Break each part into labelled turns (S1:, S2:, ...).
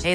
S1: Hey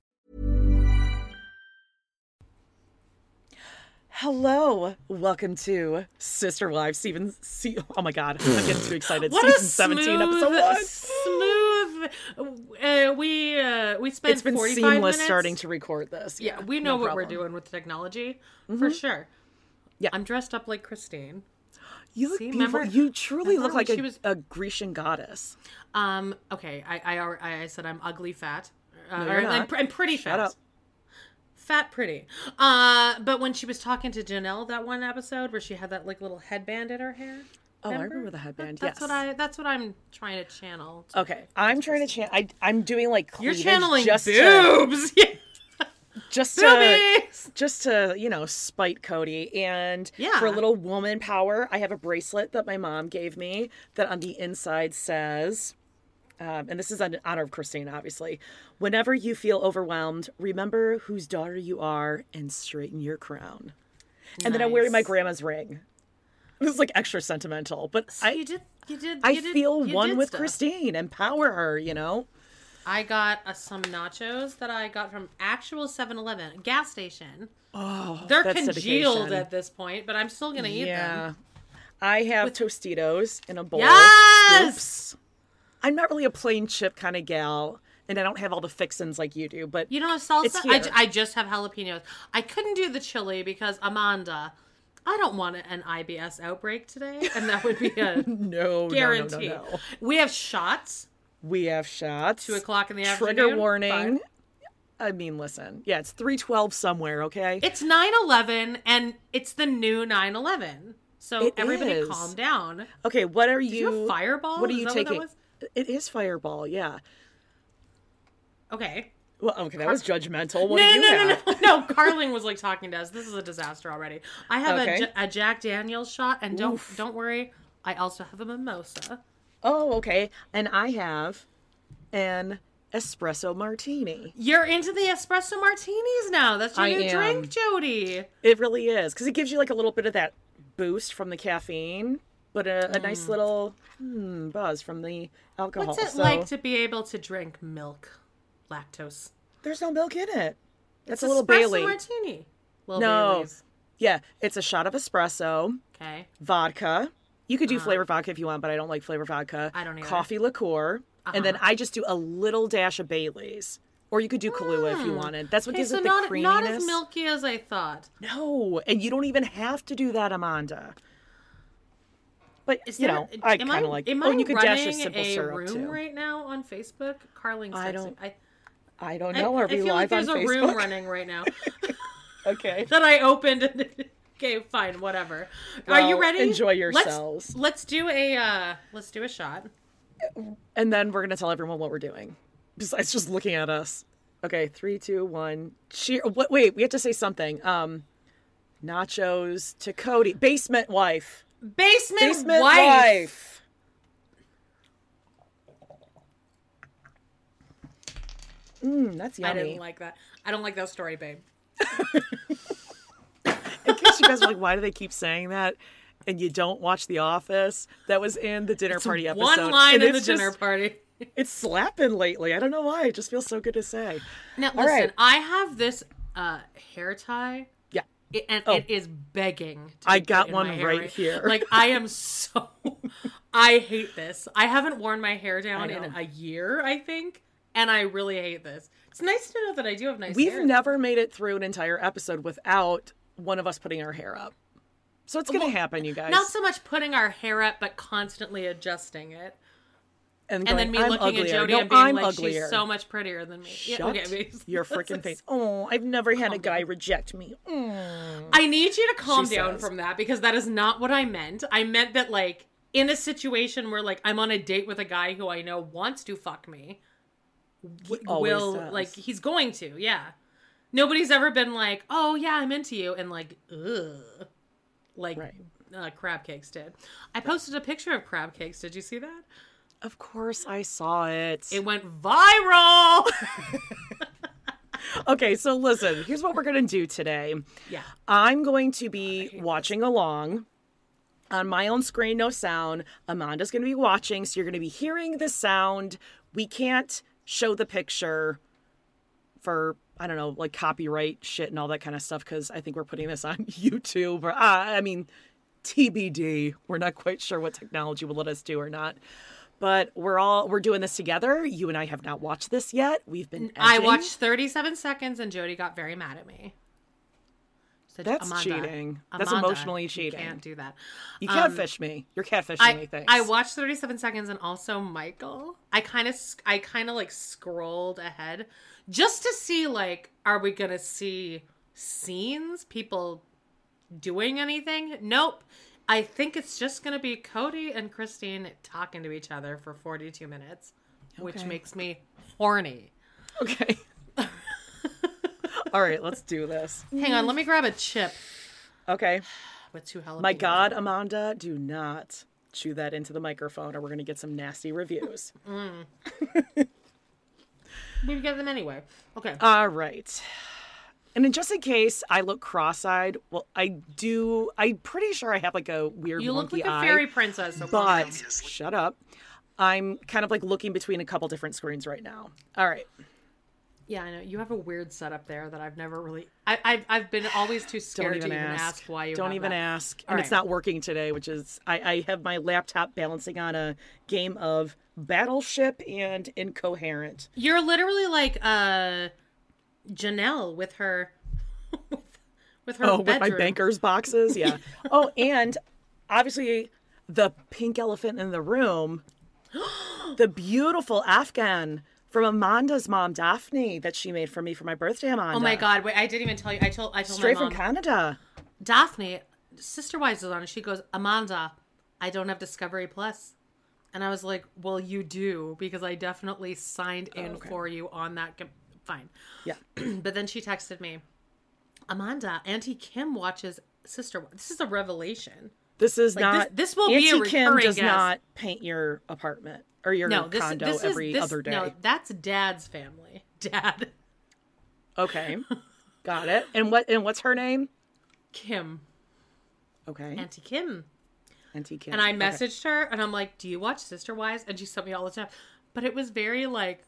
S2: Hello, welcome to Sister Wives, season. Se- oh my god, I'm getting too excited.
S3: What a
S2: season 17, episode
S3: smooth-
S2: 1.
S3: Smooth. Uh, we uh, we spent
S2: It's been
S3: 45
S2: seamless
S3: minutes.
S2: starting to record this.
S3: Yeah, we know
S2: no
S3: what we're
S2: problem. Mm-hmm.
S3: doing with technology for sure.
S2: Yeah.
S3: I'm dressed up like Christine.
S2: You look
S3: See,
S2: beautiful.
S3: remember-
S2: you truly
S3: remember
S2: look
S3: when
S2: like a,
S3: she was-
S2: a Grecian goddess.
S3: Um, okay, I I, al- I said I'm ugly fat. Uh,
S2: you're
S3: or I'm,
S2: not.
S3: pr- I'm pretty
S2: Shut
S3: fat.
S2: up.
S3: Fat pretty. Uh, but when she was talking to Janelle that one episode where she had that like little headband in her hair.
S2: Oh, I remember the headband,
S3: That's what
S2: yes.
S3: I. That's what I'm trying to channel.
S2: Okay, I'm trying to chan I, I'm doing like
S3: You're
S2: cleavage
S3: channeling
S2: just to,
S3: boobs. Yeah.
S2: just to,
S3: Boobies!
S2: just to you know spite Cody. And
S3: Yeah.
S2: for a little woman power, I have a bracelet that my mom gave me that on the inside says. Um, and this is in honor of Christine, obviously. Whenever you feel overwhelmed, remember whose daughter you are and straighten your crown. And then I'm wearing my
S3: Nice.
S2: grandma's ring. This is like extra sentimental, but I
S3: you did. You did.
S2: I
S3: you did-
S2: feel
S3: you
S2: one
S3: did
S2: with
S3: stuff.
S2: Christine. Empower her, you know?
S3: I got uh, some nachos that I got from actual 7-Eleven gas station. Oh, they're
S2: that's
S3: congealed
S2: dedication.
S3: at this point, but I'm still gonna eat them.
S2: I have Tostitos in a bowl.
S3: Yes!
S2: Scoops. I'm not really a plain chip kind of gal, and I don't have all the fixins like you do, but
S3: You don't have salsa?
S2: It's
S3: I,
S2: here.
S3: I just have jalapenos. I couldn't do the chili because Amanda. I don't want an IBS outbreak today, and that would be a
S2: Oh, no,
S3: guarantee.
S2: no, no, no, no.
S3: We have shots.
S2: We have shots.
S3: Two o'clock in the
S2: Trigger
S3: afternoon,
S2: warning.
S3: fine.
S2: I mean, listen. Yeah, it's 312 somewhere, okay?
S3: It's 9-11, and it's the new 9-11. So
S2: It
S3: everybody,
S2: is.
S3: calm down.
S2: okay, what are you.
S3: you have Fireball?
S2: What are
S3: Is
S2: you
S3: that what that
S2: taking? It is Fireball, yeah.
S3: Okay,
S2: Well, okay, that was judgmental. What
S3: no,
S2: do you
S3: no,
S2: have?
S3: no, no, no. Carling was like talking to us. This is a disaster already. I have
S2: Okay.
S3: a, J- a Jack Daniels shot, and don't don't worry. I also have a mimosa.
S2: Oh, okay. And I have an espresso martini.
S3: You're into the espresso martinis now. That's your
S2: I
S3: new
S2: am.
S3: drink, Jody.
S2: It really is because it gives you like a little bit of that boost from the caffeine, but a, a nice little hmm, buzz from the alcohol.
S3: Mm. What's it
S2: So
S3: like to be able to drink milk, lactose?
S2: There's no milk in it.
S3: It's
S2: That's a little
S3: espresso
S2: Bailey.
S3: martini. Little
S2: No.
S3: Bailey's.
S2: Yeah, it's a shot of espresso,
S3: Okay. Uh-huh.
S2: vodka. You could do flavor vodka if you want, but I don't like flavor vodka.
S3: I don't either. Uh-uh.
S2: Coffee liqueur, and then I just do a little dash of Bailey's. Or you could do Kahlua if you wanted. That's what
S3: Hmm. Okay,
S2: gives
S3: so
S2: it the
S3: not not
S2: creaminess.
S3: as milky as I thought.
S2: No, and you don't even have to do that, Amanda. But
S3: Is
S2: you
S3: there,
S2: know, I
S3: am
S2: kind of like.
S3: Am
S2: oh,
S3: I
S2: and you could
S3: running
S2: dash your simple
S3: a
S2: syrup
S3: room
S2: too.
S3: right now on Facebook? Carling's
S2: I
S3: texting.
S2: don't-
S3: I,
S2: I don't
S3: I,
S2: know. Are
S3: I
S2: we
S3: feel like
S2: live
S3: there's
S2: on
S3: a
S2: Facebook?
S3: room running right now
S2: Okay.
S3: that I opened. And okay, fine, whatever. Are
S2: Well,
S3: you ready?
S2: Oh, enjoy
S3: Let's-
S2: yourselves.
S3: Let's, do a uh, let's do a shot.
S2: And then we're gonna tell everyone what we're doing. Besides just looking at us. Okay, three, two, one. Cheer. What? Wait, we have to say something. Um, nachos to Cody. Basement wife.
S3: Basement,
S2: Basement
S3: wife.
S2: wife. Mm, that's
S3: I
S2: yummy.
S3: didn't like that. I don't like that story, babe.
S2: In case you guys were like, why do they keep saying that? And you don't watch The Office. That was in the dinner party episode.
S3: One line
S2: and
S3: in the
S2: it's
S3: dinner
S2: just-
S3: party.
S2: It's slapping lately. I don't know why. It just feels so good to say.
S3: Now listen,
S2: right.
S3: I have this uh, hair tie
S2: Yeah.
S3: it, and it is begging. To
S2: I
S3: be put
S2: got
S3: in
S2: one
S3: my hair
S2: right here.
S3: Like I am so, I hate this. I haven't worn my hair down in
S2: know.
S3: a year, I think, and I really hate this. It's nice to know that I do have nice
S2: We've
S3: hair.
S2: never made it through an entire episode without one of us putting our hair up. So it's going to happen, you guys.
S3: Not so much putting our hair up, but constantly adjusting it.
S2: and
S3: And
S2: going,
S3: then me
S2: "I'm
S3: looking
S2: uglier.
S3: at Jody
S2: no,
S3: and being
S2: I'm
S3: like,
S2: uglier.
S3: she's so much prettier than me.
S2: Shut
S3: yeah, okay,
S2: your freaking face. Oh, I've never had a guy reject me. Mm.
S3: I need you to calm
S2: She
S3: down
S2: says.
S3: from that because that is not what I meant. I meant that like in a situation where like I'm on a date with a guy who I know wants to fuck me, w-
S2: always
S3: will
S2: does.
S3: like he's going to, yeah. Nobody's ever been like, "Oh yeah, I'm into you," and like, ugh, like
S2: Right.
S3: uh, crab cakes did. I posted a picture of crab cakes. Did you see that?
S2: Of course, I saw it.
S3: It went viral.
S2: Okay, so listen, here's what we're going to do today.
S3: yeah.
S2: I'm going to be watching along on my own screen, no sound. Amanda's going to be watching, so you're going to be hearing the sound. We can't show the picture for, I don't know, like copyright shit and all that kind of stuff, because I think we're putting this on YouTube or, uh, I mean, TBD. We're not quite sure what technology will let us do or not. But we're all we're doing this together. You and I have not watched this yet. We've been.
S3: I
S2: edging.
S3: watched 37 seconds and Jody got very mad at me. Said,
S2: That's cheating. That's emotionally cheating.
S3: You can't do that. Um,
S2: You catfish me. You're catfishing me.
S3: I,
S2: Thanks.
S3: I watched 37 seconds and also Michael. I kind of I kind of like scrolled ahead just to see like are we going to see scenes, people doing anything? Nope. I think it's just going to be Cody and Christine talking to each other for 42 minutes, which
S2: Okay.
S3: makes me horny.
S2: Okay. All right, let's do this.
S3: Hang on, let me grab a chip.
S2: Okay.
S3: with two jalapenos.
S2: My God, Amanda, do not chew that into the microphone or we're going to get some nasty reviews.
S3: Mm. we get them anyway. Okay,
S2: All right. And then just in case I look cross eyed, well, I do, I'm pretty sure I have like a weird
S3: you look
S2: monkey
S3: like a
S2: eye,
S3: fairy princess. So calm
S2: But
S3: down.
S2: shut up. I'm kind of like looking between a couple different screens right now. All right.
S3: yeah, I know you have a weird setup there that I've never really. I, I've I've been always too
S2: Don't
S3: scared
S2: even
S3: to even
S2: ask.
S3: ask why you
S2: Don't
S3: have
S2: even
S3: that.
S2: ask.
S3: All
S2: and it's
S3: right.
S2: not working today, which is I, I have my laptop balancing on a game of Battleship and Incoherent.
S3: You're literally like uh, Janelle with her with, with her
S2: Oh, with
S3: bedroom.
S2: my banker's boxes, yeah. oh, and obviously the pink elephant in the room, the beautiful Afghan from Amanda's mom, Daphne, that she made for me for my birthday. Amanda,
S3: Oh my god! Wait, I didn't even tell you. I told I told
S2: straight
S3: my mom.
S2: from Canada.
S3: Daphne, Sister Wise is on, and she goes, Amanda, I don't have Discovery Plus. And I was like, Well, you do, because I definitely signed in for you on that. Com- Fine.
S2: Oh, Yeah.
S3: but then she texted me, Amanda, Auntie Kim watches Sister Wives. This is a revelation.
S2: This is
S3: this-
S2: not.
S3: this will be a
S2: Auntie Kim
S3: recurring
S2: does
S3: guest.
S2: not paint your apartment or your
S3: No, this,
S2: condo
S3: this
S2: every
S3: is this,
S2: other day.
S3: No, that's Dad's family. Dad,
S2: Okay. Got it. And what and what's her name?
S3: Kim,
S2: Okay.
S3: Auntie Kim.
S2: Auntie Kim.
S3: And I
S2: Okay.
S3: messaged her and I'm like, Do you watch Sister Wives? And she sent me all the time. But it was very like,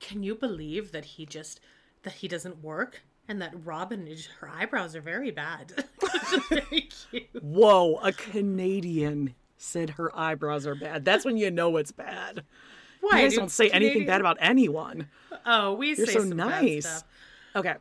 S3: Can you believe that he just that he doesn't work? And that Robin is her eyebrows are very bad. It's just very cute.
S2: Whoa, a Canadian said her eyebrows are bad. That's when you know it's bad.
S3: Why
S2: you guys
S3: do
S2: don't say anything
S3: Canadians-
S2: bad about anyone.
S3: Oh, we
S2: You're
S3: say
S2: so
S3: some bad
S2: nice.
S3: stuff.
S2: Okay.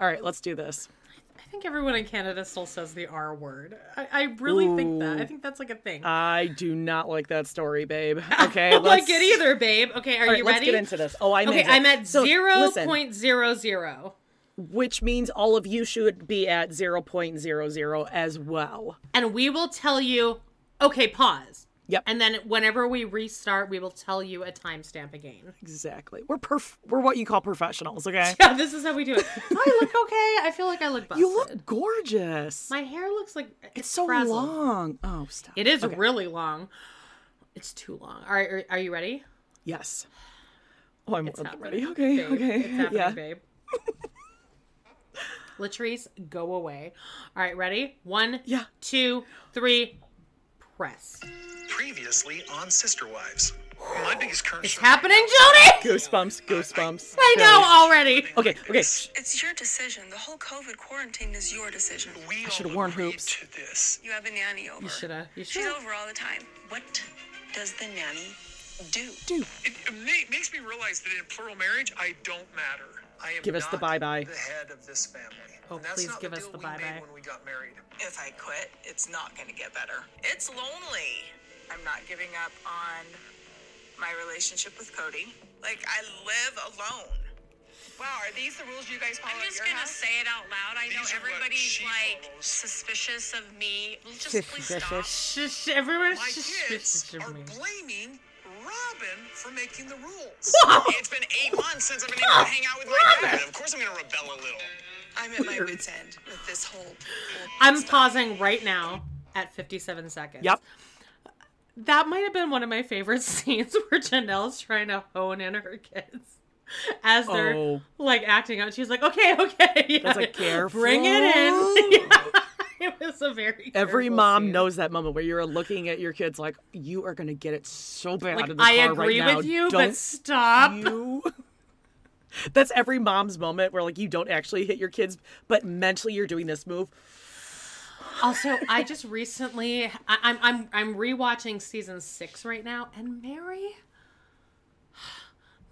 S2: All right, let's do this.
S3: I think everyone in Canada still says the R word. I, I really think that. I think that's like a thing. Oh,
S2: I do not like that story, babe. Okay.
S3: I don't
S2: let's-
S3: like it either, babe. Okay, are
S2: All right,
S3: you
S2: let's
S3: ready?
S2: get into this. Oh, I'm
S3: okay,
S2: into
S3: I'm
S2: it.
S3: at
S2: So,
S3: zero
S2: listen,
S3: point zero zero.
S2: which means all of you should be at 0.00 as well.
S3: and we will tell you okay pause
S2: Yep.
S3: and then whenever we restart we will tell you a timestamp again
S2: Exactly. We're perf- we're what you call professionals, okay?
S3: yeah this is how we do it i look okay i feel like i look busted.
S2: You look gorgeous.
S3: my hair looks like it's,
S2: It's so
S3: frazzled.
S2: long. Oh, stop.
S3: it is really long it's too long all right are, are you ready
S2: Yes. Oh, I'm
S3: It's happening,
S2: ready. Okay.
S3: babe.
S2: Okay.
S3: it's happening
S2: yeah.
S3: babe latrice go away all right ready one
S2: Yeah.
S3: two, three, press
S4: Previously on Sister Wives. My biggest curse.
S3: It's
S4: right now-
S3: happening, Jody.
S2: Goosebumps, goosebumps.
S3: I know already.
S2: Okay, okay.
S5: It's your decision. The whole COVID quarantine is your decision.
S4: We
S2: should've
S4: all
S2: worn
S4: agreed
S2: hoops.
S4: To this.
S5: You have a nanny over.
S3: You shoulda. You
S5: She's
S3: shoulda.
S5: over all the time. What does the nanny do?
S4: It, it ma- makes me realize that in plural marriage, I don't matter. I am
S2: Give us the
S4: not
S2: bye-bye.
S4: The head of this family.
S3: Oh,
S4: And that's
S3: please
S4: not
S3: give us
S4: deal
S3: the
S4: we
S3: bye-bye.
S4: made When we got married.
S6: If I quit, it's not going to get better. It's lonely. I'm not giving up on my relationship with Cody. Like, I live alone.
S7: Wow, are these the rules you guys follow
S8: I'm
S7: at
S8: just
S7: your
S8: gonna
S7: house?
S8: say it out loud. I know
S4: These are what
S8: everybody's
S4: she
S8: like
S4: follows.
S8: suspicious of me. Just please stop.
S3: Shh, everyone.
S4: My
S3: shh,
S4: kids
S3: shh, shh, shh,
S4: are
S3: me.
S4: blaming Robin for making the rules.
S7: It's been eight months since I've been able to hang out with my dad. Of course, I'm gonna rebel a little.
S6: I'm at my wit's end with this whole.
S3: I'm pausing right now at 57 seconds.
S2: Yep.
S3: That might have been one of my favorite scenes where Janelle's trying to hone in her kids as they're
S2: Oh.
S3: like acting out. She's like, okay, okay. Yeah.
S2: That's like, careful.
S3: Bring it in. Yeah. It was a very
S2: Every
S3: careful
S2: mom
S3: scene.
S2: knows that moment where you're looking at your kids like, you are going to get it so bad
S3: Like
S2: in the
S3: I
S2: car
S3: agree
S2: right now.
S3: with you,
S2: Don't
S3: but stop.
S2: you. That's every mom's moment where like you don't actually hit your kids, but mentally you're doing this move.
S3: Also, I just recently I, I'm I'm I'm rewatching season six right now, and Mary,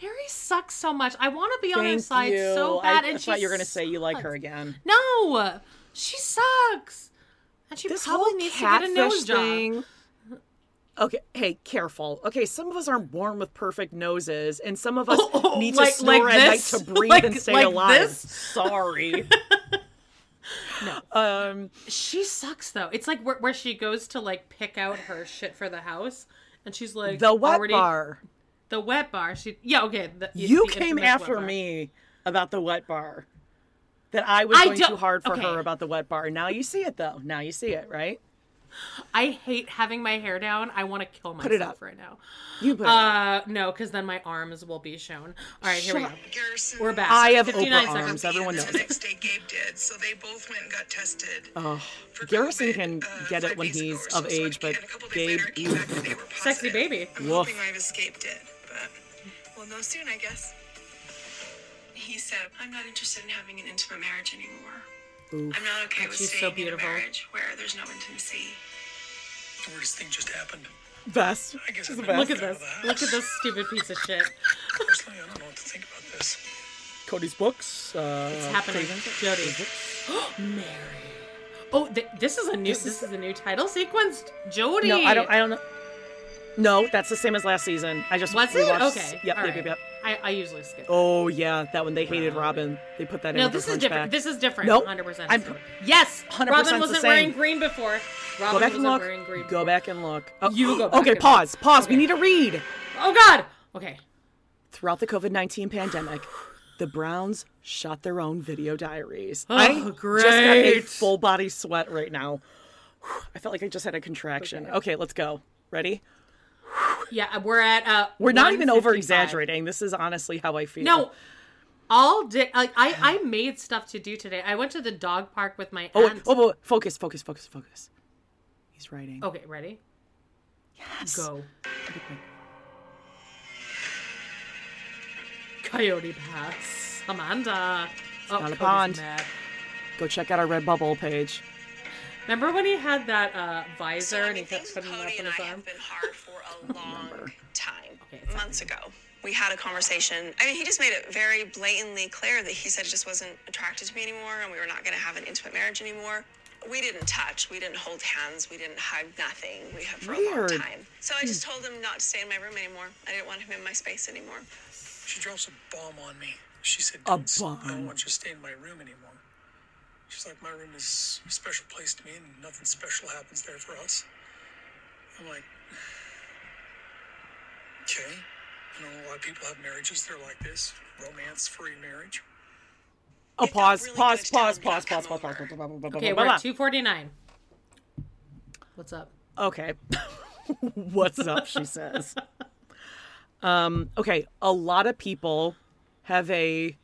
S3: Mary sucks so much. I want to be on her
S2: Thank
S3: side
S2: you.
S3: so
S2: I-
S3: bad. and
S2: I
S3: she
S2: thought you were gonna say you like her
S3: sucks.
S2: again.
S3: No, she sucks, and she
S2: This
S3: probably
S2: whole
S3: needs to get a
S2: catfish
S3: nose job.
S2: thing. Okay, hey, careful. Okay, some of us aren't born with perfect noses, and some of us need to
S3: Oh, like-
S2: snore
S3: like
S2: at night
S3: this?
S2: to breathe
S3: Like-
S2: and stay
S3: like
S2: alive.
S3: this?
S2: Sorry. no. Um.
S3: She sucks though. It's like where, where she goes to like pick out her shit for the house, and she's like
S2: The wet
S3: already,
S2: bar.
S3: The wet bar. She yeah okay. The,
S2: You
S3: the
S2: came
S3: infamous wet
S2: after
S3: bar.
S2: me about the wet bar. That I was
S3: I
S2: going
S3: don't-
S2: too hard for
S3: okay.
S2: her about the wet bar. Now you see it though. Now you see it, right?
S3: I hate having my hair down. I want to kill myself
S2: it up.
S3: right now.
S2: You put it up.
S3: Uh, no, because then my arms will be shown. All right, here we go.
S6: Garrison
S3: We're back.
S2: I have
S3: 59
S2: Oprah
S3: seconds.
S2: arms. Everyone
S6: and
S2: knows
S6: the
S2: it.
S6: next day Gabe did, so they both went and got tested.
S2: Oh,
S6: for
S2: Garrison
S6: COVID,
S2: can
S6: uh,
S2: get
S6: five
S2: it when
S6: days ago
S2: he's
S6: or so,
S2: of
S6: so
S2: age,
S6: and
S2: but
S6: a couple days
S2: Gabe,
S6: later it came back that they were
S3: Sexy
S6: positive.
S3: baby.
S6: I'm
S2: Woof.
S6: hoping I've escaped it, but we'll know soon, I guess. He said, "I'm not interested in having an intimate marriage anymore. I'm not okay
S3: God,
S6: with
S3: she's so
S6: staying in a
S3: beautiful.
S6: marriage where there's no intimacy."
S4: The weirdest thing just happened.
S2: best.
S4: I guess
S2: She's
S4: I'm
S2: the
S4: not
S3: Look
S2: best.
S3: at this. Look at this stupid piece of shit.
S4: Personally, I don't know what to think about this.
S2: Cody's books. Uh,
S3: It's happening. Jody. Mary. Oh, th- this is a new. This, is, a new title sequence. Jody.
S2: No, I don't. I don't know. No, that's the same as last season. I just
S3: Was it
S2: rewatched-
S3: okay?
S2: Yep,
S3: all
S2: yep,
S3: right.
S2: yep, yep.
S3: I, I usually skip.
S2: Oh yeah, that one they hated Robin. They put that in.
S3: No,
S2: with her
S3: this is different.
S2: hunchback.
S3: This is different.
S2: Nope.
S3: 100%.
S2: I'm-
S3: yes,
S2: 100%
S3: Robin
S2: the
S3: wasn't
S2: same.
S3: wearing green before. Robin
S2: Go back
S3: wasn't
S2: and look.
S3: wearing green.
S2: Go back and look. Oh,
S3: You go back
S2: Okay,
S3: and look.
S2: pause. Pause. We
S3: Okay.
S2: need to read.
S3: Oh God. Okay.
S2: Throughout the COVID nineteen pandemic, the Browns shot their own video diaries.
S3: Oh,
S2: I just got a
S3: great.
S2: full body sweat right now. Whew, I felt like I just had a contraction. Okay, let's go. Ready?
S3: Yeah, we're at. Uh,
S2: We're not even
S3: 155.
S2: over exaggerating. This is honestly how I feel.
S3: No, all day. Like I, I made stuff to do today. I went to the dog park with my
S2: Oh, wait,
S3: aunt.
S2: oh, wait, focus, focus, focus, focus. He's writing.
S3: Okay, ready? Yes. Go. Coyote Pass. Amanda. Oh,
S2: not a
S3: Cody's
S2: pond.
S3: mad.
S2: Go check out our Redbubble page.
S3: Remember when he had that uh, visor
S6: So, I
S3: and he
S6: mean,
S3: kept
S6: things with
S3: putting it up
S6: Cody
S3: on
S6: and
S3: his
S6: I
S3: arm?
S6: have been hard for a long time.
S3: Okay, it's
S6: Months ago, we had a conversation. I mean, he just made it very blatantly clear that he said he just wasn't attracted to me anymore, and we were not going to have an intimate marriage anymore. We didn't touch. We didn't hold hands. We didn't hug. Nothing. We have for a long
S2: Weird.
S6: time. So I
S3: Hmm.
S6: just told him not to stay in my room anymore. I didn't want him in my space anymore.
S4: She drops a bomb on me. She said,
S2: A
S4: "Don't s- I
S2: bomb.
S4: don't want you to stay in my room anymore. She's like, my room is a special place to me, and nothing special happens there for us. I'm like, okay. You know, a lot of people have marriages. They're like this, romance-free marriage.
S2: Oh,
S6: felt
S2: pause,
S6: really
S2: pause,
S6: good to
S2: pause,
S6: tell him
S2: pause,
S6: to
S2: pause,
S6: come
S2: pause, pause,
S6: over.
S2: blah, blah, blah, blah,
S3: Okay,
S2: blah,
S3: we're
S2: blah.
S3: at 249. What's up?
S2: Okay. What's up, she says. Um, okay, a lot of people have a,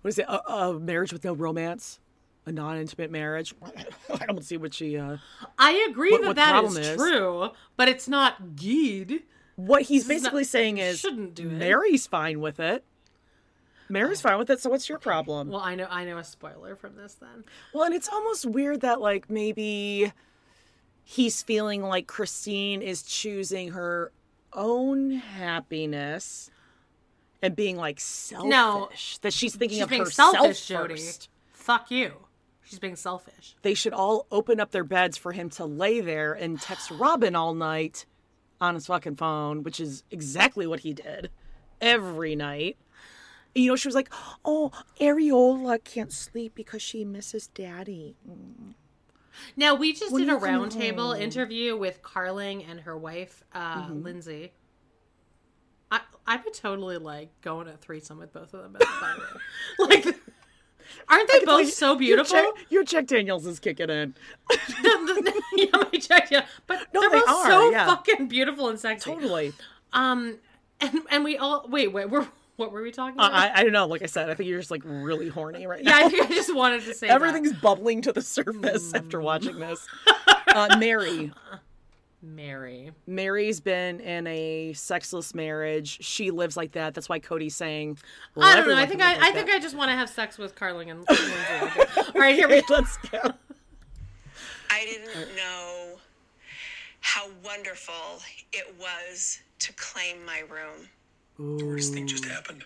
S2: what is it, a, a marriage with no romance? A non-intimate marriage? I don't see what she, uh...
S3: I agree
S2: What-
S3: that
S2: what
S3: that
S2: problem
S3: is,
S2: is-
S3: true, but it's not geed.
S2: What he's
S3: This is not-
S2: basically saying is
S3: shouldn't do it.
S2: Mary's fine with it. Mary's fine with it, so what's your problem?
S3: Well, I know I know a spoiler from this then.
S2: Well, and it's almost weird that like maybe he's feeling like Christine is choosing her own happiness and being like selfish. that she's thinking
S3: She's
S2: of
S3: being
S2: herself
S3: selfish, Jody.
S2: first.
S3: Fuck you. She's being selfish.
S2: They should all open up their beds for him to lay there and text Robin all night on his fucking phone, which is exactly what he did every night. You know, she was like, "Oh, Ariola can't sleep because she misses Daddy."
S3: Now we just
S2: When
S3: did a
S2: you come
S3: roundtable
S2: home.
S3: interview with Carling and her wife, uh,
S2: Mm-hmm.
S3: Lindsay. I I would totally like go on a threesome with both of them. By the way. Like, aren't they both so beautiful?
S2: Your Jack, your Jack Daniels is kicking in.
S3: yeah, my check, yeah. But
S2: No,
S3: they're
S2: they
S3: both
S2: are,
S3: so
S2: yeah.
S3: fucking beautiful and sexy.
S2: Totally.
S3: Um, and and we all wait. Wait, we're, what were we talking
S2: I
S3: about?
S2: Uh, I, I don't know. Like I said, I think you're just like really horny right
S3: Oh yeah,
S2: now.
S3: I think I just wanted to say that. Mm.
S2: Everything's bubbling to the surface after watching this. Uh, Mary,
S3: Mary.
S2: Mary's been in a sexless marriage. She lives like that. That's why Cody's saying. well,
S3: I don't know.
S2: everyone
S3: I think
S2: can
S3: I,
S2: live
S3: I
S2: like
S3: think
S2: that.
S3: I just want to have sex with Carling and Lindsay. All right, here we
S2: Okay, let's go.
S6: I didn't know how wonderful it was to claim my room.
S4: The weirdest thing just happened.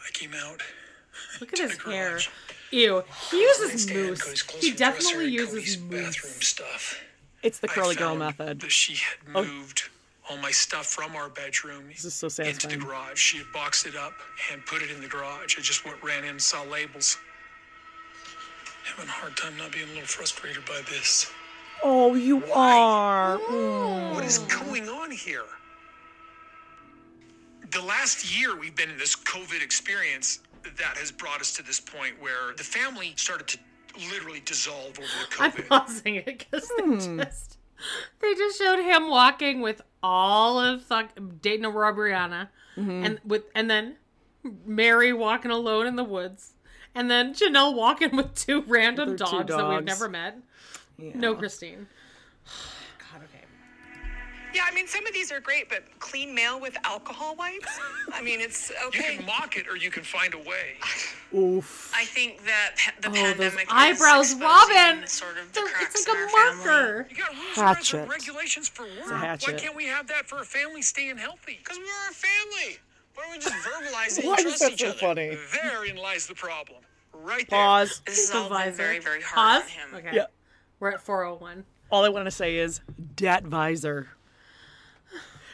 S4: I came out.
S3: Look at his
S4: Tiger
S3: hair.
S4: Lodge.
S3: Ew. He uses
S4: Stand,
S3: moose.
S4: Cody's clothes
S3: He
S4: were dresser,
S3: definitely
S4: and
S3: uses
S4: Cody's bathroom
S3: moose.
S4: stuff.
S2: It's the
S4: I
S2: curly girl
S4: found
S2: method.
S4: That she had moved all my stuff from our bedroom
S2: Oh. This is so
S4: into the
S2: satisfying.
S4: garage. She had boxed it up and put it in the garage. I just went ran in and saw labels. Having a hard time not being a little frustrated by this.
S2: Oh, you are. Mm.
S4: What is
S2: Oh.
S4: going on here?
S7: The last year we've been in this COVID experience that has brought us to this point where the family started to literally dissolve over the
S3: I'm
S7: COVID.
S3: pausing it because
S2: Hmm.
S3: they just they just showed him walking with all of fuck Dayton Aurora Brianna
S2: Mm-hmm.
S3: and with and then Mary walking alone in the woods. And then Janelle walking with two random
S2: With their
S3: dogs,
S2: two
S3: that we've
S2: dogs.
S3: never met. No Christine. God, okay.
S6: Yeah, I mean, some of these are great, but clean mail with alcohol wipes? I mean, it's
S4: You
S6: okay.
S4: can mock it or you can find a way.
S2: Oof.
S8: I think that pe- the
S9: Oh,
S3: those
S8: pandemic. is
S3: eyebrows,
S8: exposing
S3: Robin!
S8: Sort of the
S3: They're-
S8: cracks
S3: it's
S8: in
S3: like
S8: our
S3: a
S8: family.
S3: marker.
S4: You got rules
S10: Hatchet.
S4: and regulations for work. Why
S2: hatchet.
S4: can't we have that for a family staying healthy?
S7: Because we're a family. Why don't we just verbalize it
S2: Why
S7: and
S2: is
S7: trust
S2: that
S7: each
S2: so
S7: other?
S2: funny?
S4: Therein lies the problem. Right there.
S2: Pause.
S8: This has all been
S3: Supervisor.
S8: very, very hard
S3: Pause.
S8: on him.
S3: Okay.
S2: Yeah.
S3: We're at 401.
S2: All I want to say is dat visor.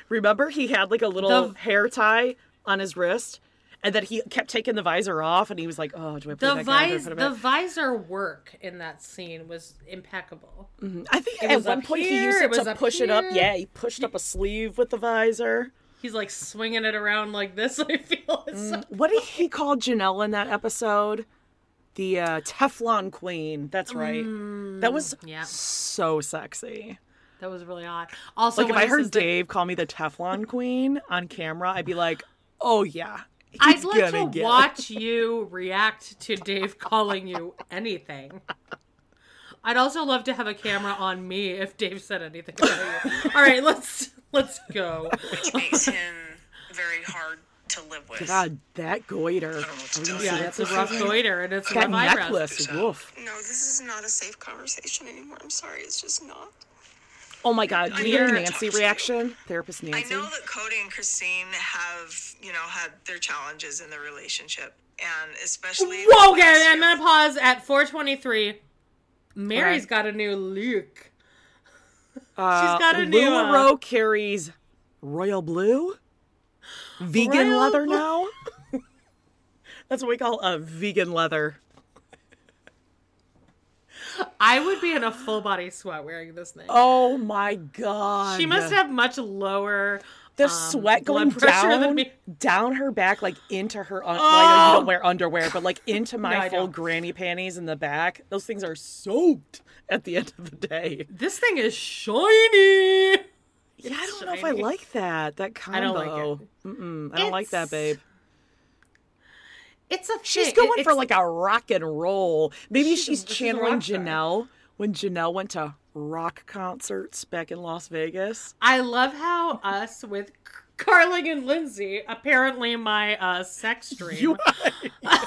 S2: Remember, he had like a little
S3: The-
S2: hair tie on his wrist, and then he kept taking the visor off, and he was like, "Oh, do I put
S3: The,
S2: it back on? Do I
S3: vis-
S2: put it
S3: the
S2: back?
S3: visor work in that scene was impeccable.
S2: Mm-hmm. I think
S3: was
S2: at one
S3: up
S2: point he
S3: here,
S2: used
S3: it
S2: it,
S3: was
S2: to
S3: up
S2: push it up.
S3: here.
S2: Yeah, he pushed up a sleeve with the visor.
S3: He's like swinging it around like this. I feel it's so-
S2: What did he call Janelle in that episode? The uh, Teflon Queen. That's right. that was
S3: Mm, yeah.
S2: so sexy.
S3: that was really hot. Also,
S2: Like if
S3: when
S2: I
S3: he
S2: heard
S3: says that-
S2: Dave call me the Teflon Queen on camera, I'd be like, "Oh yeah,
S3: I'd
S2: he's
S3: like
S2: gonna
S3: to
S2: get it."
S3: watch you react to Dave calling you anything. I'd also love to have a camera on me if Dave said anything about you. All right, let's let's go.
S8: Which makes him very hard to live with.
S2: God, that goiter.
S4: I don't know what to tell
S2: Oh, you
S4: you.
S2: see
S3: Yeah,
S2: that
S3: it's a
S2: thing?
S3: rough goiter and it's
S2: That
S3: rough eyebrows.
S2: necklace, woof.
S6: No, this is not a safe conversation anymore. I'm sorry, it's just not.
S2: Oh my god, do you hear
S3: Weird.
S2: Nancy reaction? Therapist Nancy.
S6: I know that Cody and Christine have, you know, had their challenges in their relationship, and especially.
S3: Whoa, okay, I'm gonna pause at 4:23. Mary's
S2: Right.
S3: got a new look.
S2: Uh,
S3: got a new, uh,
S2: LuLaRoe carries royal blue, vegan
S3: Royal
S2: leather
S3: blue.
S2: now. That's what we call a vegan leather.
S3: I would be in a full body sweat wearing this thing.
S2: Oh my god! Uh,
S3: she must have much lower.
S2: the
S3: um,
S2: sweat going
S3: blood pressure
S2: down,
S3: than me.
S2: down her back, like into her. Un- well, I know you
S3: Oh!
S2: don't wear underwear, but like into
S3: No,
S2: my
S3: I
S2: full
S3: don't.
S2: granny panties in the back. Those things are soaked at the end of the day.
S3: This thing is shiny.
S2: Yeah, I don't know if I
S3: shiny.
S2: like that. That combo.
S3: I don't like it.
S2: Mm-mm, I don't like that,
S3: It's-
S2: babe.
S3: It's a.
S2: She's
S3: thing.
S2: going
S3: It-
S2: for
S3: it's-
S2: like a rock and roll.
S3: She's a-
S2: Maybe she's,
S3: she's a
S2: channeling
S3: rock star.
S2: Janelle when Janelle went to rock concerts back in Las Vegas.
S3: I love how us with Carling and Lindsay, apparently my uh, sex dream.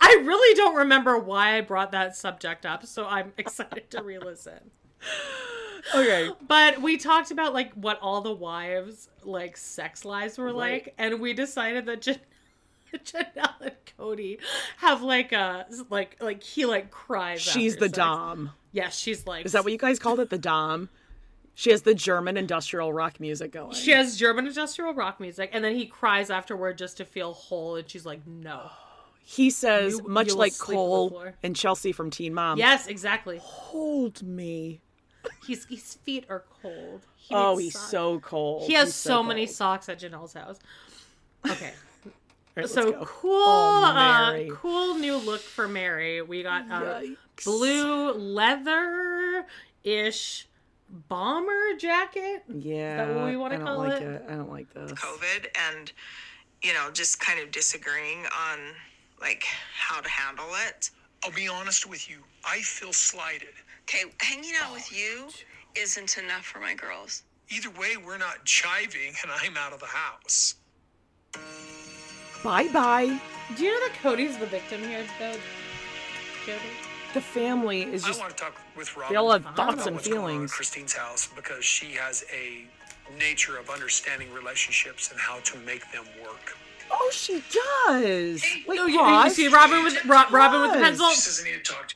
S3: I really don't remember why I brought that subject up, so I'm excited to re-listen.
S2: Okay.
S3: But we talked about like what all the wives like sex lives were like, and we decided that Jan- Janelle and Cody have like a like like he like cries.
S2: She's
S3: after
S2: the
S3: sex.
S2: Dom.
S3: Yeah, she's like.
S2: Is that what you guys called it? The Dom? She has the German industrial rock music going.
S3: She has German industrial rock music, and then he cries afterward just to feel whole, and she's like, "No."
S2: He says,
S3: You-
S2: much
S3: you will
S2: like
S3: sleep on the
S2: Cole
S3: floor.
S2: and Chelsea from Teen Mom,
S3: Yes, exactly.
S2: hold me.
S3: He's, his feet are cold. He
S2: Oh,
S3: needs
S2: he's
S3: socks.
S2: so cold.
S3: He has
S2: He's
S3: so, many
S2: cold.
S3: socks at Janelle's house. Okay.
S2: All right,
S3: so
S2: let's go.
S3: cool
S2: Oh,
S3: uh,
S2: Mary.
S3: cool new look for Mary. We got uh,
S2: Yikes.
S3: blue leather ish bomber jacket.
S2: Yeah.
S3: what we wanna
S2: I don't
S3: call
S2: like
S3: it?
S2: I don't like this.
S8: COVID and, you know, just kind of disagreeing on like how to handle it.
S7: I'll be honest with you. I feel slighted.
S6: Okay, hanging out with you isn't enough for my girls.
S7: Either way, we're not chiving, and I'm out of the house.
S2: Bye bye.
S3: Do you know that Cody's the victim here, though? Jody?
S2: The family is
S7: I
S2: just.
S7: want to talk with Robin.
S2: They all have
S3: I don't
S2: thoughts
S3: know
S7: about
S2: and
S7: what's going on at
S2: feelings.
S7: Christine's house because she has a nature of understanding relationships and how to make them work.
S2: Oh, she does. Wait,
S3: Oh, you, you
S2: pause.
S3: see Robin with Ro- Robin with the
S2: Pause.
S3: pencil.
S7: She doesn't need to talk to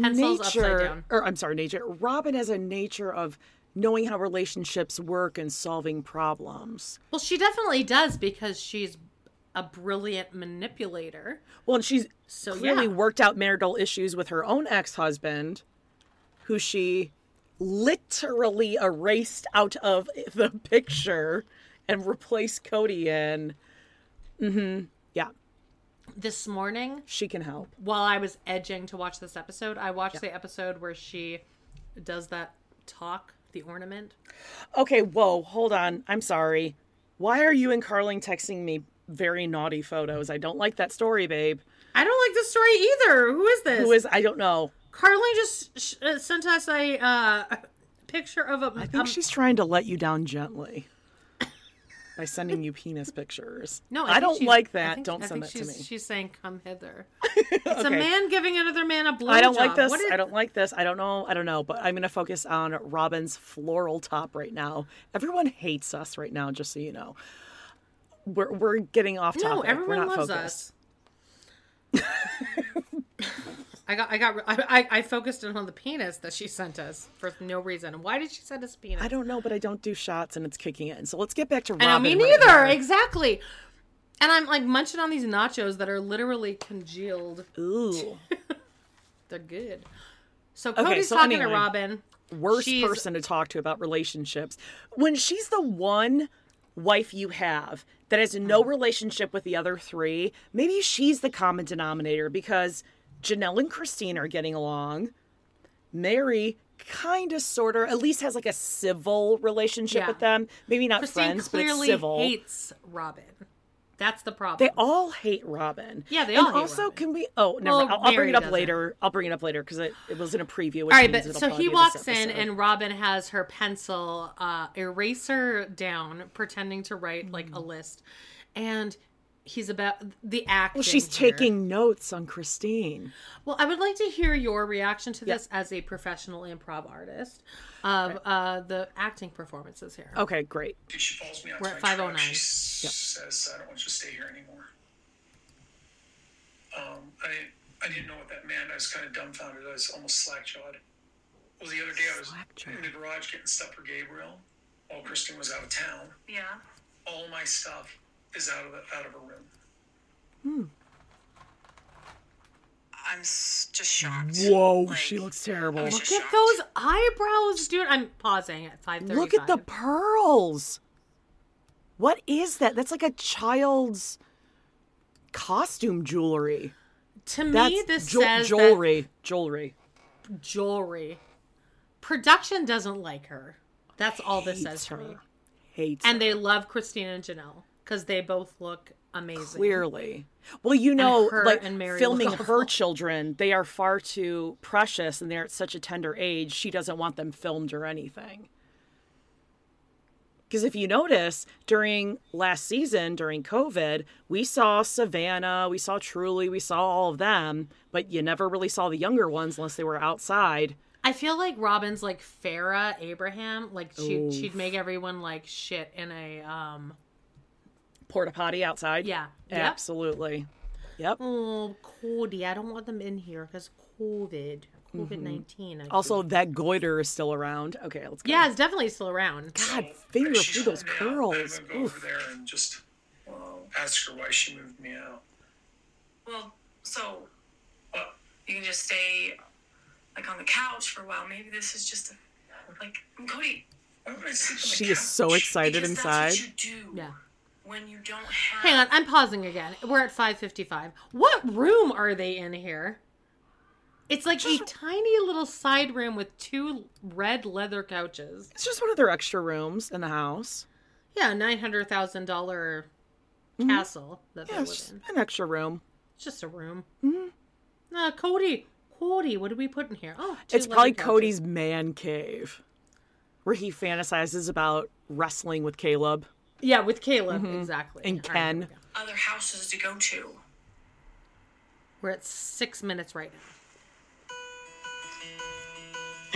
S3: Pencil's upside
S2: nature,
S3: down.
S2: or I'm sorry, nature. Robin has a nature of knowing how relationships work and solving problems.
S3: Well, she definitely does because she's a brilliant manipulator.
S2: Well, and she's
S3: So,
S2: clearly
S3: yeah.
S2: worked out marital issues with her own ex-husband, who she literally erased out of the picture and replaced Cody in. Mm-hmm. Yeah,
S3: This morning,
S2: she can help.
S3: while I was edging to watch this episode, I watched the episode where she does that talk, the ornament.
S2: Okay, whoa, hold on. I'm sorry. Why are you and Carling texting me very naughty photos? I don't like that story, babe.
S3: I don't like this story either. Who is this?
S2: Who is I don't know.
S3: Carly just sh- uh, sent us a uh, picture of a. um,
S2: I think she's trying to let you down gently by sending you penis pictures.
S3: no,
S2: I,
S3: think
S2: don't
S3: she's-
S2: like
S3: I
S2: that.
S3: think-
S2: don't
S3: I
S2: send that
S3: think
S2: to
S3: she's,
S2: me.
S3: She's saying, "Come hither." It's a man giving another man a blowjob.
S2: I don't like this.
S3: What is-
S2: I don't like this. I don't know. I don't know. But I'm going to focus on Robin's floral top right now. Everyone hates us right now, just so you know. We're, we're getting off topic.
S3: No,
S2: we're
S3: everyone
S2: not
S3: loves
S2: focused.
S3: us. I got, I got, I, I, I focused in on the penis that she sent us for no reason. Why did she send us penis?
S2: I don't know, but I don't do shots and it's kicking in. So let's get back to Robin.
S3: I know, me
S2: right
S3: neither.
S2: now.
S3: Exactly. And I'm like munching on these nachos that are literally congealed.
S2: Ooh.
S3: They're good. So Cody's
S2: so
S3: talking
S2: anyway.
S3: to Robin.
S2: worst
S3: She's-
S2: person to talk to about relationships when she's the one wife you have that has
S3: Uh-huh.
S2: no relationship with the other three maybe she's the common denominator because janelle and christine are getting along mary kind of sort of at least has like a civil relationship
S3: Yeah.
S2: with them maybe not
S3: Christine
S2: friends but it's
S3: clearly
S2: civil
S3: hates Robin. That's the problem.
S2: they all hate robin
S3: Yeah, they
S2: and
S3: all hate
S2: also
S3: Robin.
S2: can we oh never
S3: Well,
S2: mind. I'll, I'll bring
S3: Mary
S2: it up
S3: doesn't.
S2: later i'll bring it up later because it, it was in a preview which
S3: All right,
S2: means
S3: but
S2: it'll
S3: so
S2: probably
S3: he
S2: be this
S3: walks in,
S2: episode.
S3: and Robin has her pencil uh, eraser down, pretending to write like a list, and he's about the act.
S2: Hmm. Well, she's taking notes on Christine.
S3: Well, I would like to hear your reaction to
S2: Yeah.
S3: this as a professional improv artist of uh, the acting performances here.
S2: Okay, great.
S7: you. She follows me out
S3: We're
S7: to
S3: at
S7: my truck.
S3: 509.
S7: She says, I don't want you to stay here anymore. Um, I, didn't- I didn't know what that meant. I was kind of dumbfounded. I was almost slack jawed. Well, the other day I was
S2: Slack-jawed.
S7: in the garage getting stuff for Gabriel while Kristen was out of town.
S8: Yeah.
S7: All my stuff is out of, the, out of her room.
S2: Hmm.
S8: I'm s- just shocked.
S2: Whoa,
S8: Like,
S2: she looks terrible.
S8: was
S3: Look
S8: just
S3: at
S8: shocked.
S3: those eyebrows, dude. I'm pausing at five thirty.
S2: Look at the pearls. What is that? That's like a child's costume jewelry.
S3: to me.
S2: That's
S3: this
S2: jewel-
S3: says that
S2: jewelry. Jewelry.
S3: jewelry. Production doesn't like her. That's all this
S2: Hates
S3: says for
S2: her.
S3: me.
S2: Hates.
S3: And
S2: her.
S3: they love Christina and Janelle. because they both look amazing.
S2: Clearly. Well, you know,
S3: her
S2: like
S3: and Mary
S2: filming
S3: look
S2: her
S3: awful.
S2: children, they are far too precious and they're at such a tender age. She doesn't want them filmed or anything. Because if you notice, during last season, during COVID, we saw Savannah, we saw Truly, we saw all of them, but you never really saw the younger ones unless they were outside.
S3: I feel like Robin's like Farah Abraham, like she would she'd make everyone like shit in a um
S2: Porta potty outside.
S3: yeah Yep.
S2: Absolutely. Yep.
S3: Oh, Cody, I don't want them in here because COVID, COVID 19
S2: Mm-hmm. Also, that goiter is still around. Okay, let's go.
S3: yeah, it's definitely still around.
S2: God, finger through those
S7: moved me out, I'm
S2: curls.
S7: gonna go
S2: Oof.
S7: over there and just um, ask her why she moved me out.
S9: Well, so what? You can just stay like on the couch for a while. Maybe this is just a, like Cody.
S7: Why would I sleep on the
S2: She is so
S7: couch?
S2: excited
S9: because
S2: inside.
S9: That's what you do
S3: Yeah.
S9: when you don't have.
S3: Hang on, I'm pausing again. We're at 5:55. What room are they in here? It's like a tiny little side room with two red leather couches.
S2: It's just one of their extra rooms in the house.
S3: Yeah, nine hundred thousand dollar
S2: Mm-hmm.
S3: castle that
S2: Yeah,
S3: they
S2: it's
S3: live
S2: just
S3: in.
S2: an extra room.
S3: It's just a room. Mm-hmm. Uh, Cody, Cody, what did we put in here? Oh, two
S2: It's probably
S3: leather couches.
S2: Cody's man cave where he fantasizes about wrestling with Caleb.
S3: Yeah, with Caleb exactly.
S2: Mm-hmm. And
S3: All right,
S2: Ken.
S3: here we go.
S9: other houses to go to.
S3: We're at six minutes right now.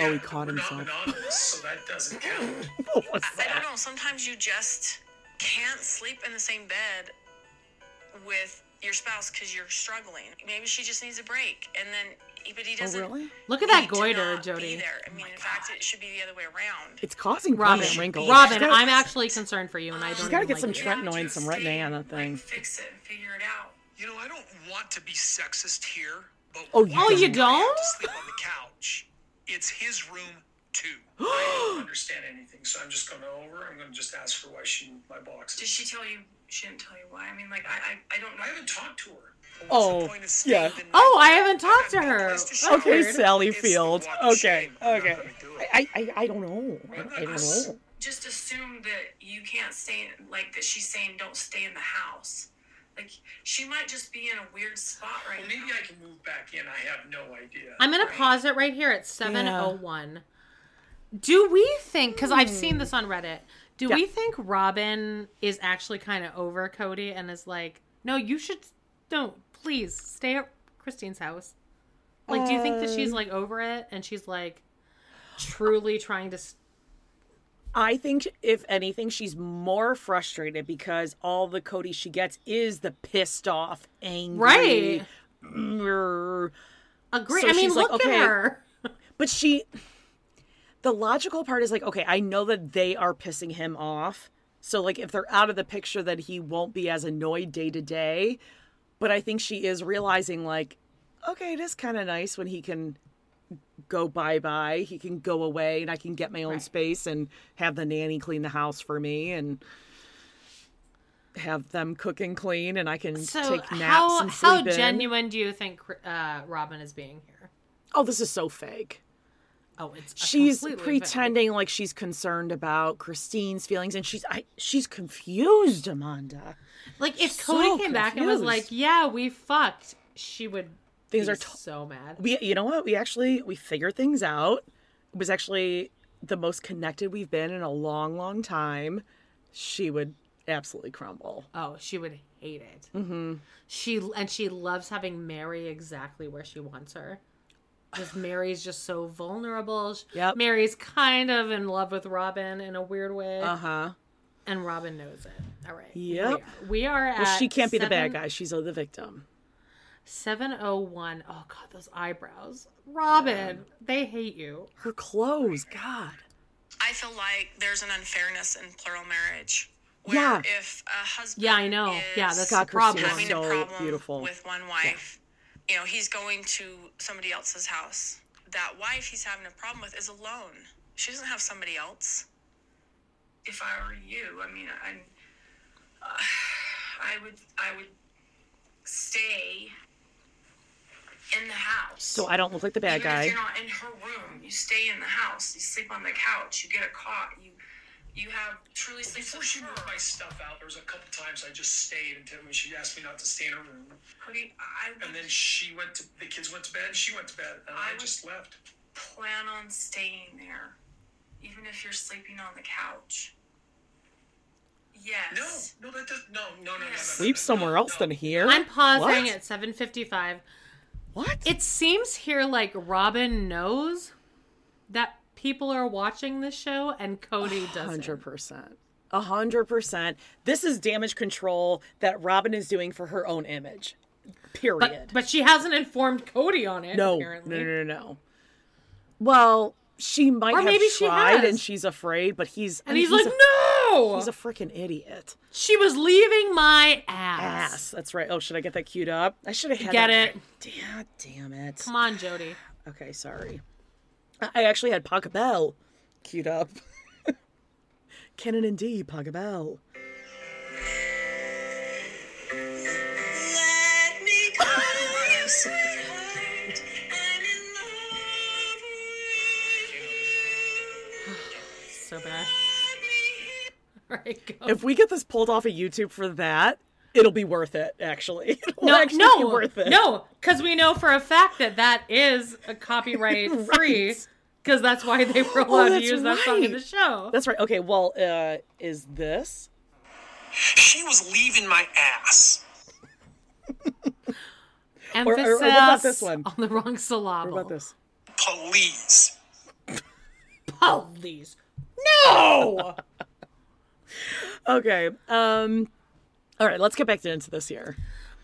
S2: Oh, he caught
S7: We're not
S2: himself.
S7: monogamous, so that doesn't count.
S2: What was
S4: I don't
S2: that?
S4: know. Sometimes you just can't sleep in the same bed with your spouse because you're struggling. Maybe she just needs a break, and then eh, but he
S2: Oh,
S4: doesn't.
S2: really? Oh
S3: Look at that
S4: need to
S3: goiter,
S4: not Be
S3: Jody.
S4: there. I mean, in fact, it should be the other way around.
S2: It's causing
S3: Robin,
S2: permanent wrinkles.
S3: Robin,
S2: She's gotta-
S3: I'm actually concerned for you, and I don't.
S2: She's got to
S3: even
S2: get
S3: like
S2: some
S3: you.
S2: tretinoin, some retin-A on that thing.
S4: Fix it and figure it out.
S7: You know, I don't want to be sexist here, but
S2: Oh, you
S3: Oh, you
S2: don't?
S7: I have
S3: don't?
S7: to sleep on the couch. It's his room too. I don't understand anything, so I'm just going over. I'm going to just ask her why she moved my
S4: Did
S7: boxes.
S4: she tell you? She didn't tell you why. I mean, like I, I, I don't know.
S7: I haven't talked to her.
S2: Oh,
S7: the point of staying
S2: yeah.
S7: the night?
S3: Oh, I haven't talked to
S7: I've got no
S3: her.
S7: place to
S3: That's
S7: shower.
S2: Okay,
S3: weird.
S2: Sally
S7: It's the
S2: Field.
S7: walk of
S2: Okay,
S7: shame. I'm not
S2: okay.
S7: gonna do it.
S2: I, I, I don't know. I don't know.
S4: just assume that you can't stay like that she's saying don't stay in the house like she might just be in a weird spot right
S7: Well,
S4: now
S7: maybe I can move back in. I have no idea.
S3: I'm gonna pause it right here at seven oh one. Do we think? Because I've seen this on Reddit. Do we think Robin is actually kind of over Cody and is like, no, you should don't please stay at Christine's house. Like, do you think that
S2: Um,
S3: she's like over it and she's like truly trying to? s-
S2: I think, if anything, she's more frustrated because all the Cody she gets is the pissed off, angry.
S3: Right.
S2: Right.
S3: Agree.
S2: So
S3: I mean,
S2: she's like,
S3: look
S2: okay,
S3: at her.
S2: But she, the logical part is like, okay, I know that they are pissing him off. So, like, if they're out of the picture, then he won't be as annoyed day to day. But I think she is realizing, like, okay, it is kind of nice when he can go bye bye. He can go away and I can get my own space and have the nanny clean the house for me and have them cook and clean and I can
S3: So
S2: take naps
S3: how
S2: and
S3: how
S2: sleep in.
S3: genuine do you think uh, Robin is being here?
S2: Oh, this is so fake.
S3: Oh, it's a
S2: she's
S3: completely fake.
S2: pretending like she's concerned about Christine's feelings, and she's I, she's confused, Amanda.
S3: Like if
S2: So
S3: Cody came back and was like,
S2: confused.
S3: "Yeah, we fucked," she would.
S2: Things
S3: be
S2: are to-
S3: so mad.
S2: We, you know what? We actually we figured things out. It was actually the most connected we've been in a long, long time. She would absolutely crumble.
S3: oh, she would hate it. Mm-hmm. She and she loves having Mary exactly where she wants her. Because Mary's just so vulnerable. Sh-
S2: Yep.
S3: Mary's kind of in love with Robin in a weird way,
S2: Uh huh.
S3: and Robin knows it. All right.
S2: Yep.
S3: We are at.
S2: Well, she can't be the bad
S3: seven-
S2: guy. She's uh, the victim.
S3: 701. Oh, God, those eyebrows. Robin, they hate you.
S2: Her clothes, God.
S4: i feel like there's an unfairness in plural marriage where
S2: Yeah.
S4: if a husband
S3: Yeah, I know. Yeah,
S4: is
S3: that's
S2: God,
S3: the problem.
S2: Christina,
S4: having
S2: so
S4: a problem
S2: beautiful.
S4: with one wife you know he's going to somebody else's house that wife he's having a problem with is alone she doesn't have somebody else if i were you i mean i uh, i would i would stay in the house
S2: So I don't look like the bad
S4: even if
S2: guy.
S4: you're not in her room, you stay in the house. You sleep on the couch. You get a cot. You
S5: You have truly sleeps
S4: Before
S5: with
S4: she
S5: her.
S4: moved my stuff out, there was a couple times I just stayed until when she asked me not to stay in her room.
S5: Okay, I would
S4: And then she went to the kids went to bed. and She went to bed, and
S5: I
S4: I,
S5: would-
S4: just left.
S5: plan on staying there, even if you're sleeping on the couch.
S4: No,
S5: Yes.
S4: no, that does no, no, no, no, no, no.
S2: Sleep
S4: no,
S2: somewhere
S4: no,
S2: else
S4: no.
S2: than here.
S3: I'm pausing
S2: What?
S3: at 7:55.
S2: What?
S3: It seems here like Robin knows that people are watching the show and Cody doesn't.
S2: Hundred percent. A hundred percent. This is damage control that Robin is doing for her own image. Period.
S3: But, but she hasn't informed Cody on it.
S2: no, no,
S3: apparently.
S2: no, no, no. Well, she might
S3: Or
S2: have
S3: maybe she
S2: tried
S3: has.
S2: and she's afraid, but he's I
S3: And
S2: mean,
S3: he's, like,
S2: a-
S3: no.
S2: He's a freaking idiot.
S3: she was leaving my ass.
S2: Ass. That's right. Oh, should I get that queued up? I should have had
S3: Get
S2: that-
S3: it?
S2: Damn, damn it.
S3: Come on, Jody.
S2: Okay, sorry. I- I actually had Pachelbel queued up. Canon and D, Pachelbel.
S6: Let me call you sweetheart.
S2: Oh,
S6: I'm in love with you.
S3: So bad.
S6: Let me hear
S3: All right, go.
S2: If we get this pulled off of YouTube for that, it'll be worth it. Actually, it'll
S3: no,
S2: actually
S3: no,
S2: be worth it.
S3: no, because we know for a fact that that is a copyright free. Because that's why they were allowed to
S2: Oh, that's
S3: use that song in the
S2: right.
S3: show.
S2: that's right. Okay, well, uh, is this?
S7: She was leaving my ass.
S2: or-
S3: Emphasis
S2: or what about this one?
S3: on the wrong syllable.
S2: What about this?
S7: Please.
S3: Police. No.
S2: Okay. Um. All right, let's get back into this here.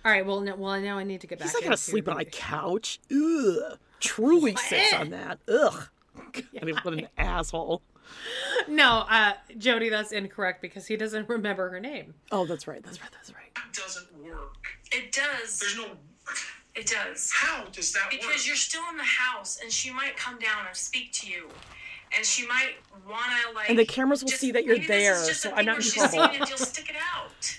S3: All right. Well, no, well, now I need to get back.
S2: He's not gonna
S3: into
S2: sleep on
S3: the
S2: my
S3: movie.
S2: couch. Ugh. Truly sits on that. Ugh. God, what an asshole.
S3: No, uh, Jody, that's incorrect because he doesn't remember her name.
S2: Oh, that's right. That's right. That's right.
S4: That doesn't work.
S5: It does.
S4: There's no.
S5: It does.
S4: How does that work?
S5: Because you're still in the house, and she might come down and speak to you, and she might wanna like.
S2: And the cameras will
S5: just-
S2: see that you're
S5: maybe this is
S2: there,
S5: just a
S2: so
S5: thing
S2: I'm not
S5: where
S2: in
S5: she's
S2: trouble.
S5: seen it, You'll stick it out.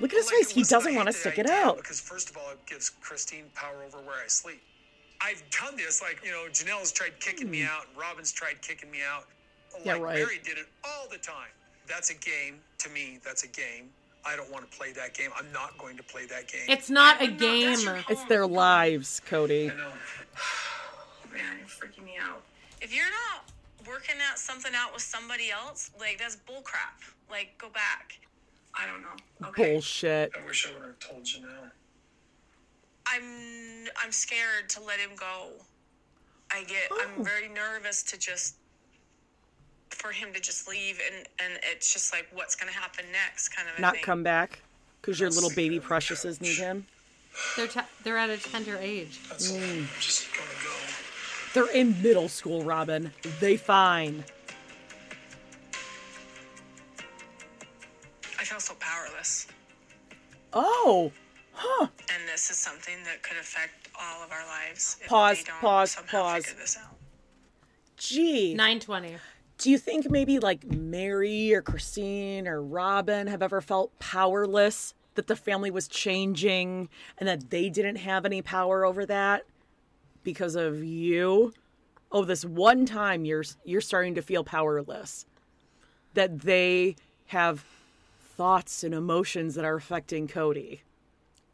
S2: Look at his
S7: Like,
S2: face. He
S7: listen, I
S2: doesn't
S7: hate
S2: want to
S7: that
S2: stick it
S7: idea
S2: out.
S7: Because, first of all, it gives Christine power over where I sleep. I've done this, like, you know, Janelle's tried kicking me out, and Robin's tried kicking me out.
S2: Hmm. Yeah,
S7: like,
S2: right.
S7: Mary did it all the time. That's a game. To me, that's a game. I don't want to play that game. I'm not going to play that game.
S3: It's not a
S5: No,
S3: game.
S5: that's your
S2: It's
S5: home.
S2: their lives, Cody.
S4: I know.
S5: Man, you're freaking me out.
S6: If you're not working out something out with somebody else, like that's bullcrap. Like go back.
S5: I don't know. Okay.
S2: Bullshit.
S4: I wish I would have told Janelle.
S6: I'm I'm scared to let him go. I get
S2: Oh.
S6: I'm very nervous to just for him to just leave and and it's just like what's gonna happen next kind of a
S2: Not
S6: thing.
S2: come back because your little baby preciouses need him.
S3: They're t- they're at a tender age.
S4: That's all. I'm just
S3: Mm.
S4: gonna go.
S2: They're in middle school, Robin. They fine.
S6: I feel so powerless.
S2: Oh,
S6: And this is something that could affect all of our lives. if
S2: Pause,
S6: they don't
S2: pause,
S6: somehow
S2: pause.
S6: figure this out.
S2: gee.
S3: Nine twenty.
S2: Do you think maybe like Mary or Christine or Robin have ever felt powerless that the family was changing and that they didn't have any power over that because of you? Oh, this one time you're you're starting to feel powerless that they have thoughts and emotions that are affecting Cody.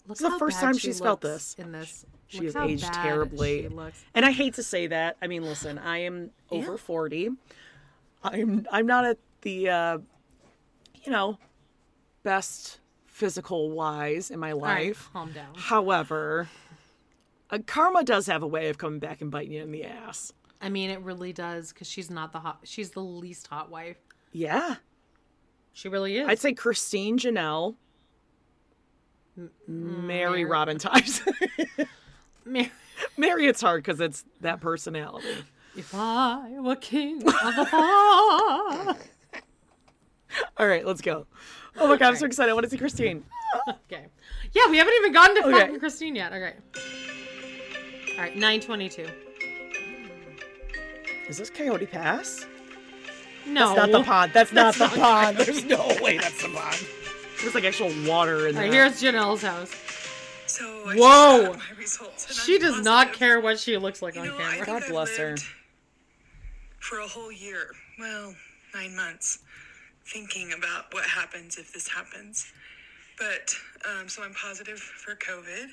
S3: Look
S2: It's the
S3: how
S2: first
S3: bad
S2: time
S3: she
S2: she's felt
S3: looks
S2: this.
S3: In this,
S2: She
S3: Look
S2: has
S3: how
S2: aged
S3: bad
S2: terribly.
S3: She looks.
S2: And I hate to say that. I mean, listen, I am over 40. I'm I'm not at the uh you know, best physical wise in my
S3: All right,
S2: life.
S3: calm down.
S2: However, uh, karma does have a way of coming back and biting you in the ass.
S3: I mean, it really does because she's not the hot. She's the least hot wife.
S2: Yeah.
S3: She really is.
S2: I'd say Christine Janelle Mary Robin Times.
S3: Mary,
S2: Mary, it's hard because it's that personality.
S3: if I were king of the fall.
S2: All right, let's go. Oh my god, I'm so excited. I want to see Christine.
S3: Okay. Yeah, we haven't even gotten to
S2: Okay.
S3: fucking Christine yet. Okay. All right, nine twenty-two.
S2: Is this Coyote Pass?
S3: No,
S2: That's not the pond. That's, not the pond. There's no way that's the pond. There's like actual water in
S3: All
S2: there.
S3: right, here's Janelle's house.
S5: So I
S3: Whoa.
S5: just got my results. And
S3: She
S5: I'm
S3: does not
S5: positive.
S3: care what she looks like on
S5: You know, I
S3: camera.
S5: think
S2: God
S5: I've
S2: bless her.
S5: lived for a whole year, well, nine months, thinking about what happens if this happens. But um, so I'm positive for COVID.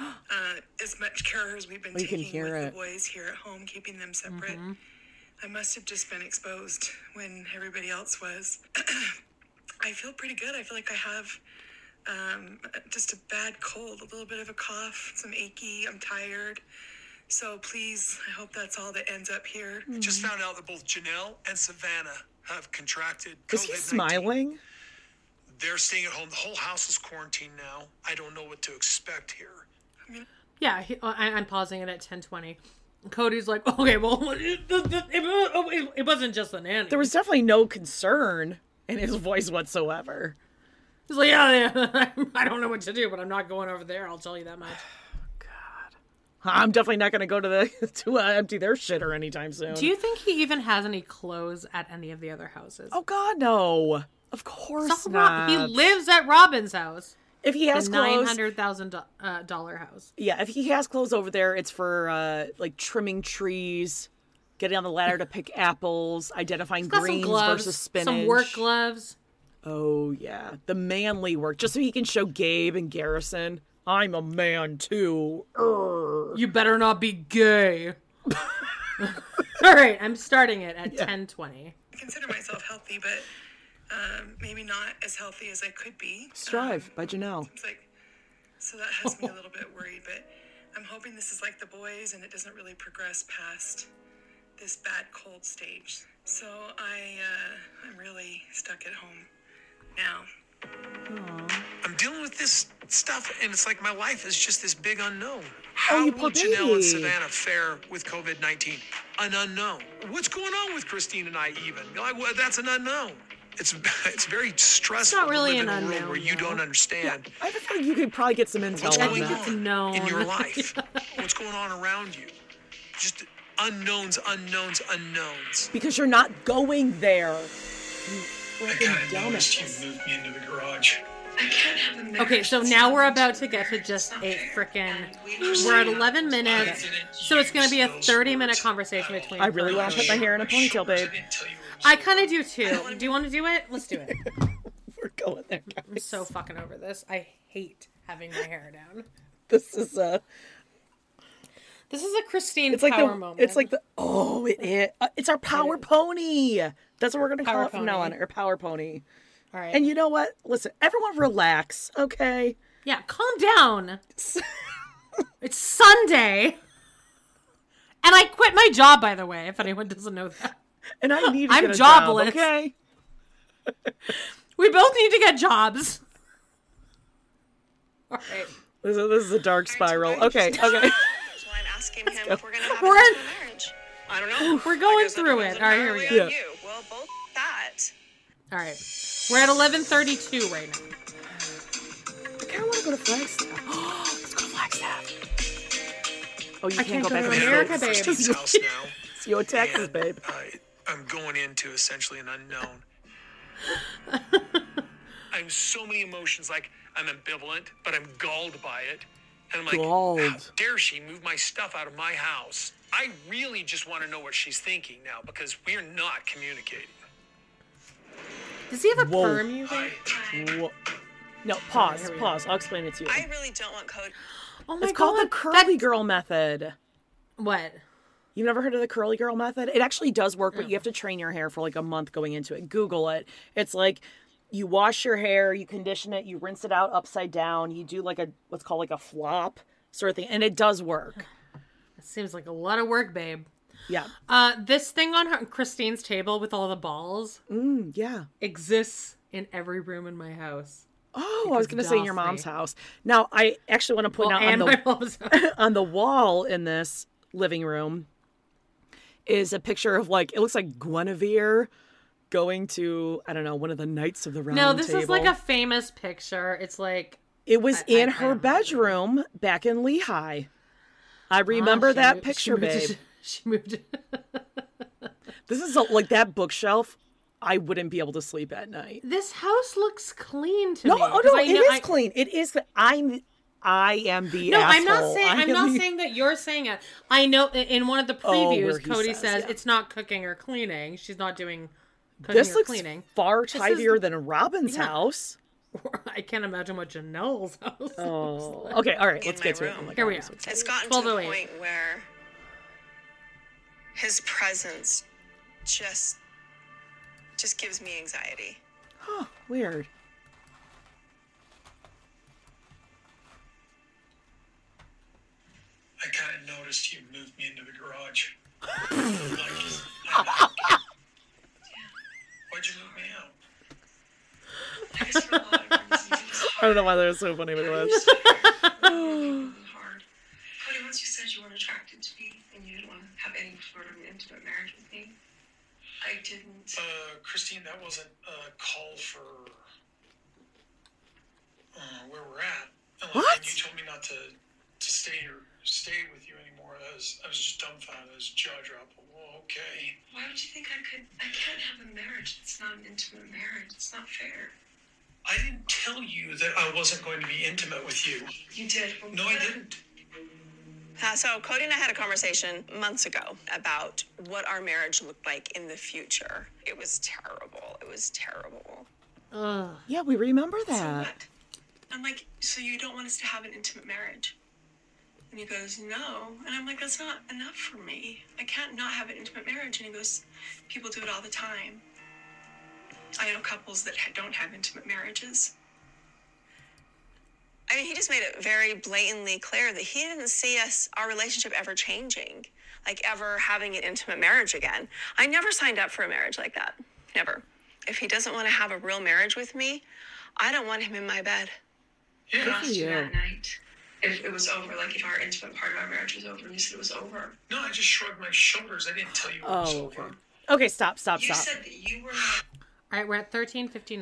S5: Uh, as much care as we've been
S11: We can
S5: taking
S11: hear
S5: with the
S11: it. Mm-hmm.
S5: boys here at home, keeping them separate, I must have just been exposed when everybody else was. I feel pretty good. I feel like I have um, just a bad cold, a little bit of a cough, some achy. I'm tired. So please, I hope that's all that ends up here.
S7: Just
S2: Hmm.
S11: Mm-hmm.
S7: found out that both Janelle and Savannah have contracted COVID.
S2: Is he smiling?
S7: They're staying at home. The whole house is quarantined now. I don't know what to expect here.
S3: Yeah, he, oh, I, I'm pausing it at 10:20. Cody's like, okay, well, it, it, it, it wasn't just the nanny.
S2: There was definitely no concern in his voice whatsoever.
S3: He's like, yeah, yeah, I don't know what to do, but I'm not going over there. I'll tell you that much.
S2: I'm definitely not going to go to the to uh, empty their shitter anytime soon.
S3: Do you think he even has any clothes at any of the other houses?
S2: oh God, no! Of course
S3: Stop
S2: not.
S3: Rob- he lives at Robin's house,
S2: if he
S3: the
S2: has
S3: nine
S2: clothes,
S3: hundred thousand uh, dollar house.
S2: yeah. If he has clothes over there, it's for uh, like trimming trees, getting on the ladder to pick apples, identifying
S3: He's got some
S2: greens
S3: gloves,
S2: versus spinach,
S3: some work gloves.
S2: Oh yeah, the manly work, just so he can show Gabe and Garrison, I'm a man too. Urgh.
S3: You better not be gay. All right, I'm starting it at 10:20.
S5: I consider myself healthy, but um, maybe not as healthy as I could be.
S2: Strive by Janelle.
S5: It's like, so that has me a little bit worried, but I'm hoping this is like the boys and it doesn't really progress past this bad cold stage. So I, uh, I'm really stuck at home now.
S7: I'm dealing with this stuff, and it's like my life is just this big unknown. How
S2: you poor
S7: will Janelle
S2: baby.
S7: and Savannah fare with COVID 19? An unknown. What's going on with Christine and I, even? You're like, well, that's an unknown. It's, it's very stressful
S3: not really
S7: to
S3: an
S7: live in a
S3: unknown,
S7: world where you
S3: though.
S7: don't understand
S2: I have a feeling you could probably get some
S7: what's
S2: intel on
S7: going
S3: think
S2: that.
S3: it's
S7: on
S3: known.
S7: in your life, what's going on around you. Just unknowns, unknowns, unknowns.
S2: Because you're not going there. You
S4: I
S2: freaking
S4: kind of noticed
S2: dumbass.
S4: you moved me into the garage.
S5: I can't have them there.
S3: Okay, so now we're about to get to just a frickin' We're at 11 minutes. So it's going to be a 30 minute conversation between
S2: I really
S3: her and
S2: want to put my
S3: Cody.
S2: hair in a ponytail, babe.
S3: I kind of do too. Do you want to do it? Let's do it.
S2: We're going there.
S3: I'm so fucking over this. I hate having my hair down.
S2: This is uh
S3: This is a Christine
S2: it's like
S3: power
S2: the
S3: moment.
S2: it's like the oh it, it uh, it's our power pony. That's what we're gonna
S3: Power
S2: call it from now
S3: pony.
S2: on, our power pony.
S3: All right.
S2: And you know what? Listen, everyone relax, okay?
S3: yeah, calm down. it's Sunday. And I quit my job, by the way, if anyone doesn't know that.
S2: And I need to
S3: I'm
S2: get a job,
S3: jobless.
S2: okay?
S3: We both need to get jobs. All right.
S2: This is, this is a dark spiral. Okay, okay.
S6: So I'm asking him if we're going to have
S3: We're
S6: an
S3: in-
S6: actual marriage.
S8: I don't know.
S3: We're going through it. All right, here we go.
S6: Entirely on you. Well, both that.
S3: All right. We're at 11:32 right now.
S2: I kind of want to go to Flagstaff. Let's go to Flagstaff. Oh, you
S3: I can't
S2: can't, go
S3: go
S2: back
S3: to
S2: on
S7: I'm
S3: America,
S2: America,
S7: at
S3: babe.
S7: Christine's house now.
S2: It's your taxes,
S7: and
S2: babe.
S7: I, I'm going into essentially an unknown. I'm so many emotions. Like I'm ambivalent, but I'm galled by it, and I'm like, how
S2: Galled.
S7: dare she move my stuff out of my house? I really just want to know what she's thinking now because we're not communicating.
S3: Does he have a
S2: Whoa.
S3: perm, you think?
S2: Whoa. No, pause, pause. I'll explain it to you.
S6: I really don't want code.
S3: Oh my
S2: It's called the
S3: God,
S2: curly
S3: that-
S2: girl method.
S3: What?
S2: You've never heard of the curly girl method? It actually does work, but you have to train your hair for like a month going into it. Google it. It's like you wash your hair, you condition it, you rinse it out upside down, you do like a what's called like a flop sort of thing, and it does work.
S3: That seems like a lot of work, babe.
S2: Yeah.
S3: Uh, this thing on her, Christine's table with all the balls
S2: Mm, yeah.
S3: exists in every room in my house.
S2: Oh, I was
S3: Because
S2: gonna say in your
S3: Doss
S2: mom's
S3: Lee.
S2: house. Now I actually want to point
S3: Well,
S2: out on
S3: and
S2: the
S3: my mom's house.
S2: on the wall in this living room is a picture of like it looks like Guinevere going to I don't know one of the knights of the round
S3: No, this
S2: table.
S3: is like a famous picture. It's like
S2: It was
S3: I- I-
S2: in
S3: I
S2: her
S3: don't remember.
S2: bedroom back in Lehigh. I
S3: ah,
S2: remember
S3: she
S2: that
S3: moved- she
S2: picture,
S3: moved it-
S2: babe.
S3: she moved. it.
S2: This is a, like that bookshelf. I wouldn't be able to sleep at night.
S3: This house looks clean to
S2: No,
S3: me.
S2: oh
S3: 'cause
S2: no,
S3: I
S2: it
S3: know-
S2: is
S3: I-
S2: clean. It is. I'm. I am the
S3: No, I'm
S2: asshole.
S3: not saying
S2: I
S3: I'm
S2: am
S3: not
S2: the-
S3: saying that you're saying it. I know i- in one of the
S2: Oh, where
S3: previews,
S2: he
S3: Cody
S2: says,
S3: says,
S2: yeah.
S3: it's not cooking or cleaning. She's not doing cooking
S2: this
S3: or
S2: looks
S3: cleaning.
S2: far
S3: is-
S2: tidier than Robin's
S3: yeah.
S2: house.
S3: I can't imagine what Janelle's house.
S2: Oh, okay. All right,
S6: In
S2: let's
S6: my
S2: get to it.
S6: room.
S2: Oh my
S3: Here
S2: God,
S3: we
S2: I'm
S3: are.
S2: so excited.
S6: It's gotten to
S3: 12
S6: the
S3: oh eight.
S6: point where his presence just just gives me anxiety.
S2: Huh, weird.
S4: I kind of noticed you moved me into the garage. like, why'd you move me out?
S5: I just feel like I'm just
S2: I don't know why that was so funny, but it was.
S5: hard. Cody, once you said you weren't attracted to me and you didn't want to have any sort of intimate marriage with me, I didn't.
S4: Uh, Christine, that wasn't a call for uh, where we're at. And, like, when
S2: What?
S4: You told me not to to stay or stay with you anymore. I was I was just dumbfounded. I was jaw dropping. Well, okay.
S5: Why would you think I could? I can't have a marriage. It's not an intimate marriage. It's not fair.
S4: I didn't tell you that I wasn't going to be intimate with you.
S5: You did.
S4: No, I didn't.
S6: Uh, so Cody and I had a conversation months ago about what our marriage looked like in the future. It was terrible. It was terrible.
S3: Ugh.
S2: Yeah, we remember that.
S5: What? I'm like, so you don't want us to have an intimate marriage? And he goes, no. And I'm like, that's not enough for me. I can't not have an intimate marriage. And he goes, people do it all the time. I know couples that ha- don't have intimate marriages.
S6: I mean, he just made it very blatantly clear that he didn't see us, our relationship ever changing, like ever having an intimate marriage again. I never signed up for a marriage like that. Never. If he doesn't want to have a real marriage with me, I don't want him in my bed.
S5: I asked you
S2: you.
S5: that night if it was over, like if our intimate part of our marriage was over, and you said it was over.
S4: No, I just shrugged my shoulders. I didn't tell you. It was
S2: Oh,
S4: over.
S2: okay. Okay, stop, stop,
S5: You
S2: stop.
S5: said that you were not.
S3: All right, we're at 13:59.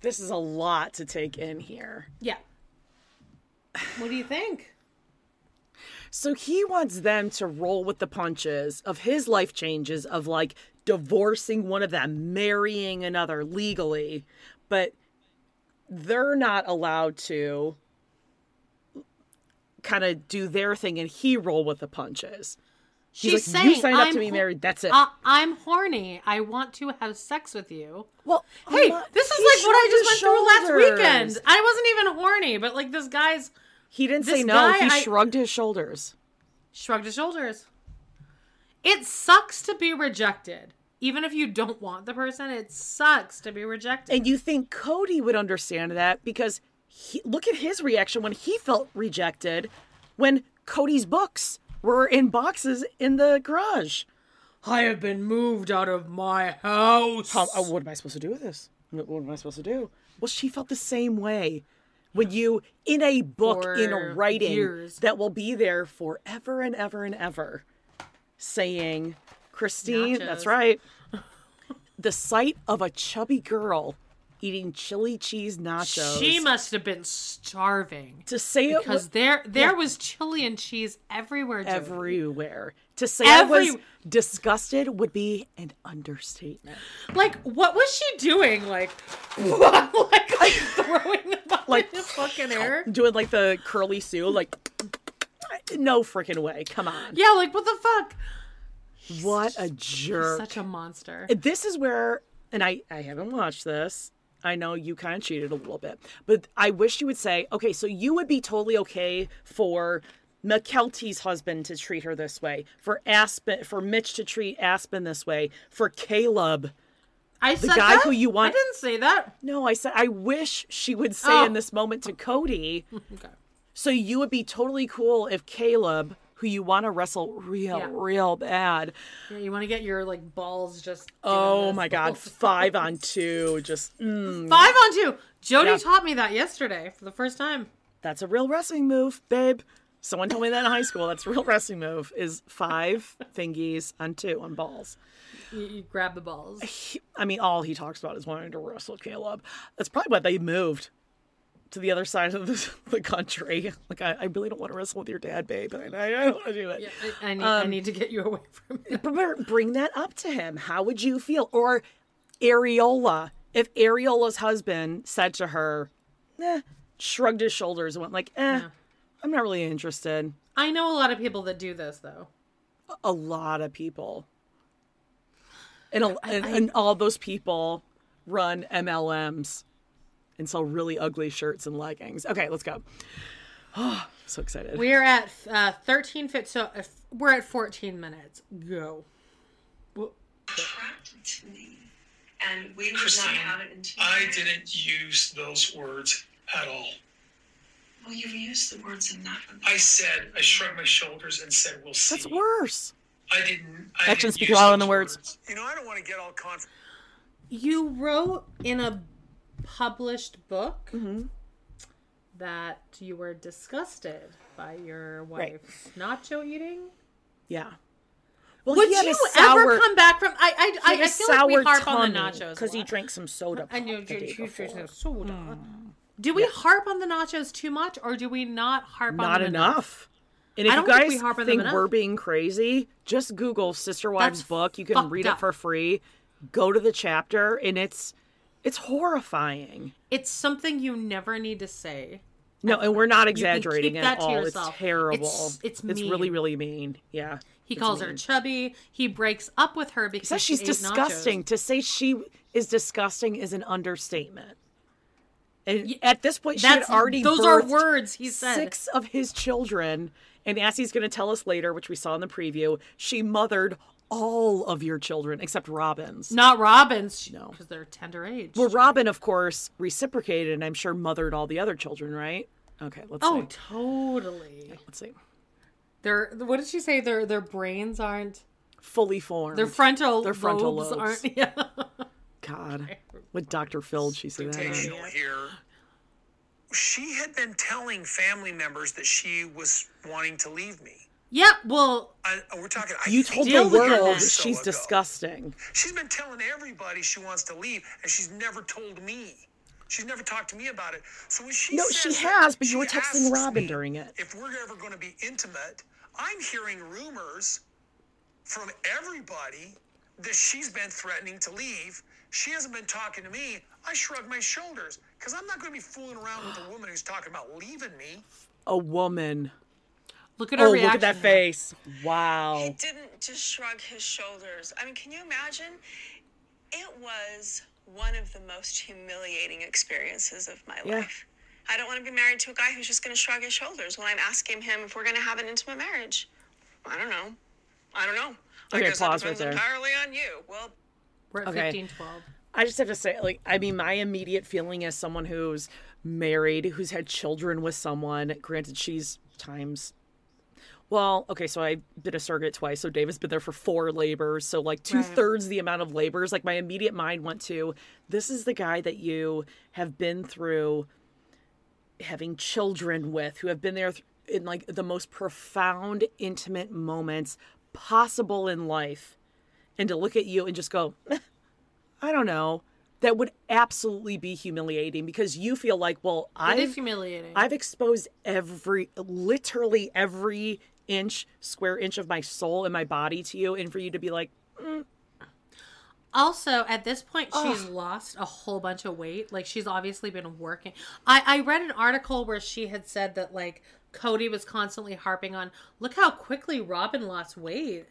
S2: This is a lot to take in here.
S3: Yeah. What do you think?
S2: So he wants them to roll with the punches of his life changes of like divorcing one of them, marrying another legally, but they're not allowed to kind of do their thing and he roll with the punches.
S3: She's
S2: He's like,
S3: saying
S2: you signed
S3: I'm
S2: up to be
S3: ho-
S2: married. That's it.
S3: I- Uh, I'm horny. I want to have sex with you.
S2: well,
S3: Hey,
S2: I'm not-
S3: this is
S2: he
S3: like what I
S2: shrugged
S3: just went
S2: his
S3: through last
S2: shoulders.
S3: weekend. I wasn't even horny, but like this guy's
S2: He didn't
S3: This
S2: say no.
S3: guy,
S2: he
S3: I-
S2: shrugged his shoulders.
S3: shrugged his shoulders. It sucks to be rejected. Even if you don't want the person, it sucks to be rejected.
S2: And you think Cody would understand that because he, look at his reaction when he felt rejected when Cody's books were in boxes in the garage.
S3: I have been moved out of my house.
S2: How, uh, what am I supposed to do with this? What what am I supposed to do? Well, she felt the same way when you, in a book, in a
S3: For
S2: writing
S3: years.
S2: that will be there forever and ever and ever, saying, Christine, that's
S3: Nachos.
S2: right, the sight of a chubby girl eating chili cheese nachos.
S3: She must have been starving
S2: to say it
S3: because
S2: was
S3: there there was chili and cheese everywhere. Joey.
S2: everywhere. To say I was
S3: Every-
S2: disgusted would be an understatement.
S3: like what was she doing? Like, like, like throwing them up
S2: Like,
S3: like in the fucking air.
S2: Doing like the curly Sue, like, no freaking way. Come on.
S3: Yeah, like what the fuck?
S2: What a jerk.
S3: Such a monster.
S2: this is where, and I, I haven't watched this. I know you kind of cheated a little bit, but I wish you would say, okay, so you would be totally okay for McKelty's husband to treat her this way, for Aspen, for Mitch to treat Aspen this way, for Caleb.
S3: I said
S2: guy
S3: that?
S2: who you want-
S3: I didn't say that.
S2: No, I said, I wish she would say in
S3: Oh.
S2: this moment to Cody. So you would be totally cool if Caleb, who you want to wrestle real,
S3: Yeah.
S2: real bad,
S3: Yeah, you want to get your like balls just. doing
S2: oh
S3: this
S2: my
S3: the whole
S2: God, five on two, just mm.
S3: Five on two. Jody
S2: Yeah.
S3: taught me that yesterday for the first time.
S2: that's a real wrestling move, babe. Someone told me that in high school. That's a real wrestling move is five fingies on two on balls.
S3: You, you grab the balls.
S2: I mean, all he talks about is wanting to wrestle Caleb. That's probably why they moved to the other side of the, the country. Like, I, I really don't want to wrestle with your dad, babe. And I, I don't want to do it. Um,
S3: I, I need, I need to get you away from it.
S2: Remember, bring that up to him. How would you feel? Or Areola, if Areola's husband said to her, eh, shrugged his shoulders and went like, eh, I'm not really interested.
S3: I know a lot of people that do this though.
S2: A lot of people. And, a, and, and all those people run MLMs and sell really ugly shirts and leggings. Okay, let's go. Oh, so excited.
S3: We're at uh, 13 fit so if we're at 14 minutes. Go.
S6: Attracted to me. And we would
S7: Christine,
S6: not have it until
S7: I didn't use those words at all.
S6: Well, you've used the words enough.
S7: I said, I shrugged my shoulders and said, we'll see.
S2: That's worse.
S7: I didn't. I didn't
S2: Actions speak
S7: use
S2: louder than
S7: those
S2: the words.
S7: You know, I don't want to get all conf-
S3: You wrote in a published book
S2: Mm-hmm.
S3: that you were disgusted by your
S2: Right.
S3: wife's nacho eating.
S2: Yeah. Well,
S3: Would
S2: he had a
S3: you
S2: sour-
S3: ever come back from? I I
S2: he
S3: I,
S2: had
S3: I
S2: a
S3: feel like we
S2: sour
S3: harp on the
S2: tummy
S3: nachos
S2: he
S3: a lot.
S2: drank some soda.
S3: I know
S2: pop the
S3: you
S2: day
S3: you drink
S2: before.
S3: no soda.
S2: Mm.
S3: Do we harp on the nachos too much, or do we not harp on
S2: Not
S3: them
S2: enough. And if
S3: I
S2: you
S3: don't think we
S2: guys
S3: harbor them
S2: think
S3: enough.
S2: we're being crazy, just Google Sister Wives
S3: That's
S2: book. You can
S3: fucked
S2: read
S3: up.
S2: it for free. Go to the chapter, and it's it's horrifying.
S3: It's something you never need to say.
S2: No, and we're not
S3: You can keep
S2: exaggerating
S3: that
S2: at
S3: to
S2: all.
S3: yourself.
S2: It's terrible.
S3: It's- it's
S2: really
S3: mean.
S2: really mean. Yeah.
S3: He calls her chubby. He breaks up with her because
S2: says she's
S3: she ate nachos.
S2: disgusting. To say she is disgusting is an understatement. And at this point, she had
S3: that's-
S2: already
S3: those are
S2: birthed
S3: words he said.
S2: Six of his children, and as he's going to tell us later, which we saw in the preview, she mothered all of your children except Robin's.
S3: Not Robin's.
S2: No.
S3: because they're tender age.
S2: Well, Robin, of course, reciprocated, and I'm sure mothered all the other children, right? Okay, let's
S3: oh,
S2: see.
S3: totally.
S2: Let's see.
S3: Their what did she say? Their their brains aren't
S2: Fully formed.
S3: their frontal
S2: Their frontal
S3: lobes,
S2: lobes.
S3: aren't. Yeah.
S2: God. With Dr. Phil, she said that.
S7: confrontational here. She had been telling family members that she was wanting to leave me.
S3: yeah. Well,
S7: I, we're talking. I
S2: You
S7: think
S2: told
S3: Deal
S2: the
S3: with it
S7: year or
S2: world
S3: then.
S7: so
S2: she's
S7: ago.
S2: disgusting.
S7: She's been telling everybody she wants to leave, and she's never told me. She's never talked to me about it. So when she
S2: No,
S7: says
S2: she
S7: that,
S2: has, but you
S7: she
S2: were texting
S7: asks
S2: Robin
S7: me
S2: during it.
S7: If we're ever going to be intimate, I'm hearing rumors from everybody that she's been threatening to leave. She hasn't been talking to me. I shrug my shoulders because I'm not going to be fooling around with a woman who's talking about leaving me.
S2: A woman.
S3: look at her
S2: Oh, look
S3: reaction.
S2: at that face.
S6: He
S2: Wow.
S6: didn't just shrug his shoulders. I mean, can you imagine? It was one of the most humiliating experiences of my
S2: Yeah.
S6: life. I don't want to be married to a guy who's just going to shrug his shoulders when I'm asking him if we're going to have an intimate marriage. I don't know. I don't know. I
S2: Okay,
S6: guess that
S2: pause right
S6: depends
S2: there.
S6: entirely on you. Well,
S3: We're at
S2: Okay.
S3: fifteen twelve.
S2: I just have to say, like, I mean, my immediate feeling as someone who's married, who's had children with someone, granted, she's times. Well, okay, so I've been a surrogate twice, so David's been there for four labors, so like two thirds the amount of labors. Like, my immediate mind went to this is the guy that you have been through having children with, who have been there th- in like the most profound, intimate moments possible in life, and to look at you and just go, "Eh, I don't know. That would absolutely be humiliating because you feel like, well,
S3: It is
S2: I've,
S3: humiliating.
S2: I've exposed every, literally every inch, square inch of my soul and my body to you. And for you to be like,
S3: mm. Also, at this point, she's lost a whole bunch of weight. Like she's obviously been working. I I read an article where she had said that like Cody was constantly harping on, look how quickly Robin lost weight.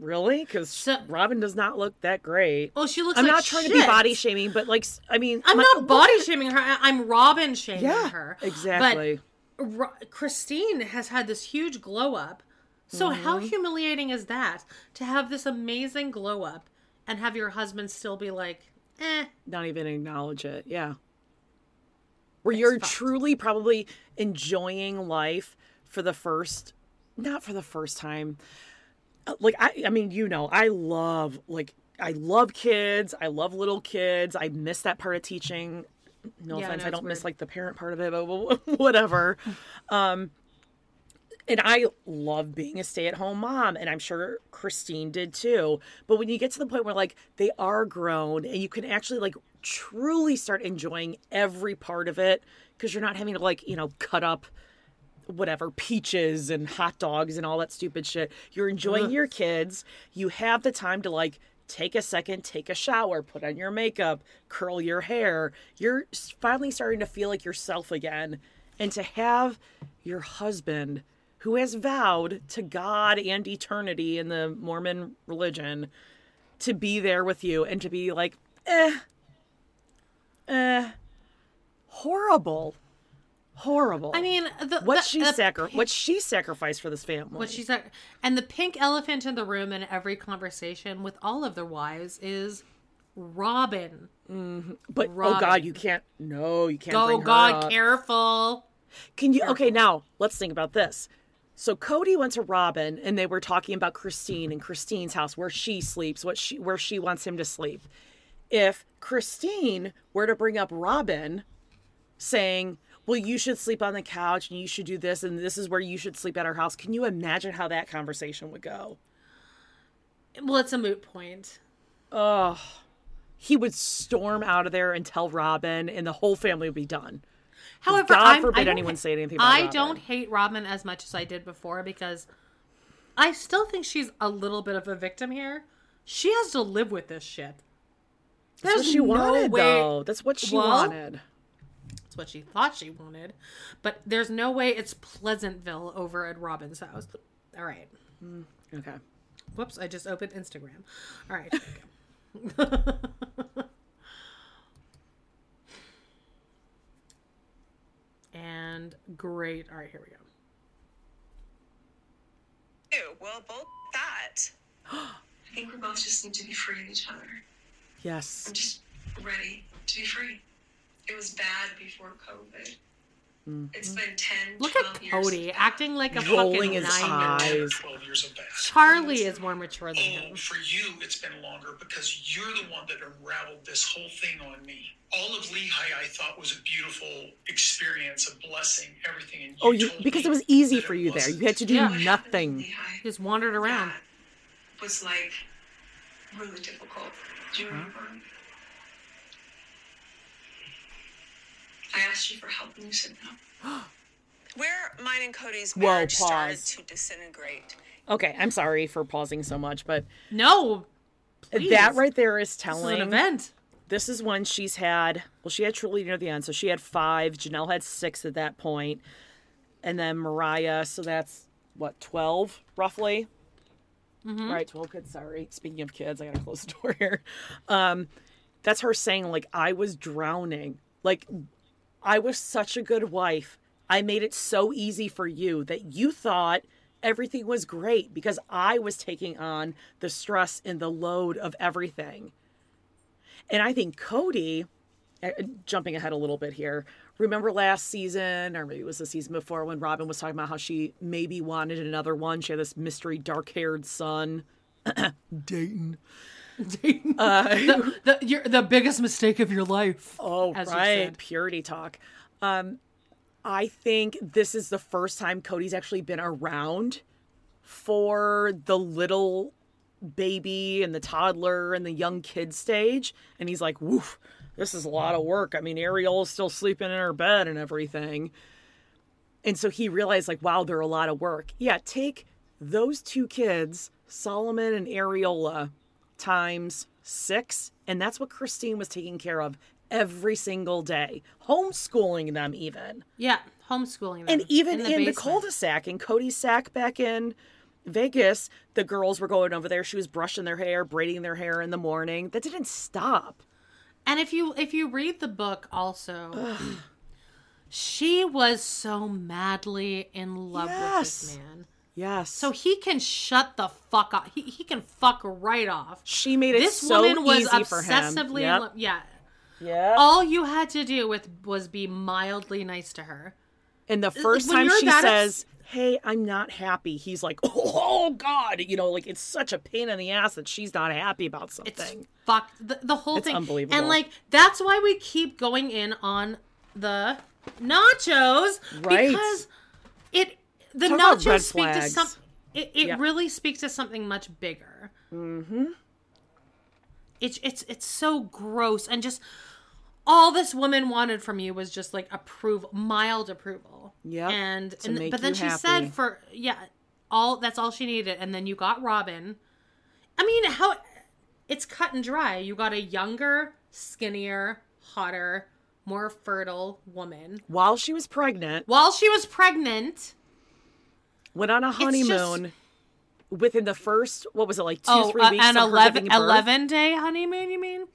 S2: really? Because
S3: So-
S2: Robin does not look that great.
S3: Oh, she looks.
S2: I'm
S3: like
S2: not trying to be
S3: shit.
S2: body shaming, but like, s- I mean,
S3: I'm
S2: my-
S3: not body shaming her. I- I'm Robin shaming
S2: Yeah,
S3: her.
S2: exactly.
S3: But Ro- Christine has had this huge glow up. So how humiliating is that to have this amazing glow up and have your husband still be like, eh,
S2: not even acknowledge it. Yeah. Where you're truly probably enjoying life for the first, not for the first time. Uh, Like, I, I mean, you know, I love, like, I love kids. I love little kids. I miss that part of teaching. No
S3: Yeah, I
S2: offense.
S3: know,
S2: I
S3: it's
S2: don't miss,
S3: weird.
S2: like, the parent part of it, but whatever. Um, and I love being a stay at home mom, and I'm sure Christine did too. But when you get to the point where like they are grown and you can actually like truly start enjoying every part of it because you're not having to like, you know, cut up whatever peaches and hot dogs and all that stupid shit. You're enjoying your kids. You have the time to like take a second, take a shower, put on your makeup, curl your hair. You're s- finally starting to feel like yourself again. And to have your husband, who has vowed to God and eternity in the Mormon religion to be there with you and to be like, eh, eh, horrible, horrible.
S3: I mean, the,
S2: what
S3: the-
S2: she
S3: the
S2: sacri- what she sacrificed for this family.
S3: What she's at, and the pink elephant in the room in every conversation with all of their wives is Robin.
S2: but oh God,
S3: Robin.
S2: you can't. No, you can't.
S3: Go,
S2: bring her
S3: God,
S2: up.
S3: careful.
S2: Can you okay now? Let's think about this. So Cody went to Robin, and they were talking about Christine and Christine's house, where she sleeps, what she where she wants him to sleep. If Christine were to bring up Robin, saying, "Well, you should sleep on the couch, and you should do this, and this is where you should sleep at our house," can you imagine how that conversation would go?
S3: Well, it's a moot point.
S2: Oh, he would storm out of there and tell Robin, and the whole family would be done.
S3: However,
S2: God
S3: I'm,
S2: forbid
S3: I don't
S2: anyone
S3: ha-
S2: say anything about
S3: I
S2: Robin.
S3: don't hate Robin as much as I did before because I still think she's a little bit of a victim here. She has to live with this shit.
S2: That's what she
S3: no
S2: wanted,
S3: way-
S2: though. That's what she
S3: Well,
S2: wanted.
S3: It's what she thought she wanted, but there's no way it's Pleasantville over at Robin's house. All right.
S2: Mm, Okay.
S3: Whoops, I just opened Instagram. All right. there we go. and great. All right, here we go.
S6: Ew, well, both that.
S5: I think we both just need to be free of each other.
S2: Yes.
S5: I'm just ready to be free. It was bad before COVID. It's been 10,
S3: Mm-hmm. Look
S5: 12
S3: at
S5: years
S3: Cody
S5: of
S3: acting like a
S2: Rolling
S3: fucking
S2: his
S3: nine.
S2: eyes.
S3: year
S2: Guys.
S7: 12 years of that.
S3: Charlie is more mature than him.
S7: Oh, for you, it's been longer because you're the one that unraveled this whole thing on me. All of Lehigh, I thought, was a beautiful experience, a blessing, everything. And you
S2: Oh, you
S7: told
S2: because
S7: me
S2: it was easy
S7: that
S2: for
S7: it
S2: you there.
S7: wasn't.
S2: You had to do
S3: Yeah.
S2: nothing.
S5: Lehigh.
S3: He just wandered around.
S5: That was like really difficult. Do you remember? I asked you for help and you said no.
S6: Where mine and Cody's
S2: Whoa,
S6: marriage started
S2: pause.
S6: to disintegrate.
S2: Okay, I'm sorry for pausing so much, but
S3: No, please.
S2: that right there is
S3: This is an
S2: telling.
S3: event.
S2: This is when she's had, well, she had truly near the end, so she had five. Janelle had six at that point, and then Mariah, so that's what, 12 roughly?
S5: Mm-hmm.
S2: All right, 12 kids, sorry. Speaking of kids, I gotta close the door here. Um, that's her saying, like, I was drowning. Like, I was such a good wife. I made it so easy for you that you thought everything was great because I was taking on the stress and the load of everything. And I think Cody, uh, jumping ahead a little bit here, remember last season, or maybe it was the season before, when Robin was talking about how she maybe wanted another one. She had this mystery dark haired son, Uh, Dayton.
S3: the, the, your, the biggest mistake of your life.
S2: Oh,
S3: as you
S2: right.
S3: said.
S2: Purity talk. Um, I think this is the first time Cody's actually been around for the little baby and the toddler and the young kid stage. And he's like, woof, this is a lot of work. I mean, Ariel's still sleeping in her bed and everything. And so he realized, like, wow, they're a lot of work. Yeah, take those two kids, Solomon and Ariola, times six. And that's what Christine was taking care of every single day, homeschooling them, even.
S3: Yeah, homeschooling. them
S2: And even in, the,
S3: basement.
S2: cul-de-sac, in Cody's sack back in Vegas, the girls were going over there. She was brushing their hair, braiding their hair in the morning. That didn't stop.
S3: And if you if you read the book also, she was so madly in love
S2: Yes.
S3: with this man.
S2: Yes.
S3: So he can shut the fuck off. He, he can fuck right off.
S2: she made it
S3: This
S2: so
S3: woman was
S2: easy for him.
S3: obsessively
S2: Yep.
S3: in love. Yeah.
S2: Yep.
S3: All you had to do with was be mildly nice to her.
S2: And the first
S3: when
S2: time
S3: you're
S2: she
S3: that
S2: says, "Hey, I'm not happy," he's like, "Oh God!" You know, like it's such a pain in the ass that she's not happy about
S3: It's
S2: something.
S3: fucked. The, the whole
S2: It's
S3: thing.
S2: unbelievable.
S3: And like that's why we keep going in on the nachos
S2: Right.
S3: because it the
S2: Talk about red
S3: nachos speak to
S2: flags.
S3: some. It, it
S2: Yeah.
S3: really speaks to something much bigger. Mm-hmm. It's it's it's so gross and just all this woman wanted from you was just like approve mild approval.
S2: Yep,
S3: And,
S2: to
S3: and
S2: make
S3: but then
S2: you
S3: she
S2: happy.
S3: said for yeah all that's all she needed and then you got Robin. I mean how it's cut and dry. You got a younger, skinnier, hotter, more fertile woman
S2: While she was pregnant,
S3: while she was pregnant.
S2: went on a
S3: just-
S2: honeymoon within the first, what was it, like two,
S3: oh,
S2: three
S3: uh,
S2: weeks
S3: an
S2: of her
S3: 11,
S2: giving birth?
S3: 11 day honeymoon, you mean?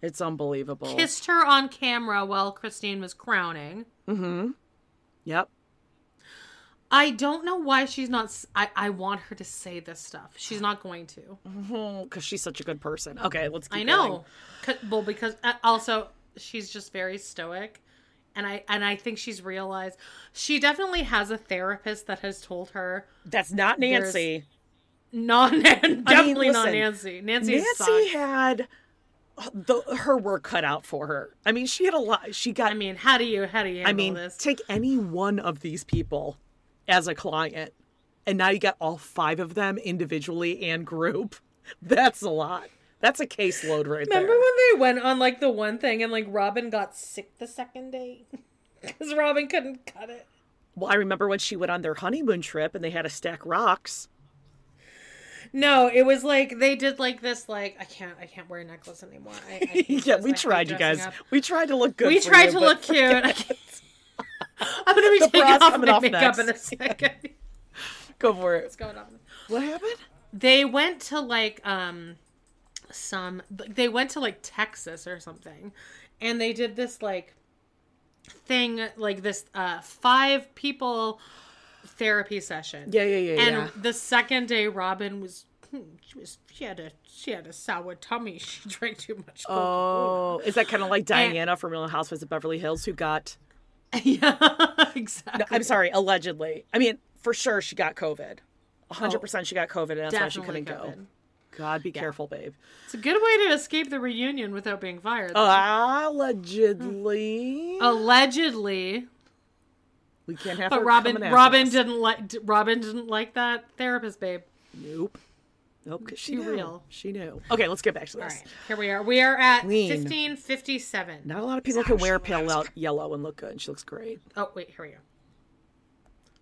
S2: It's unbelievable.
S3: Kissed her on camera while Christine was crowning.
S2: Mm-hmm. Yep.
S3: I don't know why she's not. s- I, I want her to say this stuff. She's not going to.
S2: Because she's such a good person. Okay, let's keep
S3: I
S2: going.
S3: know. 'Cause- Well, because uh, also she's just very stoic, and I and I think she's realized she definitely has a therapist that has told her
S2: That's not
S3: There's-
S2: Nancy.
S3: non definitely not
S2: listen,
S3: Nancy. Nancy,
S2: Nancy
S3: sucks.
S2: had the, her work cut out for her. I mean, she had a lot. She got,
S3: I mean, how do you how do you handle
S2: I mean,
S3: this?
S2: take any one of these people as a client, and now you got all five of them individually and group. That's a lot. That's a caseload right
S3: Remember
S2: there.
S3: when they went on like the one thing and like Robin got sick the second day because Robin couldn't cut it.
S2: Well, I remember when she went on their honeymoon trip and they had to stack rocks.
S3: No, it was like they did like this. Like I can't, I can't wear a necklace anymore. I, I hate
S2: yeah,
S3: this. I
S2: we
S3: hate
S2: tried, you
S3: dressing
S2: guys.
S3: up.
S2: We tried to look good.
S3: We
S2: for
S3: tried
S2: you,
S3: to
S2: but
S3: look cute. I can't. I'm gonna be
S2: The
S3: taking
S2: bra's
S3: off
S2: coming
S3: my
S2: off
S3: makeup in a
S2: next.
S3: second.
S2: Go for it.
S3: What's going on?
S2: What happened?
S3: They went to like um some. They went to like Texas or something, and they did this like thing like this uh five people therapy session.
S2: Yeah, yeah, yeah,
S3: and
S2: yeah.
S3: the second day robin was hmm, she was she had a she had a sour tummy she drank too much coca
S2: Oh, is that kind of like Diana from Real Housewives of Beverly Hills who got?
S3: yeah exactly
S2: I'm sorry, allegedly. I mean, for sure she got COVID. 100 percent she got COVID, and that's why she
S3: Oh, Definitely
S2: couldn't go.
S3: COVID.
S2: God, be careful, babe.
S3: it's a good way to escape the reunion without being fired though.
S2: Ah. Allegedly,
S3: allegedly
S2: we can't have.
S3: Hmm. but
S2: her
S3: Robin
S2: coming after
S3: Robin
S2: us.
S3: didn't like d- Robin didn't like that therapist babe
S2: Nope. Nope. 'cause She,
S3: Too
S2: knew.
S3: real.
S2: She knew. Okay, let's get back to this.
S3: all right here we are we are at
S2: Queen.
S3: 1557
S2: Not a lot of people can wear pale out yellow and look good. and She looks great.
S3: oh wait here we go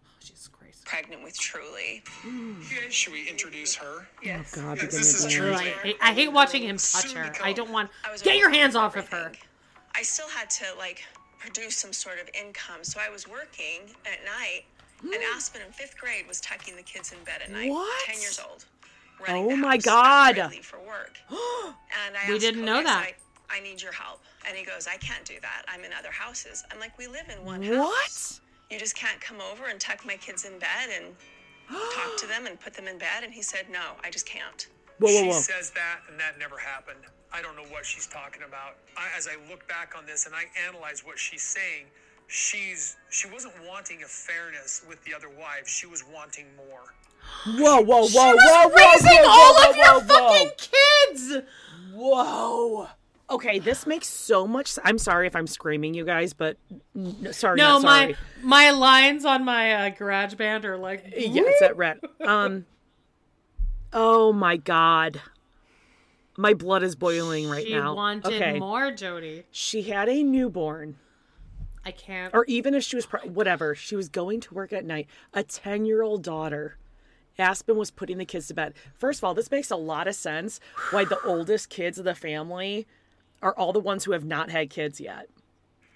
S3: oh Jesus Christ
S6: pregnant with Truly.
S2: Mm.
S4: Should we introduce
S3: Oh,
S4: her?
S6: Yes.
S2: God, begin
S4: This
S2: to
S4: is true.
S2: blame.
S3: I hate, I hate watching him touch her I don't want
S6: I was
S3: get your
S6: working
S3: hands
S6: on
S3: off of her
S6: everything. I still had to like produce some sort of income, so I was working at night. And Aspen in fifth grade was tucking the kids in bed at night.
S2: Mm. What?
S6: Ten years old. running
S2: Oh
S6: the
S2: my
S6: house
S2: God.
S6: after I leave for work. And I
S3: We
S6: asked,
S3: didn't
S6: "Okay,
S3: know
S6: so
S3: that."
S6: I, I need your help. And he goes, I can't do that. I'm in other houses. I'm like, we live in one house.
S2: What?
S6: You just can't come over and tuck my kids in bed and talk to them and put them in bed. And he said, no, I just can't.
S2: Whoa, whoa,
S4: She
S2: whoa.
S4: says that, and that never happened. I don't know what she's talking about. I, as I look back on this and I analyze what she's saying, she's she wasn't wanting a fairness with the other wives. She was wanting more.
S2: Whoa, whoa, whoa,
S3: she was
S2: whoa, whoa,
S3: raising
S2: whoa,
S3: all
S2: whoa,
S3: of your
S2: whoa, whoa.
S3: fucking kids.
S2: Whoa. Okay, this makes so much. s- I'm sorry if I'm screaming, you guys, but no, sorry,
S3: No,
S2: not
S3: my
S2: sorry. Uh,
S3: my lines on my uh, garage band are like
S2: Yeah, it's that red. Um. Oh my god, my blood is boiling right
S3: she
S2: now.
S3: wanted
S2: okay,
S3: more, Jody.
S2: she had a newborn,
S3: I can't.
S2: or even if she was pre- whatever, she was going to work at night. A ten-year-old daughter. Aspen was putting the kids to bed. First of all, this makes a lot of sense why the oldest kids of the family are all the ones who have not had kids yet.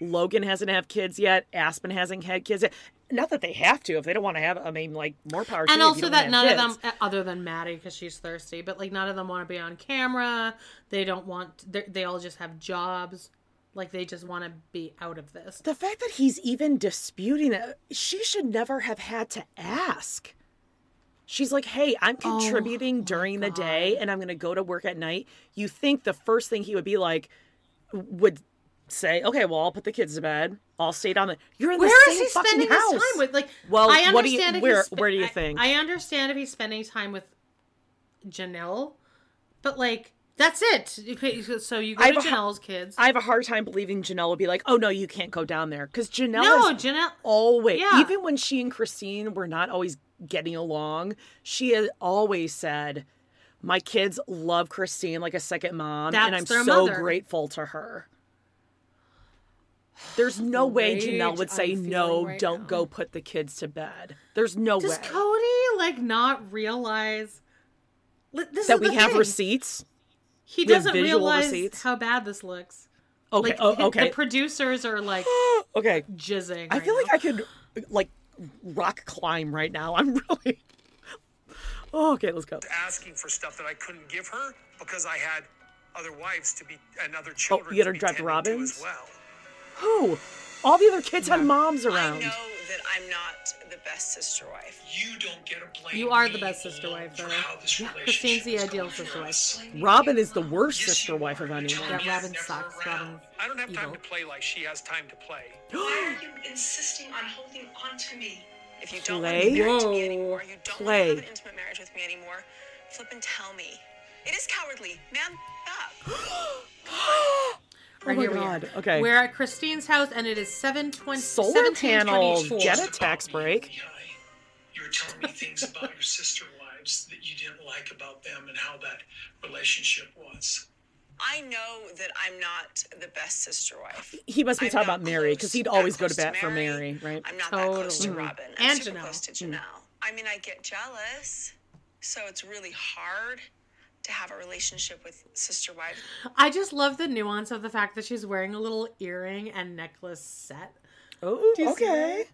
S2: Logan hasn't had kids yet. Aspen hasn't had kids yet. Not that they have to if they don't want to have. I mean, like more power. to
S3: and
S2: you if
S3: also
S2: you don't
S3: that
S2: have
S3: none
S2: kids.
S3: of them, eh, other than Maddie, because she's thirsty, but like none of them want to be on camera. They don't want. they're- They all just have jobs. Like they just want to be out of this.
S2: the fact that he's even disputing it, she should never have had to ask. She's like, hey, I'm
S3: Oh
S2: contributing during the day and I'm going to go to work at night. You think the first thing he would be like, would say, okay, well, I'll put the kids to bed. I'll stay down there. You're in
S3: Where
S2: the
S3: is
S2: same
S3: he
S2: fucking
S3: spending
S2: house.
S3: his time with? Like,
S2: Well,
S3: I understand
S2: what do you-
S3: if
S2: where-
S3: he's
S2: where do you
S3: I-
S2: think?
S3: I, understand if he's spending time with Janelle, but like that's it. Okay, So you
S2: I
S3: go to
S2: have a hu-
S3: Janelle's kids.
S2: I have a hard time believing Janelle would be like, oh, no, you can't go down there. Because Janelle
S3: no,
S2: is
S3: Janelle.
S2: always,
S3: Yeah.
S2: even when she and Christine were not always getting along, she has always said, My kids love Christine like a second mom, and
S3: That's
S2: I'm
S3: their
S2: so
S3: mother."
S2: grateful to her. There's no way Janelle
S3: rage
S2: would say,
S3: I'm feeling
S2: No,
S3: right
S2: don't
S3: now."
S2: go put the kids to bed. There's no
S3: Does
S2: way
S3: Cody like not realize Li- this
S2: that
S3: is the
S2: we have
S3: thing.
S2: receipts.
S3: He
S2: we have
S3: doesn't
S2: visual
S3: realize
S2: receipts.
S3: how bad this looks.
S2: Okay.
S3: Like
S2: oh,
S3: hi-
S2: okay.
S3: the producers are like
S2: okay.
S3: jizzing.
S2: I
S3: right
S2: feel like
S3: now.
S2: I could like rock climb right now. I'm really. Oh, okay, let's go.
S7: asking for stuff that I couldn't give her because I had other wives to be and other
S2: Oh,
S7: children.
S2: you had
S7: to
S2: her
S7: be
S2: drive to
S7: tending
S2: Robin's.
S7: as well.
S2: Who? All the other kids had moms
S6: I
S2: around.
S6: know that I'm not the best sister wife.
S4: You don't get a blame.
S3: You are the
S4: me
S3: best sister wife,
S4: for
S3: though.
S4: how this
S3: Yeah,
S4: relationship
S3: Christine's the
S4: is
S3: ideal
S4: going for
S3: sister wife.
S4: us.
S2: Robin is the worst
S4: Yes,
S2: sister
S4: you
S2: wife
S4: are.
S2: of
S4: You're
S2: anyone.
S4: telling
S3: Yeah,
S4: me
S3: Robin
S4: it's never
S3: sucks.
S4: around.
S3: Robin-
S7: I don't have time
S3: Evil.
S7: to play like she has time to play.
S6: Why are you insisting on holding on to me? If you don't
S2: Play?
S6: want to be married to
S3: Whoa.
S6: me anymore, you don't want
S2: Play.
S6: to have an intimate marriage with me anymore, flip and tell me. It is cowardly. Man up.
S3: Right
S2: Oh my
S3: here we are.
S2: God, okay.
S3: We're at Christine's house and it is 720
S2: Solar panels.
S3: 1724.
S2: Get a tax break.
S4: Levi, You were telling me things about your sister wives that you didn't like about them and how that relationship was.
S6: I know that I'm not the best sister wife.
S2: He must be
S6: I'm
S2: talking
S6: not
S2: about Mary because
S6: close-
S2: he'd
S6: that
S2: always go
S6: close
S2: to bat for Mary, right?
S6: I'm not that close to
S3: Totally.
S6: Robin. I'm
S3: And
S6: super
S3: Janelle.
S6: close to Janelle. I mean, I get jealous, so it's really hard to have a relationship with sister wife.
S3: I just love the nuance of the fact that she's wearing a little earring and necklace set.
S2: Oh,
S3: you see
S2: okay.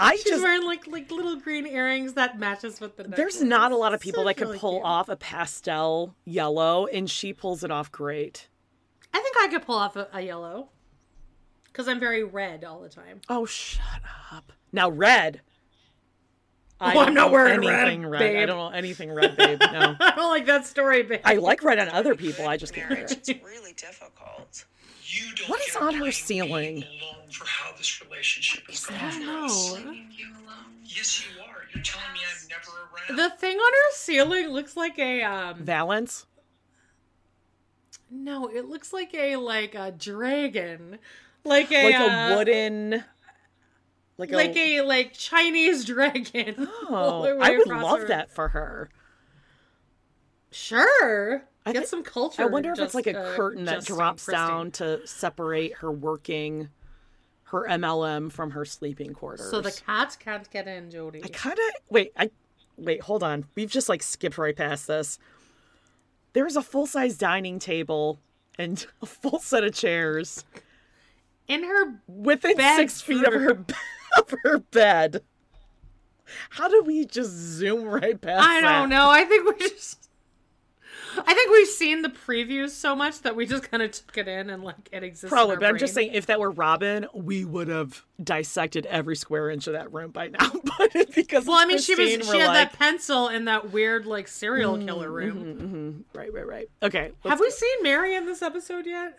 S2: I
S3: She's
S2: just
S3: wearing like like little green earrings that matches with the necklace.
S2: there's not a lot of people
S3: So
S2: that could
S3: really
S2: pull
S3: cute.
S2: off a pastel yellow, and she pulls it off great.
S3: I think I could pull off a, a yellow because I'm very red all the time.
S2: Oh, shut up! Now red. I
S3: Oh, I'm
S2: don't
S3: not
S2: know
S3: wearing red,
S2: anything red. I
S3: babe.
S2: don't know anything red, babe. No,
S3: I don't like that story, babe.
S2: I like red on other people. I just can't wear
S6: Marriage,
S2: it.
S6: it's really difficult.
S4: You don't
S2: What
S4: get
S2: is
S4: to
S2: on her
S4: blame me
S2: ceiling?
S4: alone for how this relationship is going.
S3: I don't know.
S4: Yes, you are. You're telling me I'm never around.
S3: The thing on her ceiling looks like a um
S2: Valence.
S3: no, it looks like a like a dragon. Like a
S2: like
S3: uh,
S2: a wooden like,
S3: like
S2: a,
S3: a like Chinese dragon. all
S2: oh,
S3: the way
S2: i would
S3: across
S2: love
S3: her-
S2: that for her
S3: Sure.
S2: I
S3: Get
S2: thi-
S3: some culture.
S2: i wonder if it's like a
S3: just, uh,
S2: curtain that
S3: Justin
S2: drops
S3: Christie.
S2: down to separate her working her mlm from her sleeping quarters
S3: So the cat can't get in, Jody.
S2: i kind of wait i wait hold on we've just like skipped right past this there's a full-size dining table and a full set of chairs
S3: In her
S2: within
S3: Bed
S2: six feet of her of her bed how do we just zoom right past
S3: I
S2: that?
S3: don't know. I think we're just. I think we've seen the previews so much that we just kind of took it in and like it exists. in
S2: Probably,
S3: our
S2: but I'm just
S3: brain.
S2: saying, if that were Robin, we would have dissected every square inch of that room by now. but it's because
S3: Well, I mean, she was
S2: Christine,
S3: she
S2: we're
S3: had
S2: like,
S3: that
S2: Mm-hmm,
S3: pencil in that weird like serial killer room.
S2: right, right, right. Okay,
S3: Have we seen Mary in this episode yet?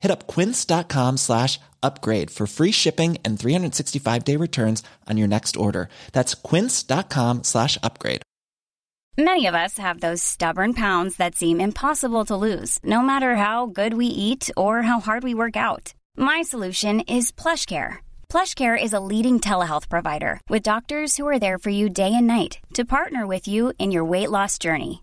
S11: Hit up quince.com slash upgrade for free shipping and 365 day returns on your next order. That's quince.com slash upgrade.
S12: Many of us have those stubborn pounds that seem impossible to lose, no matter how good we eat or how hard we work out. My solution is PlushCare. PlushCare is a leading telehealth provider with doctors who are there for you day and night to partner with you in your weight loss journey.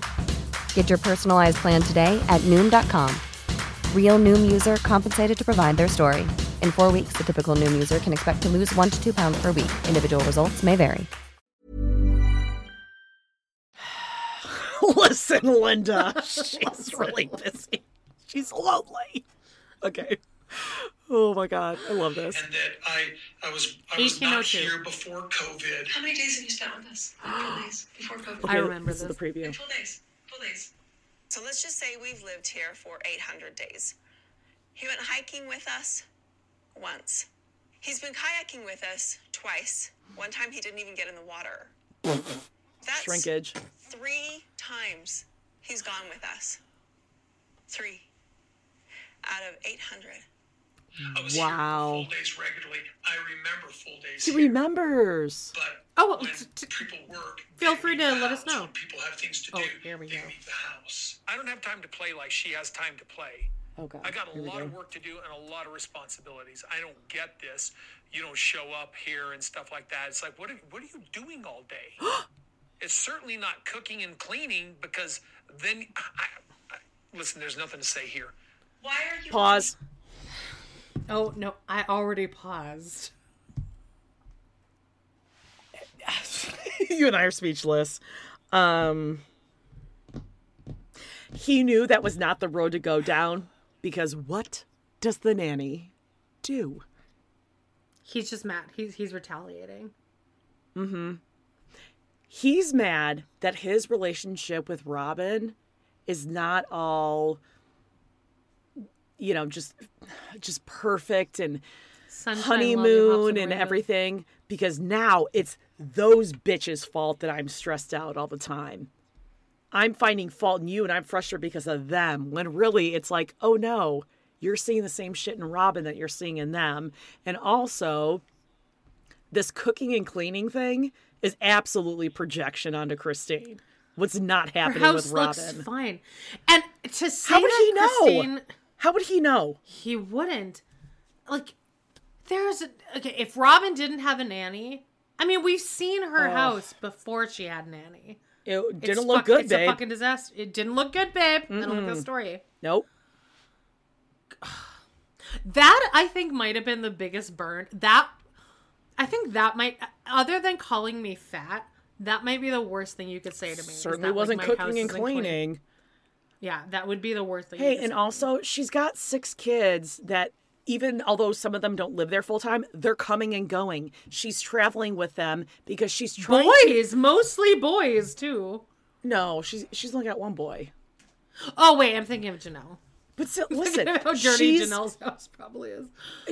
S13: Get your personalized plan today at Noom.com. Real Noom user compensated to provide their story. In four weeks, the typical Noom user can expect to lose one to two pounds per week. Individual results may vary.
S2: Listen, Linda, she's really busy. She's lonely. Okay. Oh my God, I love this.
S4: And that I, I was, I was
S3: oh
S4: not
S2: 1802.
S4: here before COVID.
S6: How many days have you spent with us? Full days before COVID.
S2: Okay, this. Is the preview.
S6: Full days. Full days. So let's just say we've lived here for 800 days. He went hiking with us once. He's been kayaking with us twice. One time he didn't even get in the water. That's
S2: Shrinkage.
S6: Three times he's gone with us. Three out of 800.
S2: Wow.
S4: Days regularly. I remember full days.
S2: She remembers.
S3: Oh,
S4: when people work,
S3: Feel free to let us know. Oh,
S4: people have things to do. Here we go. Leave the house. I don't have time to play like she has time to play.
S2: Oh God.
S4: I got a
S2: Here we
S4: lot
S2: go.
S4: of work to do and a lot of responsibilities. I don't get this. You don't show up here and stuff like that. It's like, what are, what are you doing all day? it's certainly not cooking and cleaning because then, I, I, listen, there's nothing to say here.
S6: Why are you
S2: Pause.
S3: Oh no, I already paused.
S2: you and I are speechless. Um, he knew that was not the road to go down because what does the nanny do?
S3: He's just mad. He's he's retaliating.
S2: Mm-hmm. He's mad that his relationship with Robin is not all, you know, just just perfect and
S3: Sunshine, lollipops,
S2: honeymoon and
S3: rainbows.
S2: everything because now it's those bitches' fault that I'm stressed out all the time. I'm finding fault in you and I'm frustrated because of them when really it's like, oh no, you're seeing the same shit in Robin that you're seeing in them. And also, this cooking and cleaning thing is absolutely projection onto Christine. What's not
S3: Her
S2: happening
S3: house
S2: with
S3: looks
S2: Robin?
S3: fine. And to say
S2: How would
S3: that
S2: he know?
S3: Christine-
S2: How would he know?
S3: He wouldn't. Like, there's a, okay. If Robin didn't have a nanny, I mean, we've seen her
S2: Ugh.
S3: house before she had nanny.
S2: It
S3: It's
S2: Oh. didn't look
S3: fuck-
S2: good,
S3: It's
S2: babe.
S3: a fucking disaster. It didn't look good, babe. I don't like
S2: Mm-mm.
S3: the story.
S2: Nope.
S3: That I think might have been the biggest burn. That I think that might, other than calling me fat, that might be the worst thing you could say to me. is
S2: Certainly
S3: that, like,
S2: wasn't
S3: my house
S2: cooking and
S3: isn't clean.
S2: cleaning.
S3: Yeah, that would be the worst thing.
S2: Hey,
S3: you could
S2: and
S3: say.
S2: also she's got six kids that even although some of them don't live there full time, they're coming and going. She's traveling with them because she's trying
S3: boys,
S2: to...
S3: mostly boys too.
S2: No, she's she's only got one boy.
S3: Oh wait, I'm thinking of Janelle.
S2: But so, listen,
S3: how dirty
S2: she's-
S3: Janelle's house probably is.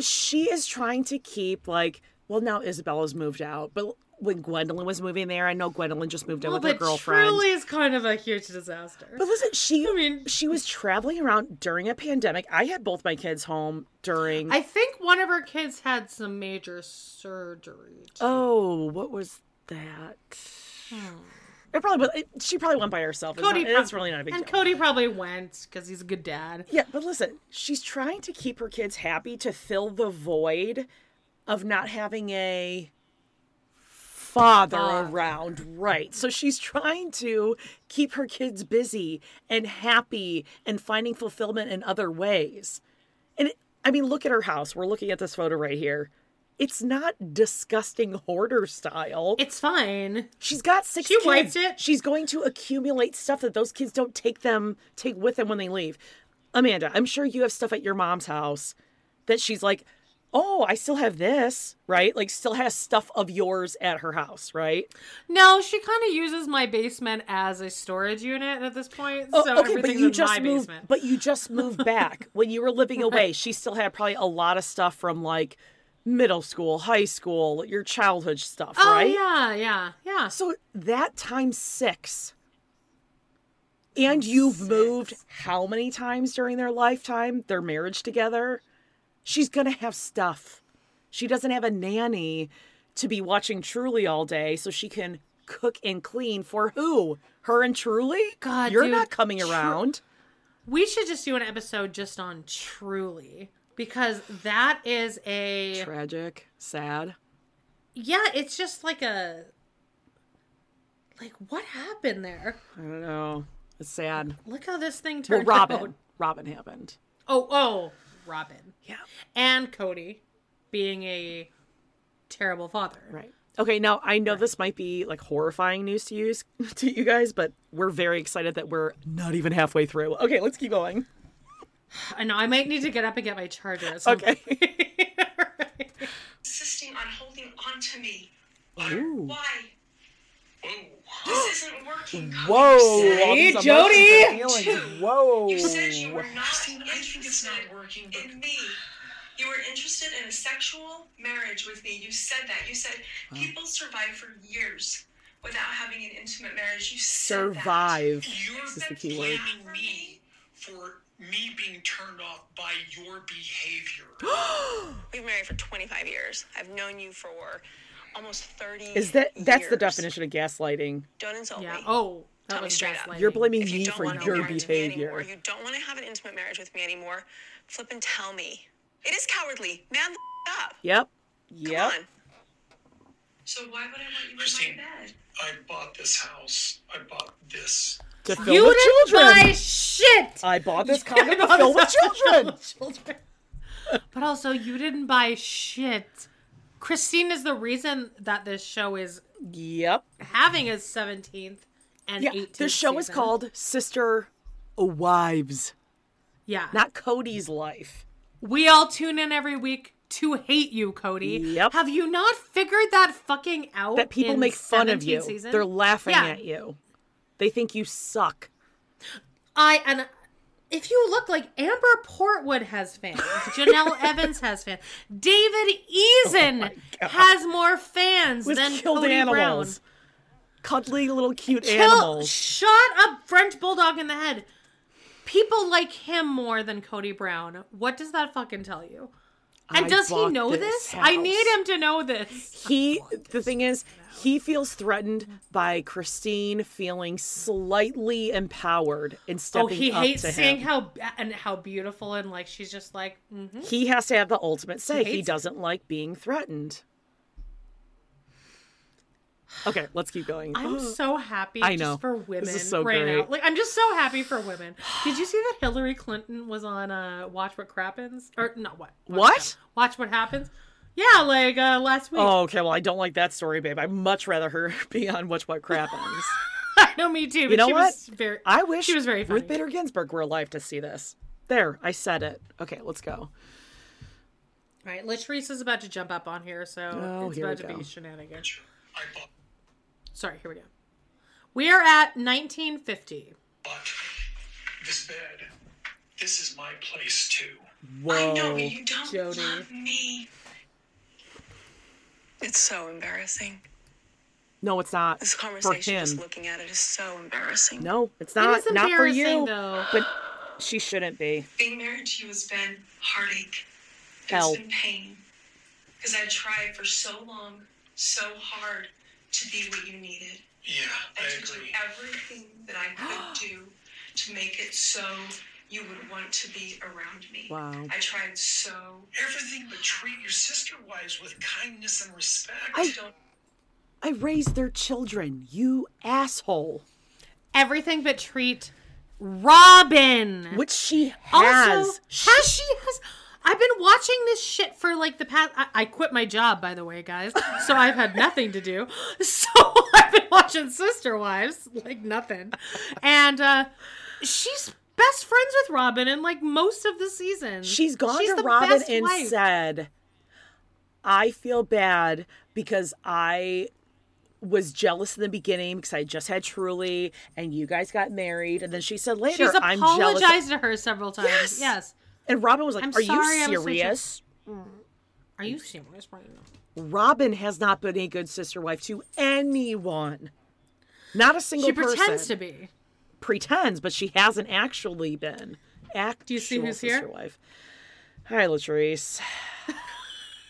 S2: she is trying to keep like well now Isabella's moved out, but when Gwendolyn was moving there, I know Gwendolyn just moved in
S3: Well,
S2: with her
S3: Oh, but
S2: girlfriend.
S3: truly is kind of a huge disaster.
S2: But listen, she she was traveling around during a pandemic. I had both my kids home during
S3: I think one of her kids had some major surgery.
S2: Oh, what was that?
S3: Hmm.
S2: It probably was, it, she probably went by herself. It's
S3: Cody,
S2: not- it's
S3: prob-
S2: really not a big
S3: and
S2: deal.
S3: Cody probably went because he's a good dad.
S2: Yeah, but listen, she's trying to keep her kids happy to fill the void of not having a father
S3: Father.
S2: around, right? So she's trying to keep her kids busy and happy and finding fulfillment in other ways. And it, I mean, look at her house. We're looking at this photo right here. It's not disgusting hoarder style.
S3: It's fine.
S2: She's got six.
S3: She
S2: kids.
S3: wiped it.
S2: She's going to accumulate stuff that those kids don't take them take with them when they leave. Amanda, I'm sure you have stuff at your mom's house that she's like, oh, I still have this, right? Like, still has stuff of yours at her house, right?
S3: No, Oh, she kind of uses my basement as a storage unit at this point. so
S2: Oh, but
S3: everything's
S2: you
S3: in
S2: just
S3: my
S2: moved.
S3: basement.
S2: But you just moved back when you were living away. She still had probably a lot of stuff from like middle school, high school, your childhood stuff,
S3: Oh
S2: right?
S3: yeah, yeah, yeah.
S2: So that times six. And you've moved how many times during their lifetime, their marriage together? She's going to have stuff. She doesn't have a nanny to be watching Truly all day so she can cook and clean for who? Her and Truly? God, you're
S3: dude,
S2: not coming
S3: Tru-
S2: around.
S3: We should just do an episode just on Truly. because that is a
S2: tragic, sad.
S3: Yeah, it's just like a like what happened there?
S2: I don't know. It's sad.
S3: Look how this thing turned
S2: well, Robin.
S3: out.
S2: Robin happened.
S3: Oh, oh, Robin.
S2: Yeah.
S3: And Cody being a terrible father.
S2: Right. Okay, now I know this might be like horrifying news to you to you guys, but we're very excited that we're not even halfway through. Okay, let's keep going.
S3: I know I might need to get up and get my charger. at some
S2: Okay.
S6: insisting on holding on to me.
S2: Ooh.
S6: Why? This isn't working. Cody.
S2: Whoa.
S6: You said-
S2: all these
S6: Hey,
S2: emotions and
S6: Jody.
S2: feelings. Whoa.
S6: You said you were not interested in me. You were interested in a sexual marriage with me. You said that. You said
S2: Wow.
S6: people survive for years without having an intimate marriage. You said that.
S2: Survive
S6: You're
S2: is the key word.
S6: blaming me for me being turned off by your behavior. We've married for 25 years. I've known you for almost 30
S2: Is that that's the
S6: years.
S2: definition of gaslighting?
S6: Don't insult me.
S3: Oh,
S6: that
S2: was
S6: straight up.
S2: You're blaming
S6: If you
S2: me
S6: don't
S2: for
S6: wanna
S2: your
S6: marry me
S2: behavior.
S6: anymore, you don't want to have an intimate marriage with me anymore. Flip and tell me. It is cowardly. Man the f- up.
S2: Yep. Yep.
S6: So why would I want you in
S4: Christine,
S6: my bed?
S4: I bought this house. I bought this.
S2: To
S4: for
S2: fill
S4: you.
S2: with
S3: didn't
S2: children.
S3: buy shit.
S2: I bought this
S3: You
S2: condom to
S3: bought
S2: fill with
S3: this condom to fill children.
S2: children.
S3: But also, you didn't buy shit. Christine is the reason that this show is
S2: yep
S3: having its seventeenth and
S2: Yeah.
S3: eighteenth.
S2: This show is called Sister Wives.
S3: Yeah.
S2: Not Cody's life.
S3: We all tune in every week to hate you, Cody.
S2: Yep.
S3: Have you not figured that fucking out?
S2: That people
S3: Oh, in
S2: make fun of
S3: 17
S2: you.
S3: seasons?
S2: They're laughing
S3: Yeah.
S2: at you. They think you suck.
S3: I and if you look like Amber Portwood has fans, Janelle Evans has fans, David Eason has more fans
S2: Oh With
S3: than
S2: killed
S3: Cody
S2: animals.
S3: Brown.
S2: Cuddly little cute
S3: Kill-
S2: animals.
S3: Shut up, French bulldog in the head. People like him more than Cody Brown. What does that fucking tell you? And
S2: I
S3: does he
S2: bought
S3: know
S2: this
S3: this?
S2: house.
S3: I need him to know this.
S2: he the thing is he feels threatened by christine feeling slightly empowered and
S3: Oh,
S2: stepping
S3: he
S2: up
S3: hates
S2: to
S3: seeing
S2: him.
S3: how ba- and how beautiful and like she's just like mhm.
S2: he has to have the ultimate say he,
S3: hates it.
S2: doesn't like being threatened okay let's keep going
S3: I'm so happy
S2: I know.
S3: just for
S2: This is
S3: women
S2: so
S3: right now.
S2: great.
S3: Like I'm just so happy for women. Did you see that Hillary Clinton was on uh Watch What Crappens? Or not what?
S2: what
S3: Watch What Happens? Yeah, like uh last week.
S2: oh okay well i don't like that story babe i'd much rather her be on which what crap happens
S3: I know me too, but
S2: you know
S3: she
S2: what
S3: was very
S2: i wish
S3: she was very funny.
S2: ruth bader ginsburg were alive to see this there i said it okay let's go
S3: All right, Latrice is about to jump up on here, so
S2: Oh,
S3: it's
S2: here we
S3: about to
S2: go.
S3: be shenanigans. Sorry, here we go. We are at 1950.
S4: This bed. This is my place too.
S2: whoa
S6: I know but you don't
S3: Jody.
S6: love me. It's so embarrassing.
S2: no it's not
S6: This
S2: for
S6: conversation,
S2: him
S6: just looking at it, is so embarrassing.
S2: No, it's
S3: It
S2: not.
S3: is
S2: not for
S3: embarrassing,
S2: you.
S3: though.
S2: But she shouldn't be.
S6: Being married to you has been heartache.
S2: Hell.
S6: It's been pain. Because I tried for so long, so hard to be what you needed.
S4: Yeah,
S6: I
S4: I
S6: tried to do
S4: agree.
S6: everything that I could do to make it so you would want to be around me.
S2: Wow.
S6: I tried so.
S4: Everything but treat your sister wives with kindness and respect.
S2: I-
S6: don't.
S2: I raised their children. You asshole.
S3: Everything but treat Robin.
S2: Which she has.
S3: Also, has she has? I've been watching this shit for like the past. I, I quit my job, by the way, guys. So I've had nothing to do. So I've been watching Sister Wives, like nothing. And uh, she's best friends with Robin in like most of the season.
S2: She's gone
S3: She's
S2: to
S3: the
S2: Robin
S3: best
S2: and
S3: wife.
S2: said, I feel bad because I was jealous in the beginning because I just had Truly and you guys got married. And then she said later,
S3: She's
S2: I'm jealous.
S3: apologized to her several times.
S2: Yes.
S3: Yes.
S2: And Robin was like,
S3: I'm
S2: Are
S3: sorry I
S2: you
S3: was so
S2: serious?
S3: Are you serious right now?
S2: Robin has not been a good sister wife to anyone. Not a single
S3: She pretends
S2: person.
S3: to be.
S2: pretends, but she hasn't actually been. Actual
S3: you see who's
S2: sister
S3: here?
S2: Wife. Hi, Latrice.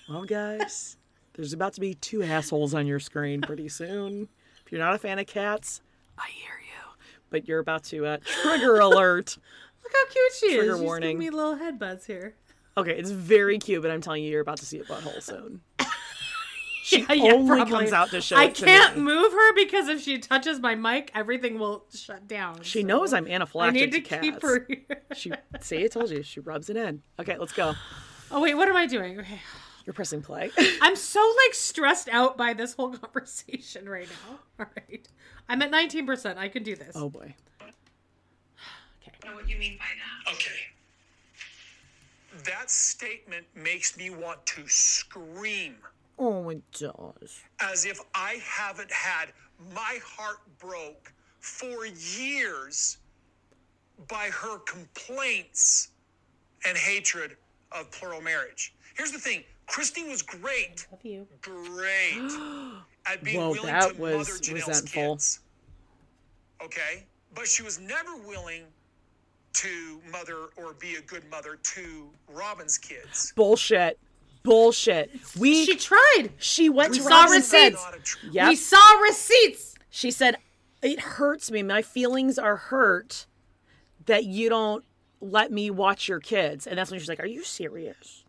S2: well, guys, there's about to be two assholes on your screen pretty soon. If you're not a fan of cats, I hear you, but you're about to uh, trigger alert.
S3: Look how cute she
S2: Trigger
S3: is. She's
S2: warning.
S3: giving me little headbutts here.
S2: Okay, it's very cute, but I'm telling you, you're about to see a butthole soon. She
S3: Yeah, yeah,
S2: only
S3: probably.
S2: comes out to show.
S3: I
S2: it to
S3: can't
S2: me.
S3: move her because if she touches my mic, everything will shut down.
S2: She knows I'm anaphylactic.
S3: I need to
S2: cats.
S3: keep her here.
S2: she see, I told you. She rubs it in. Okay, let's go.
S3: Oh wait, what am I doing? Okay.
S2: You're pressing play.
S3: I'm so like stressed out by this whole conversation right now. All right. I'm at 19%. I can do this.
S2: Oh boy.
S8: know what you mean by that.
S7: Okay. That statement makes me want to scream
S2: Oh my gosh.
S7: as if I haven't had my heart broke for years by her complaints and hatred of plural marriage. Here's the thing Christine was great,
S3: Love you.
S7: great at being
S2: Whoa,
S7: willing
S2: that
S7: to mother
S2: was
S7: Janelle's
S2: resentful.
S7: kids. Okay? But she was never willing to mother or be a good mother to Robin's kids.
S2: Bullshit. Bullshit. We
S3: She tried.
S2: she went
S3: We
S2: to
S3: saw
S2: Robin and said-
S3: receipts.
S2: Yep.
S3: We saw receipts.
S2: She said, It hurts me. My feelings are hurt that you don't let me watch your kids. And that's when she's like, Are you serious?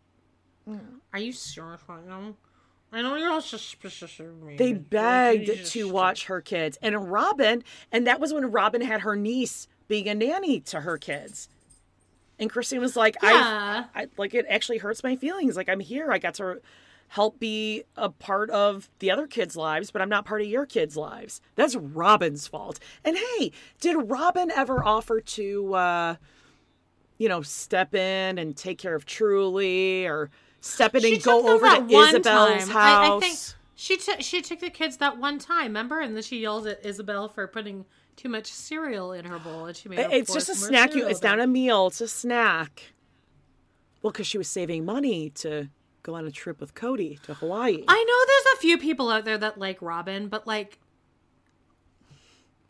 S3: Are you serious right now? I know you're all suspicious of me.
S2: They
S3: but you
S2: begged
S3: just-
S2: to watch her kids. And Robin, and that was when Robin had her niece being a nanny to her kids. And Christine was like,
S3: Yeah.
S2: I, I like it actually hurts my feelings. Like I'm here. I got to help be a part of the other kids' lives, but I'm not part of your kids' lives. That's Robin's fault. And hey, did Robin ever offer to uh you know, step in and take care of Truly or step in
S3: She
S2: and
S3: took
S2: go
S3: them
S2: over to
S3: that one time.
S2: Isabel's house?
S3: I, I think she took she took the kids that one time, remember? And then she yells at Isabel for putting too much cereal in her bowl, and she made. her
S2: It's
S3: pour
S2: just a
S3: some more
S2: snack. You.
S3: cereal
S2: It's
S3: down.
S2: not a meal. It's a snack. Well, because she was saving money to go on a trip with Cody to Hawaii.
S3: I know there's a few people out there that like Robin, but like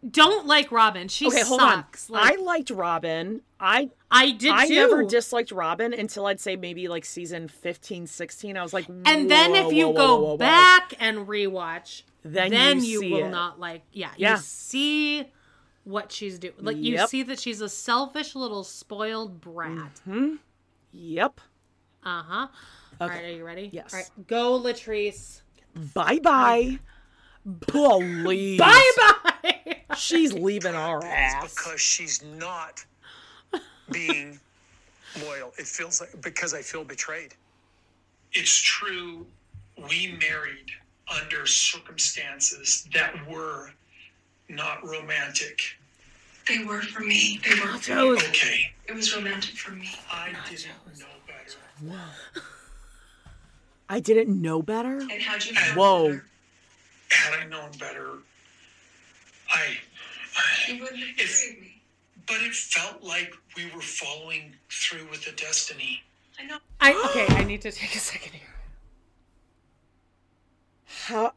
S3: don't like Robin. She
S2: okay, hold
S3: sucks.
S2: on.
S3: Like,
S2: I liked Robin. I
S3: I did
S2: I
S3: too.
S2: never disliked Robin until I'd say maybe like season 15, 16. I was like,
S3: and then
S2: "Whoa,
S3: if you
S2: whoa, whoa,
S3: go
S2: whoa, whoa."
S3: back and rewatch,
S2: Then
S3: then,
S2: you
S3: you,
S2: see
S3: will
S2: it.
S3: not like yeah,
S2: Yeah.
S3: you see what she's doing. Like you
S2: Yep.
S3: see that she's a selfish little spoiled brat.
S2: Mm-hmm. yep,
S3: Uh-huh. All right, are you ready?
S2: Yes.
S3: All right, go Latrice.
S2: bye bye, please,
S3: Bye bye.
S2: She's leaving our
S7: It's
S2: ass.
S7: because she's not being loyal. It feels like because I feel betrayed.
S4: It's true, we married under circumstances that were not romantic.
S8: They were for me. They were for me.
S4: Okay,
S8: It was romantic for me.
S4: I didn't know better.
S2: I didn't know better.
S8: And how'd you feel?
S2: Whoa.
S4: Had I known better, I.
S8: You wouldn't have
S4: It's-
S8: married me.
S4: But it felt like we were following through with a destiny.
S8: I know.
S3: I okay, I need to take a second here.
S2: How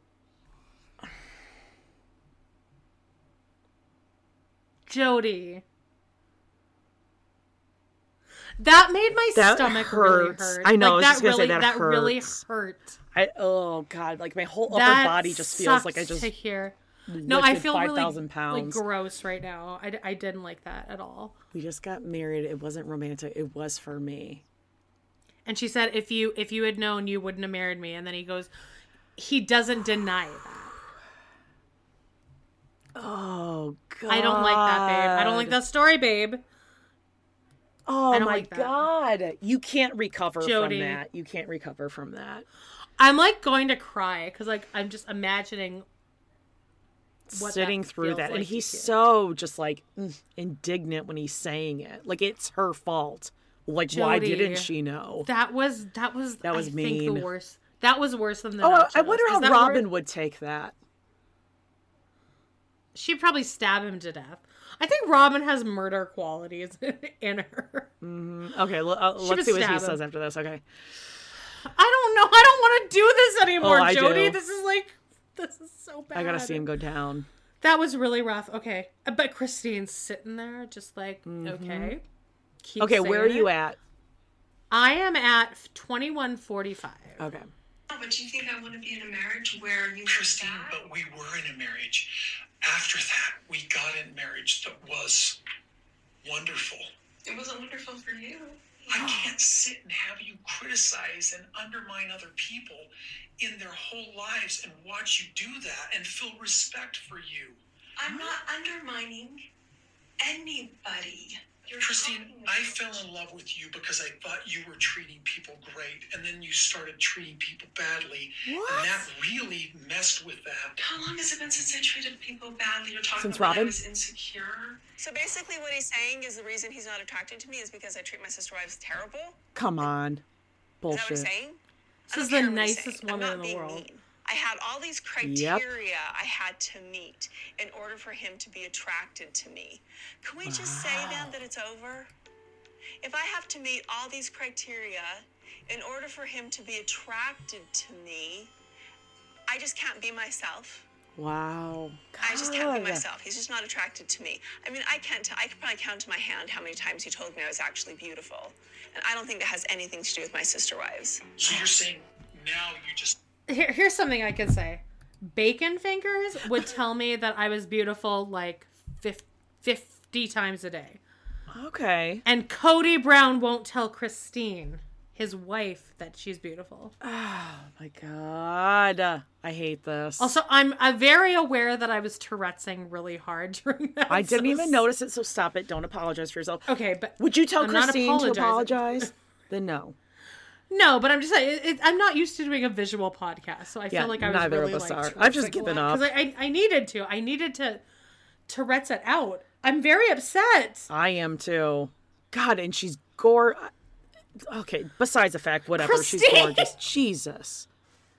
S3: Jody. That made my
S2: That
S3: stomach really
S2: hurts.
S3: hurt.
S2: I know, I
S3: Like,
S2: was
S3: that
S2: just gonna say
S3: really,
S2: that
S3: really
S2: hurts.
S3: hurt.
S2: I oh god, like my whole upper
S3: That
S2: body just feels like I
S3: sucks
S2: just
S3: to hear. No, I
S2: lifted
S3: feel really
S2: 5,000
S3: like
S2: pounds.
S3: gross right now. I, d- I didn't like that at all.
S2: we just got married. It wasn't romantic. It was for me.
S3: And she said, "If you if you had known, you wouldn't have married me." And then he goes, he doesn't deny that.
S2: Oh god.
S3: I don't like that, babe. I don't like that story, babe.
S2: Oh
S3: I don't
S2: my
S3: like that.
S2: god. You can't recover
S3: Jody.
S2: from that. You can't recover from that.
S3: I'm like going to cry because like I'm just imagining What that
S2: Sitting through
S3: feels
S2: that. and
S3: like to
S2: he's
S3: you.
S2: so just like mm, indignant when he's saying it. Like it's her fault. Like why
S3: Jody.
S2: didn't she know?
S3: That was that was
S2: That was
S3: I think,
S2: mean.
S3: the worst. That was worse than the.
S2: oh, I-
S3: nachos.
S2: I wonder
S3: Is
S2: how
S3: that
S2: Robin
S3: wor-
S2: would take that.
S3: She'd probably stab him to death. I think Robin has murder qualities in her.
S2: Okay, l- uh,
S3: She
S2: let's
S3: would
S2: see what he
S3: stab him.
S2: says after this. Okay.
S3: I don't know. I don't want to do this anymore,
S2: Oh, I
S3: Jody.
S2: do.
S3: This is like this is so bad.
S2: I got to see him go down.
S3: That was really rough. Okay, Uh, but Christine's sitting there, just like okay. Keep
S2: Mm-hmm. okay, where are
S3: saying
S2: you
S3: it.
S2: at?
S3: I am at twenty one forty five.
S2: Okay.
S8: No, but you think I want to be in a marriage where you were
S4: Christine,
S8: sad?
S4: but we were in a marriage. After that, we got in marriage that was wonderful.
S8: It wasn't wonderful for you.
S7: I can't sit and have you criticize and undermine other people in their whole lives and watch you do that and feel respect for you.
S6: I'm not undermining anybody. You're
S7: Christine,
S6: talking
S7: I
S6: about-
S7: fell in love with you because I thought you were treating people great, and then you started treating people badly,
S6: What?
S7: and that really messed with that.
S6: How long has it been since I treated people badly? You're talking
S7: Since
S6: about I
S7: Robin?
S6: was insecure. So basically, what he's saying is the reason he's not attracted to me is because I treat my sister wives terrible.
S2: Come on.
S6: Is that what I'm
S2: Bullshit.
S6: saying? I
S3: This is
S6: don't
S3: the
S6: care what he's
S3: nicest
S6: saying. I'm
S3: woman
S6: not
S3: in the
S6: being
S3: world.
S6: mean. I had all these criteria
S2: Yep.
S6: I had to meet in order for him to be attracted to me. Can we just say then that it's over? If I have to meet all these criteria in order for him to be attracted to me, I just can't be myself.
S2: Wow.
S6: I just can't be
S2: God.
S6: myself. He's just not attracted to me. I mean, I can't. T- I could probably count to my hand how many times he told me I was actually beautiful, and I don't think that has anything to do with my sister wives.
S7: So you're saying now you just
S3: Here, here's something I can say. Bacon fingers would tell me that I was beautiful like fif- 50 times a day.
S2: Okay.
S3: And Cody Brown won't tell Christine, his wife, that she's beautiful.
S2: Oh my god. I hate this.
S3: Also, I'm uh, very aware that I was Tourette'sing really hard during that.
S2: I didn't even
S14: notice it, so stop it. Don't apologize for yourself.
S3: Okay, but
S2: Would you tell
S3: I'm not
S2: Christine to
S3: apologizing.
S2: apologize? then no.
S3: No, but I'm just saying, it, it, I'm not used to doing a visual podcast, so I
S2: Yeah,
S3: feel like I was
S2: neither of
S3: really
S2: us
S3: like,
S2: are. I've just given up.
S3: because I, I I needed to. I needed to Tourette's it out. I'm very upset.
S2: I am too. God, and she's gore. Okay, besides the fact, whatever. She's
S3: Christine!
S2: gorgeous. Jesus.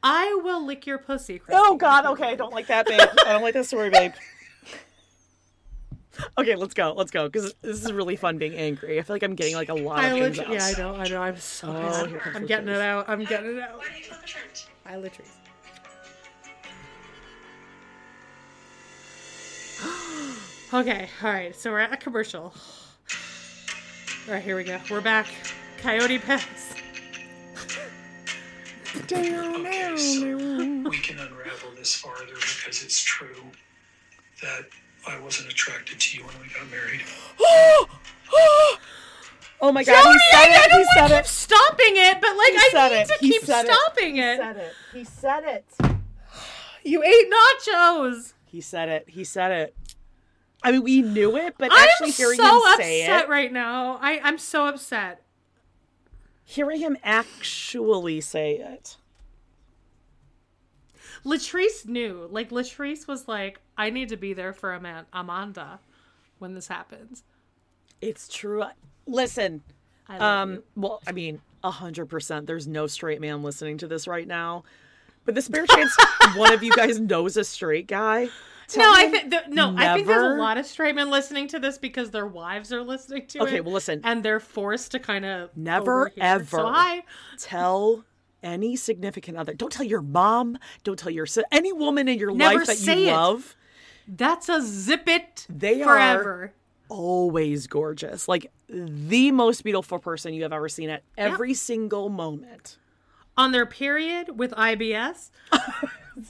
S3: I will lick your pussy, Christine.
S2: Oh God. Okay, I don't like that, babe. I don't like that story, babe. Okay, let's go. Let's go because this is really fun being angry. I feel like I'm getting like a lot
S3: I
S2: of things
S3: lit-
S2: out.
S3: yeah, I know, I know. I'm so.
S2: Oh,
S3: pissed.
S2: here comes
S3: I'm
S2: the
S3: getting it
S2: truth.
S3: out. I'm getting it out.
S6: Why do you feel the church?
S3: I literally. okay, all right. So we're at a commercial. All right, here we go. We're back. Coyote Pass.
S7: Okay,
S3: Oh,
S7: so we can unravel this farther because it's true that I wasn't attracted to you when we got married.
S2: Oh my God!
S3: Jody,
S2: he said
S3: I
S2: it.
S3: don't
S2: He
S3: wanna
S2: said
S3: keep
S2: it.
S3: stopping it, but like
S2: He
S3: I
S2: said
S3: need
S2: it.
S3: to
S2: He
S3: keep
S2: said it.
S3: stopping it.
S2: He said it.
S3: You ate nachos.
S2: He said it. He said it. I mean, we knew it, but
S3: I
S2: actually
S3: am
S2: hearing
S3: so
S2: him
S3: upset
S2: say it,
S3: right now. I I'm so upset.
S2: hearing him actually say it.
S3: Latrice knew. Like Latrice was like, I need to be there for Ama- Amanda when this happens.
S2: It's true. Listen,
S3: I love
S2: um, well, I mean, hundred percent. There's no straight man listening to this right now, but this bare chance one of you guys knows a straight guy. Tell
S3: no, I
S2: him
S3: think th- no, I think there's
S2: never.
S3: a lot of straight men listening to this because their wives are listening to it.
S2: Okay, well, listen.
S3: and they're forced to kind of
S2: Never ever
S3: So I
S2: tell any significant other. Don't tell your mom. Don't tell your si- any woman in your
S3: Never
S2: life that
S3: say
S2: you
S3: it.
S2: love.
S3: That's a zip it.
S2: They
S3: forever.
S2: are always gorgeous. Like the most beautiful person you have ever seen at every single moment.
S3: on their period with IBS.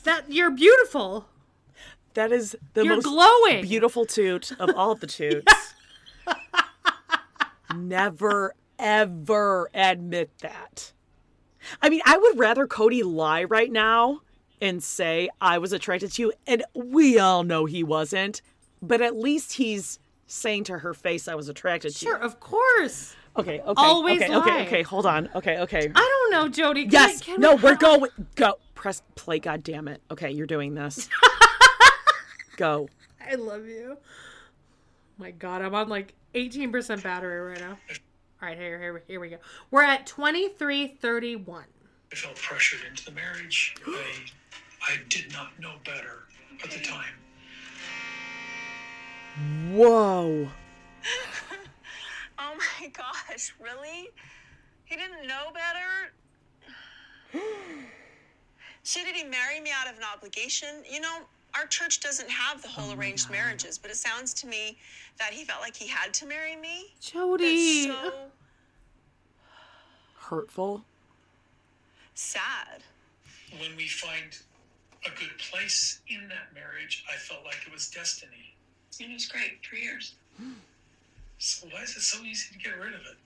S3: that you're beautiful.
S2: That is the
S3: You're
S2: most
S3: glowing.
S2: beautiful toot of all of the toots. Never ever admit that. I mean, I would rather Cody lie right now and say I was attracted to you, and we all know he wasn't, but at least he's saying to her face I was attracted to you.
S3: Sure, of course.
S2: Okay, okay.
S3: Always
S2: okay,
S3: lie.
S2: okay, okay, hold on. Okay, okay.
S3: I don't know, Jody. Can
S2: yes.
S3: I- can
S2: no,
S3: we-
S2: we're going go. Press play, god damn it. Okay, you're doing this. go.
S3: I love you. My God, I'm on like 18% battery right now. All right, here, here, here we go. We're at 2331.
S7: I felt pressured into the marriage. I, I did not know better at the time.
S2: Whoa.
S6: Oh my gosh, really? He didn't know better? Should he marry me out of an obligation? You know, our church doesn't have the
S3: Oh
S6: whole arranged marriages, but it sounds to me that he felt like he had to marry me.
S3: Jody.
S6: That's so
S2: Hurtful.
S6: sad.
S7: When we find a good place in that marriage, I felt like it was destiny.
S6: It was great, three years.
S7: So why is it so easy to get rid of it?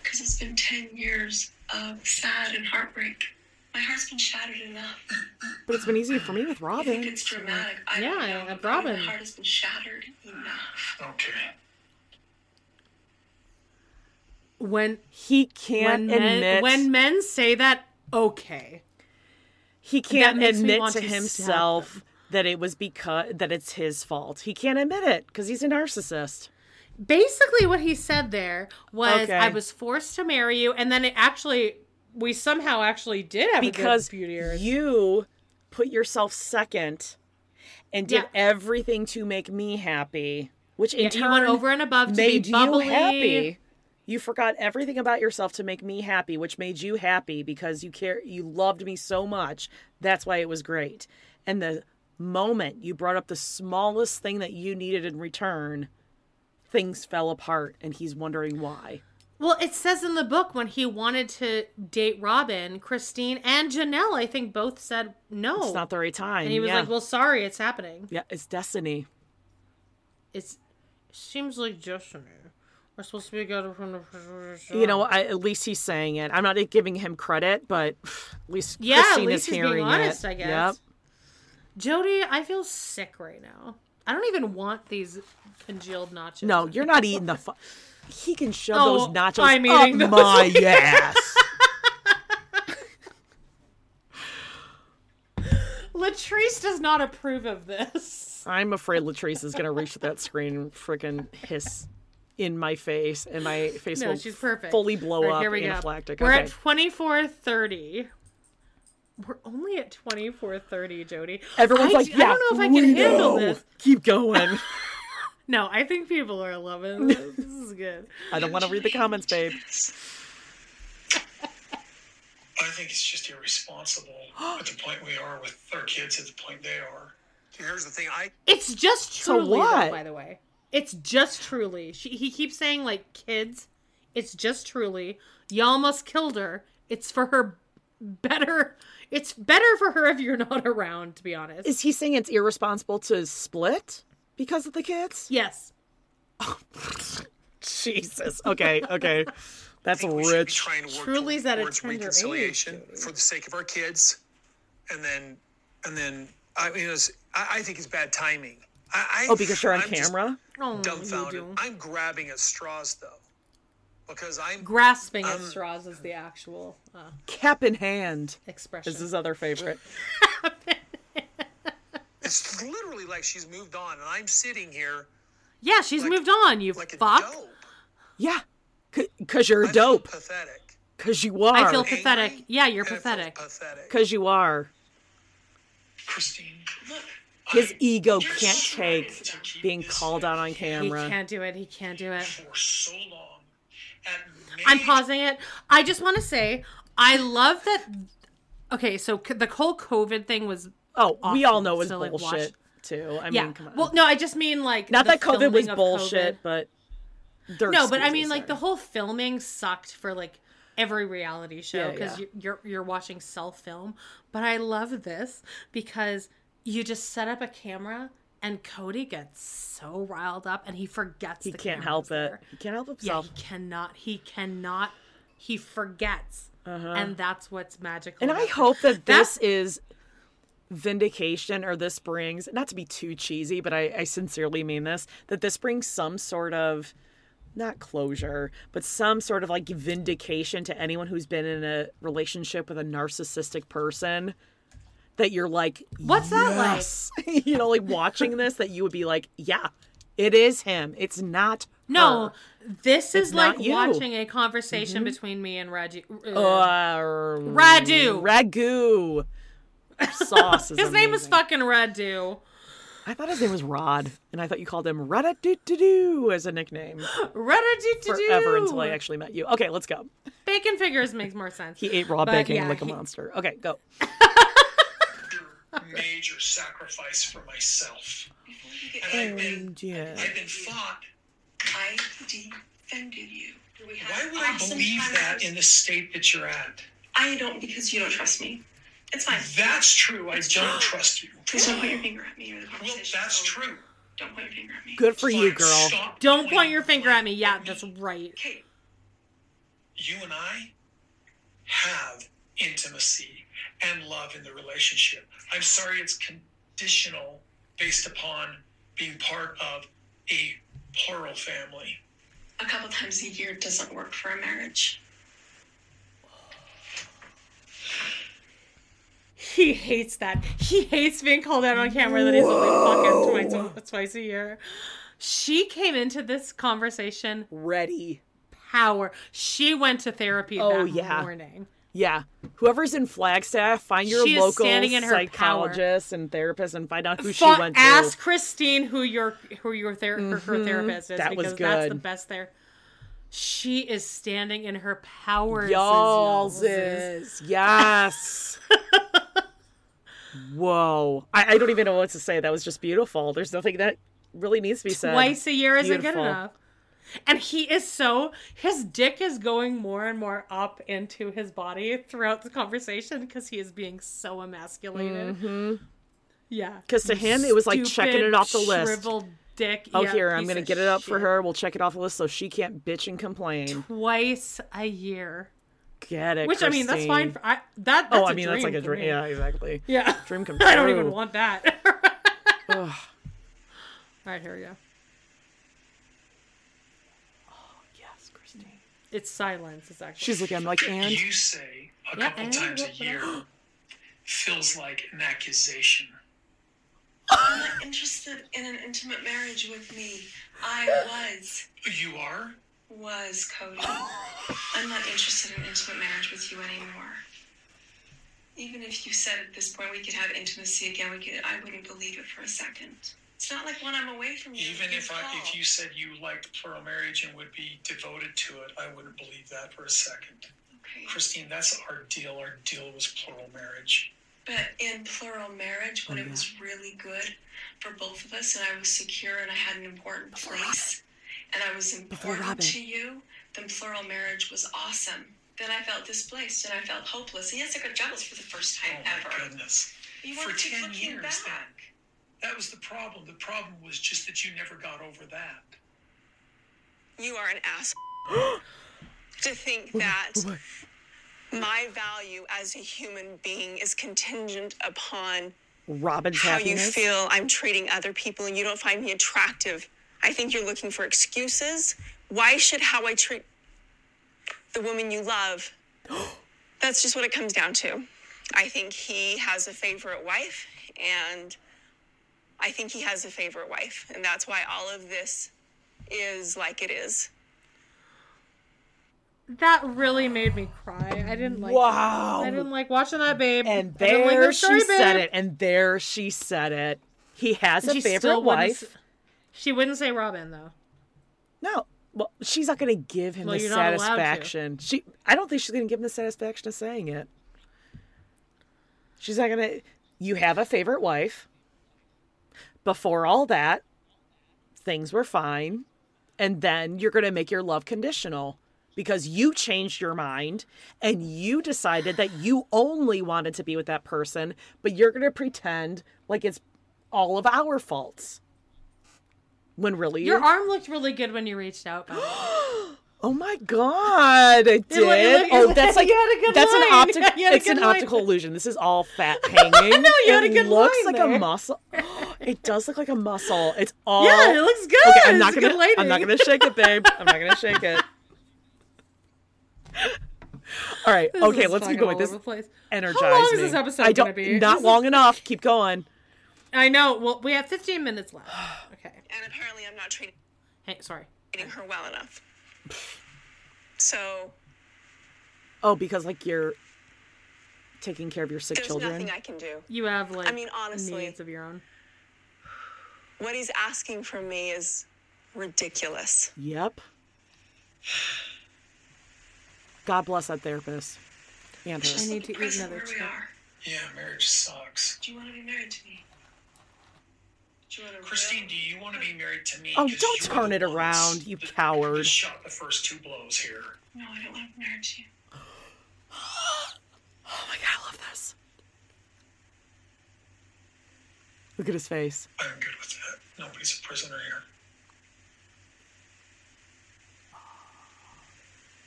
S6: Because it's been 10 years of sad and heartbreak. My heart's been shattered enough.
S2: But it's been easier for me with Robin.
S6: I think it's dramatic. I don't
S3: Yeah,
S6: know,
S3: a
S6: but
S3: Robin.
S6: My heart has been shattered enough.
S7: Okay.
S3: When
S2: he can't
S3: when men,
S2: admit-
S3: when men say that, okay.
S2: He
S3: That
S2: can't
S3: makes me
S2: admit
S3: want
S2: to
S3: to stab
S2: himself that it was because that it's his fault. He can't admit it because he's a narcissist.
S3: Basically, what he said there was
S2: Okay.
S3: I was forced to marry you, and then it actually we somehow actually did have
S2: because
S3: a good beauty. Or
S2: you put yourself second and did
S3: Yeah.
S2: everything to make me happy, which in
S3: Yeah,
S2: turn
S3: you went over and above to be
S2: made you
S3: bubbly.
S2: happy. You forgot everything about yourself to make me happy, which made you happy because you care you loved me so much. That's why it was great. And the moment you brought up the smallest thing that you needed in return, things fell apart and he's wondering why.
S3: Well, it says in the book when he wanted to date Robin, Christine and Janelle, I think both said no.
S2: It's not the right time.
S3: Oh. and he was
S2: yeah.
S3: like, "Well, sorry, it's happening.
S2: Yeah, it's destiny.
S3: It's seems like destiny. We're supposed to be together from the
S2: You know, I, at least he's saying it. I'm not giving him credit, but at least
S3: Yeah, at
S2: Christine
S3: least
S2: is
S3: he's being
S2: hearing
S3: honest,
S2: it.
S3: I guess.
S2: Yep.
S3: Jody, I feel sick right now. I don't even want these congealed nachos.
S2: No, you're not eating the. Fu- he can shove
S3: Oh,
S2: those nachos
S3: I'm eating
S2: up
S3: those.
S2: my ass.
S3: Latrice does not approve of this.
S2: I'm afraid Latrice is gonna reach that screen and freaking hiss in my face, and my face
S3: No,
S2: will
S3: she's perfect.
S2: fully blow
S3: All right,
S2: up
S3: Here we go.
S2: anaphylactic.
S3: We're at
S2: Okay.
S3: twenty four thirty. We're only at twenty four thirty, Jody.
S2: Everyone's
S3: I,
S2: like,
S3: I
S2: yeah,
S3: don't know if I
S2: we
S3: can handle
S2: know.
S3: this.
S2: Keep going.
S3: No, I think people are loving this. this is good.
S2: I don't want to read the comments, babe.
S7: I think it's just irresponsible at the point we are with our kids at the point they are. Here's the thing I
S3: It's just
S7: So
S3: truly, though,
S7: what?
S3: by the way. It's just truly. She, he keeps saying, like, kids, it's just truly. You almost killed her. It's for her better. It's better for her if you're not around, to be honest.
S2: Is he saying it's irresponsible to split because of the kids?
S3: Yes.
S2: Jesus. Okay. Okay. That's
S7: should be
S2: rich.
S7: trying to work
S3: Truly's at a
S7: towards
S3: tender age,
S7: reconciliation for the sake of our kids, and then and then I mean, it's, I, I think it's bad timing. I, I,
S2: Oh, because you're on
S7: I'm just
S2: camera?
S3: Oh, you
S7: dumbfounded.
S3: do.
S7: I'm grabbing at straws though, because I'm
S3: Grasping at
S7: I'm-
S3: straws is the actual. Uh,
S2: Cap in hand.
S3: Expression.
S2: Is his other favorite.
S7: It's literally like she's moved on, and I'm sitting here.
S3: yeah, she's moved on, you fuck.
S2: Yeah. Because you're a dope.
S7: Pathetic.
S2: Because you are.
S3: I feel pathetic. Yeah, you're pathetic.
S2: Because you are.
S7: Christine,
S6: look.
S2: His ego can't take being called out on
S3: He
S2: camera.
S3: can't do it. He can't do it.
S7: For so long.
S3: I'm pausing it. I just want to say, I love that. Okay, so c- the whole COVID thing was.
S2: Oh, we all
S3: awful.
S2: know it's
S3: So, like, watch-
S2: bullshit, too. I mean,
S3: yeah.
S2: come on.
S3: Well, no, I just mean like
S2: Not
S3: the
S2: that COVID was
S3: filming of
S2: bullshit,
S3: COVID.
S2: but. they're
S3: no, but I
S2: excuses
S3: mean like
S2: there.
S3: the whole filming sucked for like every reality show
S2: Yeah,
S3: because
S2: yeah.
S3: you're you're watching self film. But I love this because you just set up a camera and Cody gets so riled up and he forgets
S2: He
S3: the
S2: can't
S3: camera's
S2: help it. He can't help
S3: Yeah,
S2: himself.
S3: he cannot. He cannot. He forgets,
S2: Uh-huh.
S3: and that's what's magical.
S2: And I
S3: about it.
S2: hope that
S3: That's-
S2: this is vindication or this brings, not to be too cheesy, but I, I sincerely mean this, that this brings some sort of, not closure, but some sort of like vindication to anyone who's been in a relationship with a narcissistic person. That you're like,
S3: What's that like?
S2: that like? you know, like watching this, that you would be like, yeah, it is him. It's not.
S3: No,
S2: her.
S3: this is
S2: It's
S3: like
S2: not you. Mm-hmm.
S3: watching a conversation between me and Raju. uh,
S2: Uh,
S3: Radu.
S2: Ragu. Sauce is
S3: his name is fucking Radu.
S2: I thought his name was Rod, and I thought you called him Rada Doo Doo Doo as a nickname.
S3: Radu.
S2: Forever until I actually met you. Okay, let's go.
S3: bacon figures makes more sense.
S2: He ate raw
S3: But
S2: bacon
S3: yeah,
S2: like a
S3: he-
S2: monster. Okay, go.
S7: major sacrifice for myself.
S2: And yeah.
S7: I've been fought.
S6: I defended you. We had
S7: Why would I
S6: awesome
S7: believe that
S6: times.
S7: in the state that you're at?
S6: I don't because you don't trust me. It's fine.
S7: That's true. I don't trust you.
S6: Please don't put your finger at me or the
S7: Well,
S6: conversation.
S7: that's true.
S6: Don't put your finger at me.
S2: Good for you, girl.
S3: Don't point your finger at me. Yeah, that's right.
S7: you and I have intimacy and love in the relationship. I'm sorry it's conditional based upon being part of a plural family.
S6: A couple times a year doesn't work for a marriage.
S3: He hates that. He hates being called out on camera that he's only fucking twice, twice a year. She came into this conversation
S2: ready.
S3: Power. She went to therapy
S2: Oh,
S3: that
S2: yeah.
S3: morning.
S2: Yeah. Whoever's in Flagstaff, find your
S3: She is
S2: local
S3: standing in her
S2: psychologist and therapist and find out who she
S3: Fu-
S2: went to.
S3: ask Christine who your who your ther- her- her
S2: Mhm.
S3: therapist is
S2: That was
S3: because that's the
S2: good.
S3: best there. She is standing in her powers.
S2: Y'all's is. Yes. Whoa. I, I don't even know what to say. That was just beautiful. There's nothing that really needs to be said.
S3: Twice a year isn't
S2: Beautiful.
S3: good enough. And he is so his dick is going more and more up into his body throughout the conversation because he is being so emasculated.
S2: Mhm.
S3: Yeah.
S2: 'Cause to
S3: You
S2: him, it was like checking it off the
S3: stupid,
S2: list.
S3: Shriveled dick.
S2: Oh,
S3: yeah,
S2: here, I'm
S3: piece
S2: going to
S3: of
S2: get it up for
S3: shit.
S2: her. We'll check it off the list so she can't bitch and complain.
S3: Twice a year.
S2: Get it.
S3: Which I mean, that's fine.
S2: Christine.
S3: For, I that. That's
S2: oh,
S3: I
S2: I mean, that's like a dream. Yeah, exactly.
S3: Yeah.
S2: Dream come true.
S3: I don't even want that.
S2: Ugh.
S3: All right, here we go.
S2: Yes, Christine.
S3: It's silence. It's actually.
S2: She's looking at me like, and?
S7: You say a
S3: Yeah,
S7: couple
S3: and
S7: times
S3: what-
S7: a year feels like an accusation.
S6: I'm not interested in an intimate marriage with me. I was.
S7: You are?
S6: Was, Cody. I'm not interested in intimate marriage with you anymore. Even if you said at this point we could have intimacy again, we could, I wouldn't believe it for a second. It's not like when I'm away from you.
S7: Even
S6: you
S7: if I,
S6: Oh, call.
S7: if you said you liked plural marriage and would be devoted to it, I wouldn't believe that for a second. Christine, that's our deal. Our deal was plural marriage.
S6: But in plural marriage,
S2: Oh,
S6: when it was really good for both of us, and I was secure and I had an important place, and I was important
S2: Robin.
S6: to you, then plural marriage was awesome. Then I felt displaced and I felt hopeless. And yes, I got jealous for the first
S2: Oh,
S6: time ever.
S7: Goodness.
S6: You
S7: for
S6: weren't
S7: 10
S6: looking
S7: years
S6: back.
S7: then. That was the problem. The problem was just that you never got over that.
S6: You are an ass to think that my value as a human being is contingent upon
S2: Robin's
S6: how
S2: happiness.
S6: you feel I'm treating other people and you don't find me attractive. I think you're looking for excuses. Why should how I treat the woman you love? That's just what it comes down to. I think he has a favorite wife and I think he has a favorite wife and that's why all of this is like it is.
S3: That really made me cry. I didn't like.
S2: Wow.
S3: I didn't like watching that, babe.
S2: And
S3: I didn't like
S2: there
S3: her
S2: she
S3: story,
S2: said
S3: babe.
S2: it. And there she said it. He has
S3: And
S2: a
S3: she
S2: favorite
S3: still wouldn't
S2: wife.
S3: s- She wouldn't say Robin though.
S2: No. Well, she's not going to give him
S3: Well,
S2: the
S3: you're not allowed to.
S2: satisfaction. She, I don't think she's going to give him the satisfaction of saying it. She's not going to. You have a favorite wife. Before all that, things were fine. And then you're going to make your love conditional because you changed your mind and you decided that you only wanted to be with that person, but you're going to pretend like it's all of our faults. When really
S3: Your arm looked really good when you reached out. By the way.
S2: Oh my god, I did.
S3: look- it
S2: oh,
S3: look-
S2: that's like
S3: you had a good
S2: that's an
S3: line.
S2: optical.
S3: You had a
S2: It's an
S3: good line.
S2: optical illusion. This is all fat hanging.
S3: I know, you had a
S2: It
S3: good
S2: looks
S3: line
S2: like a
S3: there.
S2: muscle. It does look like a muscle. It's all
S3: Yeah, it looks good.
S2: Okay, I'm
S3: It's
S2: not
S3: good
S2: gonna. I'm not
S3: lighting.
S2: gonna shake it, babe. I'm not gonna shake it. All right.
S3: This
S2: okay,
S3: is
S2: let's keep
S3: fucking
S2: going.
S3: all
S2: This
S3: over the place.
S2: energized
S3: How long is
S2: me.
S3: this episode
S2: I don't.
S3: gonna be?
S2: Not
S3: This is-
S2: long enough. Keep going.
S3: I know. Well, we have 15 minutes left. Okay.
S6: And apparently I'm not treating
S3: Hey, sorry.
S6: her well enough. So
S2: Oh, because like you're taking care of your sick
S6: there's
S2: children.
S6: nothing I can do.
S3: You have like
S6: I mean, honestly,
S3: needs of your own.
S6: What he's asking from me is ridiculous.
S2: Yep. God bless that therapist. And her.
S3: I need to eat another chip.
S7: Yeah, marriage sucks.
S6: Do you want to be married to me? Do you want to
S7: Christine, do you want to be married to me?
S2: Oh,
S7: 'Cause
S2: don't
S7: you're
S2: turn
S7: the
S2: it
S7: ones
S2: around, you
S7: that
S2: coward.
S7: Shot the first two blows here.
S6: No, I don't want to be married to you.
S2: Oh my god, I love this. Look at his face.
S7: I'm good with that. Nobody's a prisoner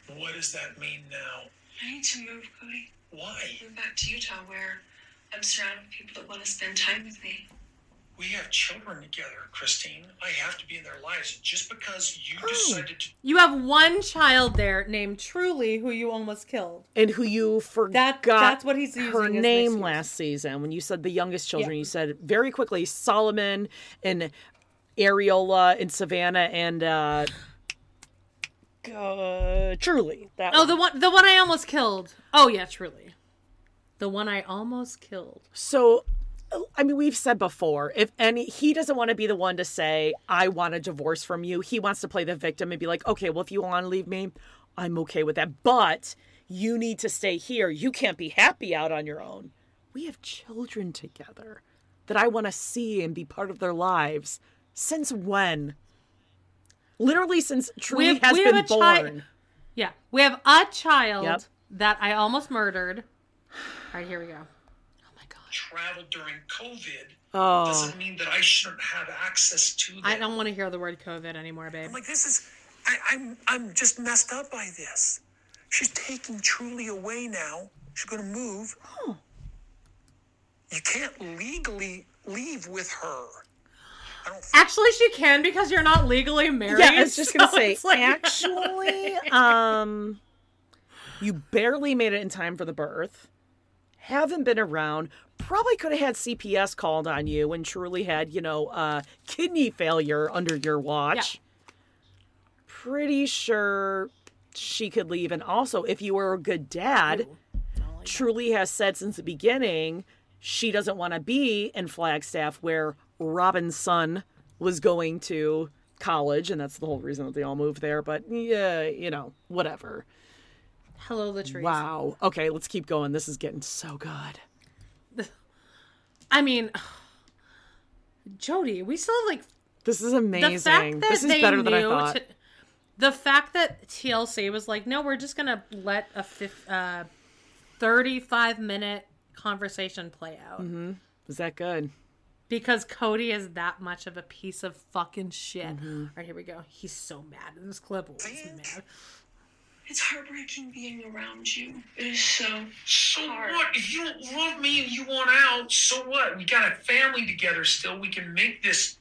S7: here. What does that mean now?
S6: I need to move, Cody.
S7: Why?
S6: Move back to Utah where I'm surrounded with people that want to spend time with me.
S7: We have children together, Christine. I have to be in their lives. Just because you
S3: Oh.
S7: decided to
S3: You have one child there named Truly, who you almost killed.
S2: And who you forgot
S3: that's what he's using
S2: her
S3: as an
S2: name
S3: excuse.
S2: last season. When you said the youngest children, you said very quickly Solomon and Ariola and Savannah and uh, uh, Truly. That
S3: Oh, the one, the one I almost killed. Oh yeah, Truly, the one I almost killed.
S2: So, I mean, we've said before, if any, he doesn't want to be the one to say, I want a divorce from you. He wants to play the victim and be like, okay, well, if you want to leave me, I'm okay with that. But you need to stay here. You can't be happy out on your own. We have children together that I want to see and be part of their lives. Since when? Literally, since Truly
S3: have-
S2: has
S3: we have
S2: been
S3: a chi-
S2: born.
S3: Yeah, we have a child
S2: Yep.
S3: that I almost murdered. All right, here we go.
S7: travel during COVID
S3: Oh.
S7: doesn't mean that I shouldn't have access to them.
S3: I don't want to hear the word COVID anymore, babe.
S7: I'm like, this is, I, I'm, I'm just messed up by this. She's taking Truly away now. She's going to move.
S3: Oh.
S7: You can't legally leave with her.
S3: Actually, she can because you're not legally married.
S2: Yeah, I was just gonna
S3: so
S2: say.
S3: it's like-
S2: actually, um, you barely made it in time for the birth. Haven't been around. Probably could have had CPS called on you and truly had you know uh, kidney failure under your watch. Pretty sure she could leave. And also, if you were a good dad, truly has said since the beginning she doesn't want to be in Flagstaff where Robin's son was going to college, and that's the whole reason that they all moved there. But yeah, you know, whatever.
S3: Hello, Latrice.
S2: Wow. Okay, let's keep going. This is getting so good.
S3: I mean, Jody, we still have like
S2: This is
S3: the fact
S2: amazing.
S3: that
S2: This is
S3: they
S2: better
S3: knew
S2: than I thought.
S3: to- the fact that TLC was like, no, we're just gonna let a fif- uh, thirty-five minute conversation play out
S2: Mm-hmm. Is that good?
S3: because Cody is that much of a piece of fucking shit.
S2: Mm-hmm.
S3: All right, here we go. He's so mad in this clip. He's mad.
S6: It's heartbreaking being around you. It is so
S7: So
S6: hard.
S7: what? If you don't love me and you want out, so what? We got a family together still. We can make this.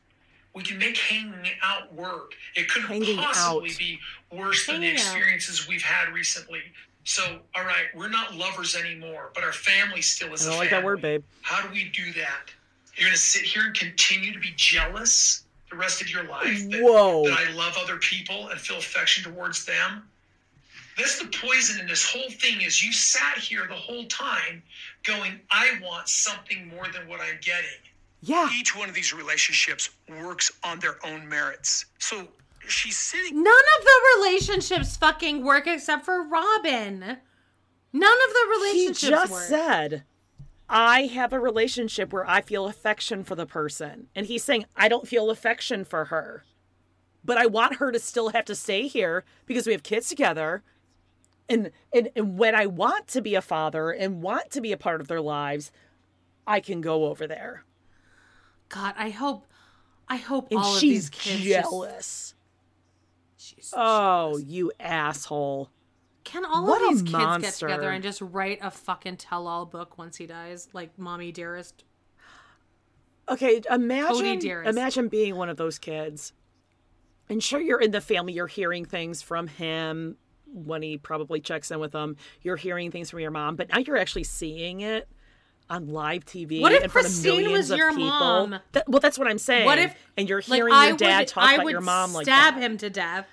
S7: We can make hanging out work. It couldn't
S2: Hanging
S7: possibly
S2: out.
S7: be worse than the
S2: Hanging out.
S7: experiences we've had recently. So, all right, we're not lovers anymore, but our family still
S2: I
S7: is. a
S2: don't like that
S7: family.
S2: word, babe.
S7: How do we do that? You're gonna sit here and continue to be jealous the rest of your life. That,
S2: Whoa.
S7: That I love other people and feel affection towards them. That's the poison in this whole thing. Is you sat here the whole time, going, "I want something more than what I'm getting."
S2: Yeah.
S7: Each one of these relationships works on their own merits. So she's sitting.
S3: None of the relationships fucking work except for Robin. None of the
S2: He
S3: relationships
S2: just
S3: work.
S2: said, I have a relationship where I feel affection for the person. And he's saying, I don't feel affection for her. But I want her to still have to stay here because we have kids together. And, and, and when I want to be a father and want to be a part of their lives, I can go over there.
S3: God, I hope, I hope
S2: And
S3: all of
S2: she's
S3: these kids just-
S2: jealous. oh, you asshole.
S3: Can all
S2: What a
S3: of these kids get
S2: monster.
S3: together and just write a fucking tell-all book once he dies, like "Mommy Dearest"?
S2: Okay, imagine
S3: Dearest.
S2: imagine being one of those kids. And sure you're in the family, you're hearing things from him when he probably checks in with them. You're hearing things from your mom, but now you're actually seeing it on live TV
S3: What if
S2: in front
S3: Christine
S2: of millions
S3: was your
S2: of people.
S3: mom?
S2: That- well, that's what I'm saying.
S3: What if?
S2: and you're
S3: like,
S2: hearing
S3: I
S2: your dad
S3: would,
S2: talk
S3: I
S2: about
S3: would
S2: your mom like
S3: stab
S2: that?
S3: him to death.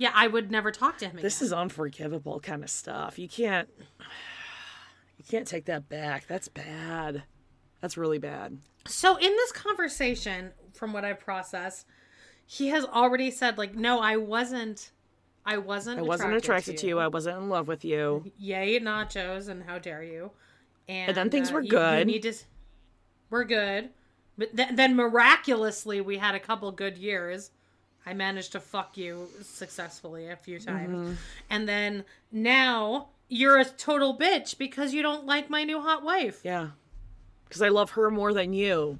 S3: Yeah, I would never talk to him.
S2: This is unforgivable kind of stuff. You can't you can't take that back. That's bad. That's really bad.
S3: So in this conversation, from what I've processed, he has already said like, "No, I wasn't. I wasn't.
S2: I wasn't attracted to you. I wasn't in love with you.
S3: Yay, nachos, and how dare you? And, uh,
S2: then things were
S3: you- You
S2: good.
S3: need to. s- We're good, but th- then miraculously we had a couple good years. I managed to fuck you successfully a few times,
S6: Mm-hmm.
S2: Mhm.
S3: and then now you're a total bitch because you don't like my new hot wife.
S2: Yeah, because I love her more than you.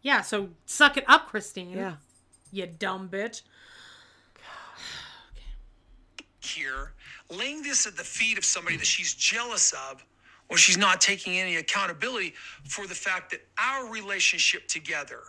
S3: Yeah, so suck it up, Christine.
S2: Yeah.
S3: You dumb bitch.
S7: here. laying this at the feet of somebody that she's jealous of or she's not taking any accountability for the fact that our relationship together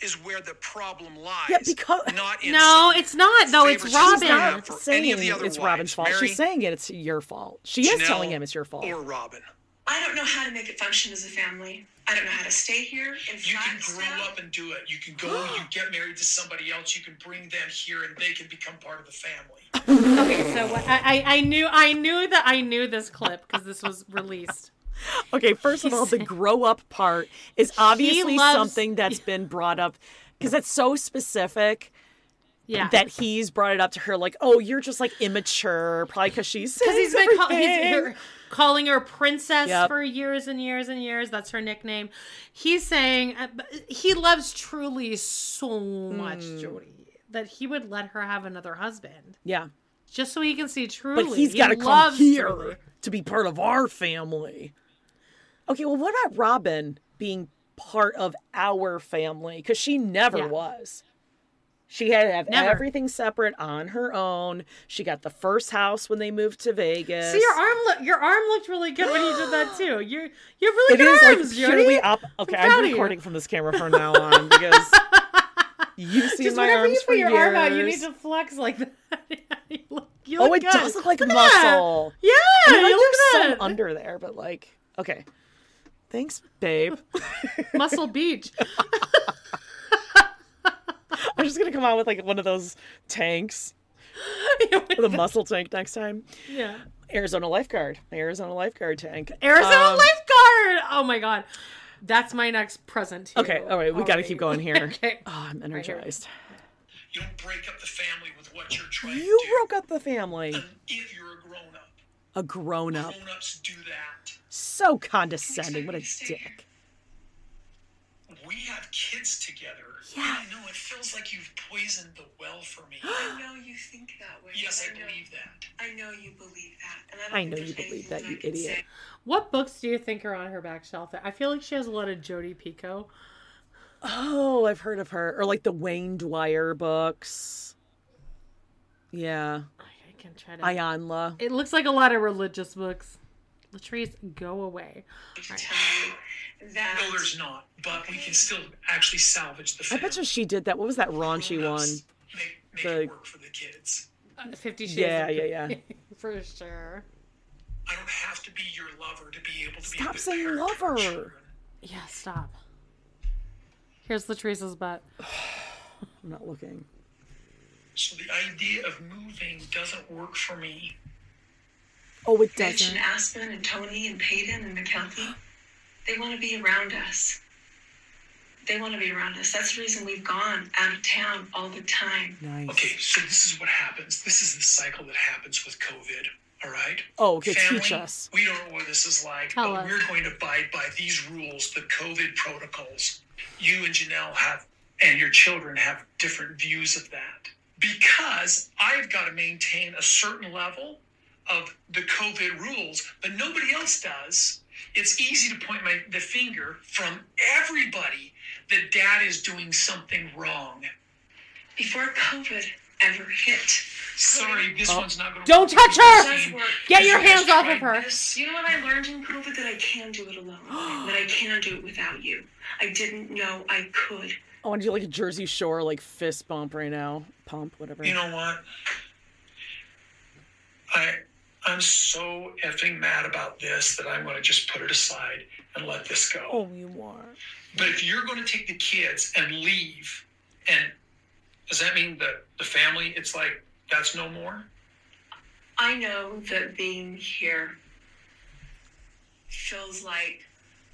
S7: is where the problem lies.
S2: Yeah, because
S7: not in
S3: no, it's not though. Oh, It's
S7: favoritism
S3: Robin.
S7: we have for any of the other
S2: it's
S7: wives,
S2: Robin's fault.
S7: Mary,
S2: She's saying it. It's your fault. She is
S7: Janelle,
S2: telling him it's your fault.
S7: or Robin.
S6: I don't know how to make it function as a family. I don't know how to stay here in
S7: You can grow up and do it. You can go. you get married to somebody else. You can bring them here, and they can become part of the family.
S3: Okay, so what, I, I I knew I knew that I knew this clip because this was released.
S2: Okay, first of all, the grow up part is obviously
S3: loves-
S2: something that's been brought up because that's so specific.
S3: Yeah.
S2: That he's brought it up to her, like, oh, you're just like immature, probably because she's
S3: because he's been call- he's
S2: everything.
S3: her- calling her princess
S2: Yep.
S3: for years and years and years. That's her nickname. He's saying uh, b- he loves Truly so much,
S2: Mm.
S3: Jody, that he would let her have another husband
S2: yeah,
S3: just so he can see Truly.
S2: but he's
S3: He
S2: got to come
S3: loves
S2: here
S3: Truly.
S2: to be part of our family. Okay, well, what about Robin being part of our family? Because she never
S3: Yeah.
S2: was. She had to have
S3: Never.
S2: everything separate on her own. She got the first house when they moved to Vegas.
S3: See your arm. Look, your arm looked really good when you did that too. You're you have really
S2: It
S3: good
S2: is
S3: arms,
S2: like
S3: Jody.
S2: purely up. Okay,
S3: proud of
S2: I'm
S3: you.
S2: recording from this camera from now on because you've seen
S3: Just
S2: my
S3: whenever
S2: arms
S3: you
S2: for
S3: put your
S2: years.
S3: arm out, you need to flex like that. you look, you
S2: oh,
S3: look
S2: it
S3: good.
S2: does look like
S3: Look at that.
S2: muscle.
S3: Yeah,
S2: I mean, like,
S3: you look
S2: there's
S3: good.
S2: some under there, but like, okay. Thanks, babe.
S3: Muscle Beach.
S2: I'm just gonna come out with like one of those tanks, with a muscle tank next time.
S3: Yeah.
S2: Arizona lifeguard, Arizona lifeguard tank.
S3: Arizona
S2: Um,
S3: lifeguard. Oh my god, that's my next present. Oh. To you
S2: Okay, all right, we got to keep going
S3: already.
S2: here.
S3: okay.
S2: Oh, I'm energized.
S7: You don't break up the family with what you're trying
S2: You
S7: to do.
S2: broke up the family.
S7: If you're a grown up,
S2: A grown up.
S7: grown ups do that.
S2: So condescending. What a dick.
S7: We have kids together.
S2: Yeah.
S7: I know. It feels like you've poisoned the well for me. I
S6: know you think that way.
S7: Yes,
S6: but
S7: I
S6: know-
S7: believe that.
S6: I know you believe that. And I, don't
S2: I
S6: think
S2: know
S6: there's
S2: you believe
S6: anything
S2: that,
S6: I
S2: you
S6: can
S2: idiot.
S6: say.
S3: What books do you think are on her back shelf? I feel like she has a lot of Jodi Pico.
S2: Oh, I've heard of her. Or like the Wayne Dwyer books. Yeah.
S3: I can try to.
S2: Ayanla.
S3: It looks like a lot of religious books. Latrice, go away. All right.
S7: No, there's not. But we can still actually salvage the
S2: I
S7: family.
S2: bet you she did that. What was that raunchy one?
S7: Make, make
S2: The-
S7: it work for the kids.
S3: Fifty Shades.
S2: Yeah,
S3: of
S2: yeah,
S3: Grey.
S2: yeah.
S3: For sure.
S7: I don't have to be your lover to be able to be. a
S2: Stop
S7: good
S2: saying
S7: parent.
S2: lover.
S3: Yeah, stop. Here's Latrice's butt.
S2: I'm not looking.
S7: So the idea of moving doesn't work for me.
S2: Oh, it
S6: Mitch
S2: doesn't.
S6: and Aspen and Tony and Peyton and McKelty, they want to be around us. They want to be around us. That's the reason we've gone out of town all the time.
S7: Okay, so this is what happens. This is the cycle that happens with COVID. All right.
S2: Oh, okay,
S7: Family,
S2: teach us.
S7: We don't know what this is like,
S3: Tell
S7: but
S3: us.
S7: we're going to abide by these rules, the COVID protocols. You and Janelle have, and your children have different views of that because I've got to maintain a certain level of the COVID rules, but nobody else does. It's easy to point my the finger from everybody that dad is doing something wrong.
S6: Before COVID ever hit.
S7: Sorry, this one's not going to
S3: Don't touch her!
S6: Does work.
S3: Get your hands off of her.
S6: Yes, You know what I learned in COVID? That I can do it alone. that I can do it without you. I didn't know I could.
S2: I want to Oh, do like a Jersey Shore like fist bump right now. Pump, whatever.
S7: You know what? I I'm so effing mad about this that I'm going to just put it aside and let this go.
S2: oh, you are.
S7: But if you're going to take the kids and leave, and does that mean that the family? It's like that's no more.
S6: I know that being here feels like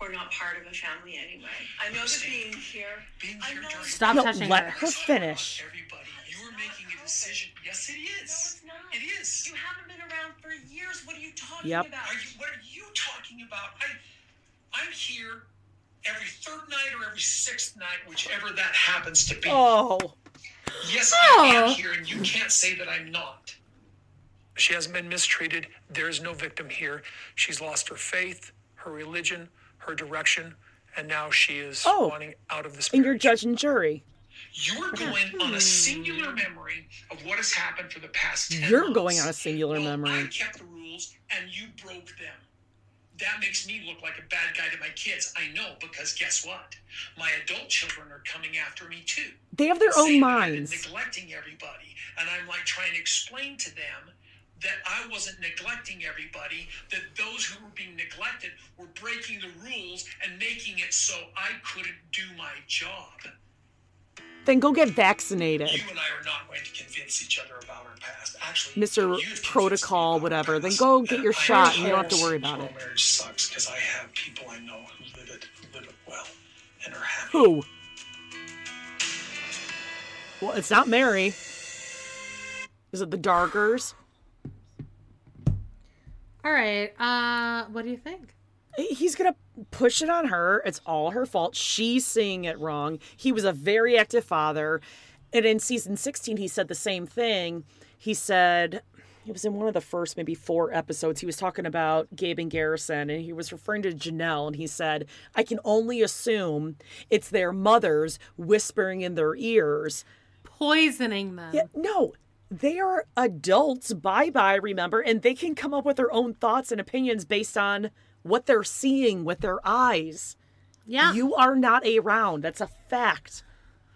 S6: we're not part of a family anyway. I know that being here.
S7: Being
S6: I
S7: here
S6: know
S7: during
S6: it's
S3: Stop
S2: No,
S3: touching
S2: let
S3: her.
S2: her finish.
S7: everybody, you are making a decision. Yes, it is.
S6: not.
S7: It is.
S6: You haven't been around for years. What are you talking
S2: Yep.
S6: about?
S7: Are you, what are you talking about? I, I'm here every third night or every sixth night, whichever that happens to be.
S2: Oh.
S7: Yes, I
S3: Oh.
S7: am here, and you can't say that I'm not. She hasn't been mistreated. There is no victim here. She's lost her faith, her religion, her direction, and now she is
S2: Oh.
S7: wanting out of this.
S2: And you're
S7: marriage.
S2: judge and jury.
S7: You're going on a singular memory of what has happened for the past 10
S2: You're
S7: months.
S2: going on a singular
S7: Well, I
S2: memory.
S7: kept the rules and you broke them. That makes me look like a bad guy to my kids. I know because guess what? My adult children are coming after me too.
S2: They have their own
S7: Saying that I've been
S2: minds.
S7: Neglecting everybody. And I'm like trying to explain to them that I wasn't neglecting everybody, that those who were being neglected were breaking the rules and making it so I couldn't do my job.
S2: Then go get vaccinated.
S7: You and I are not going to convince each other about our past. Actually,
S2: Mr. Protocol, whatever. Then go get your shot and you don't have to worry about it.
S7: Marriage sucks because I have people I know who live it, who live it well, and are happy.
S2: Who? Well, it's not Mary. Is it the Darkers?
S3: All right. Uh, what do you think?
S2: He's gonna push it on her. It's all her fault. She's seeing it wrong. He was a very active father. And in season 16, he said the same thing. He said, it was in one of the first maybe four episodes. He was talking about Gabe and Garrison, and he was referring to Janelle. And he said, I can only assume it's their mothers whispering in their ears,
S3: poisoning them.
S2: Yeah, no, they are adults. Bye bye, remember? And they can come up with their own thoughts and opinions based on what they're seeing with their eyes.
S3: Yeah.
S2: You are not around. That's a fact.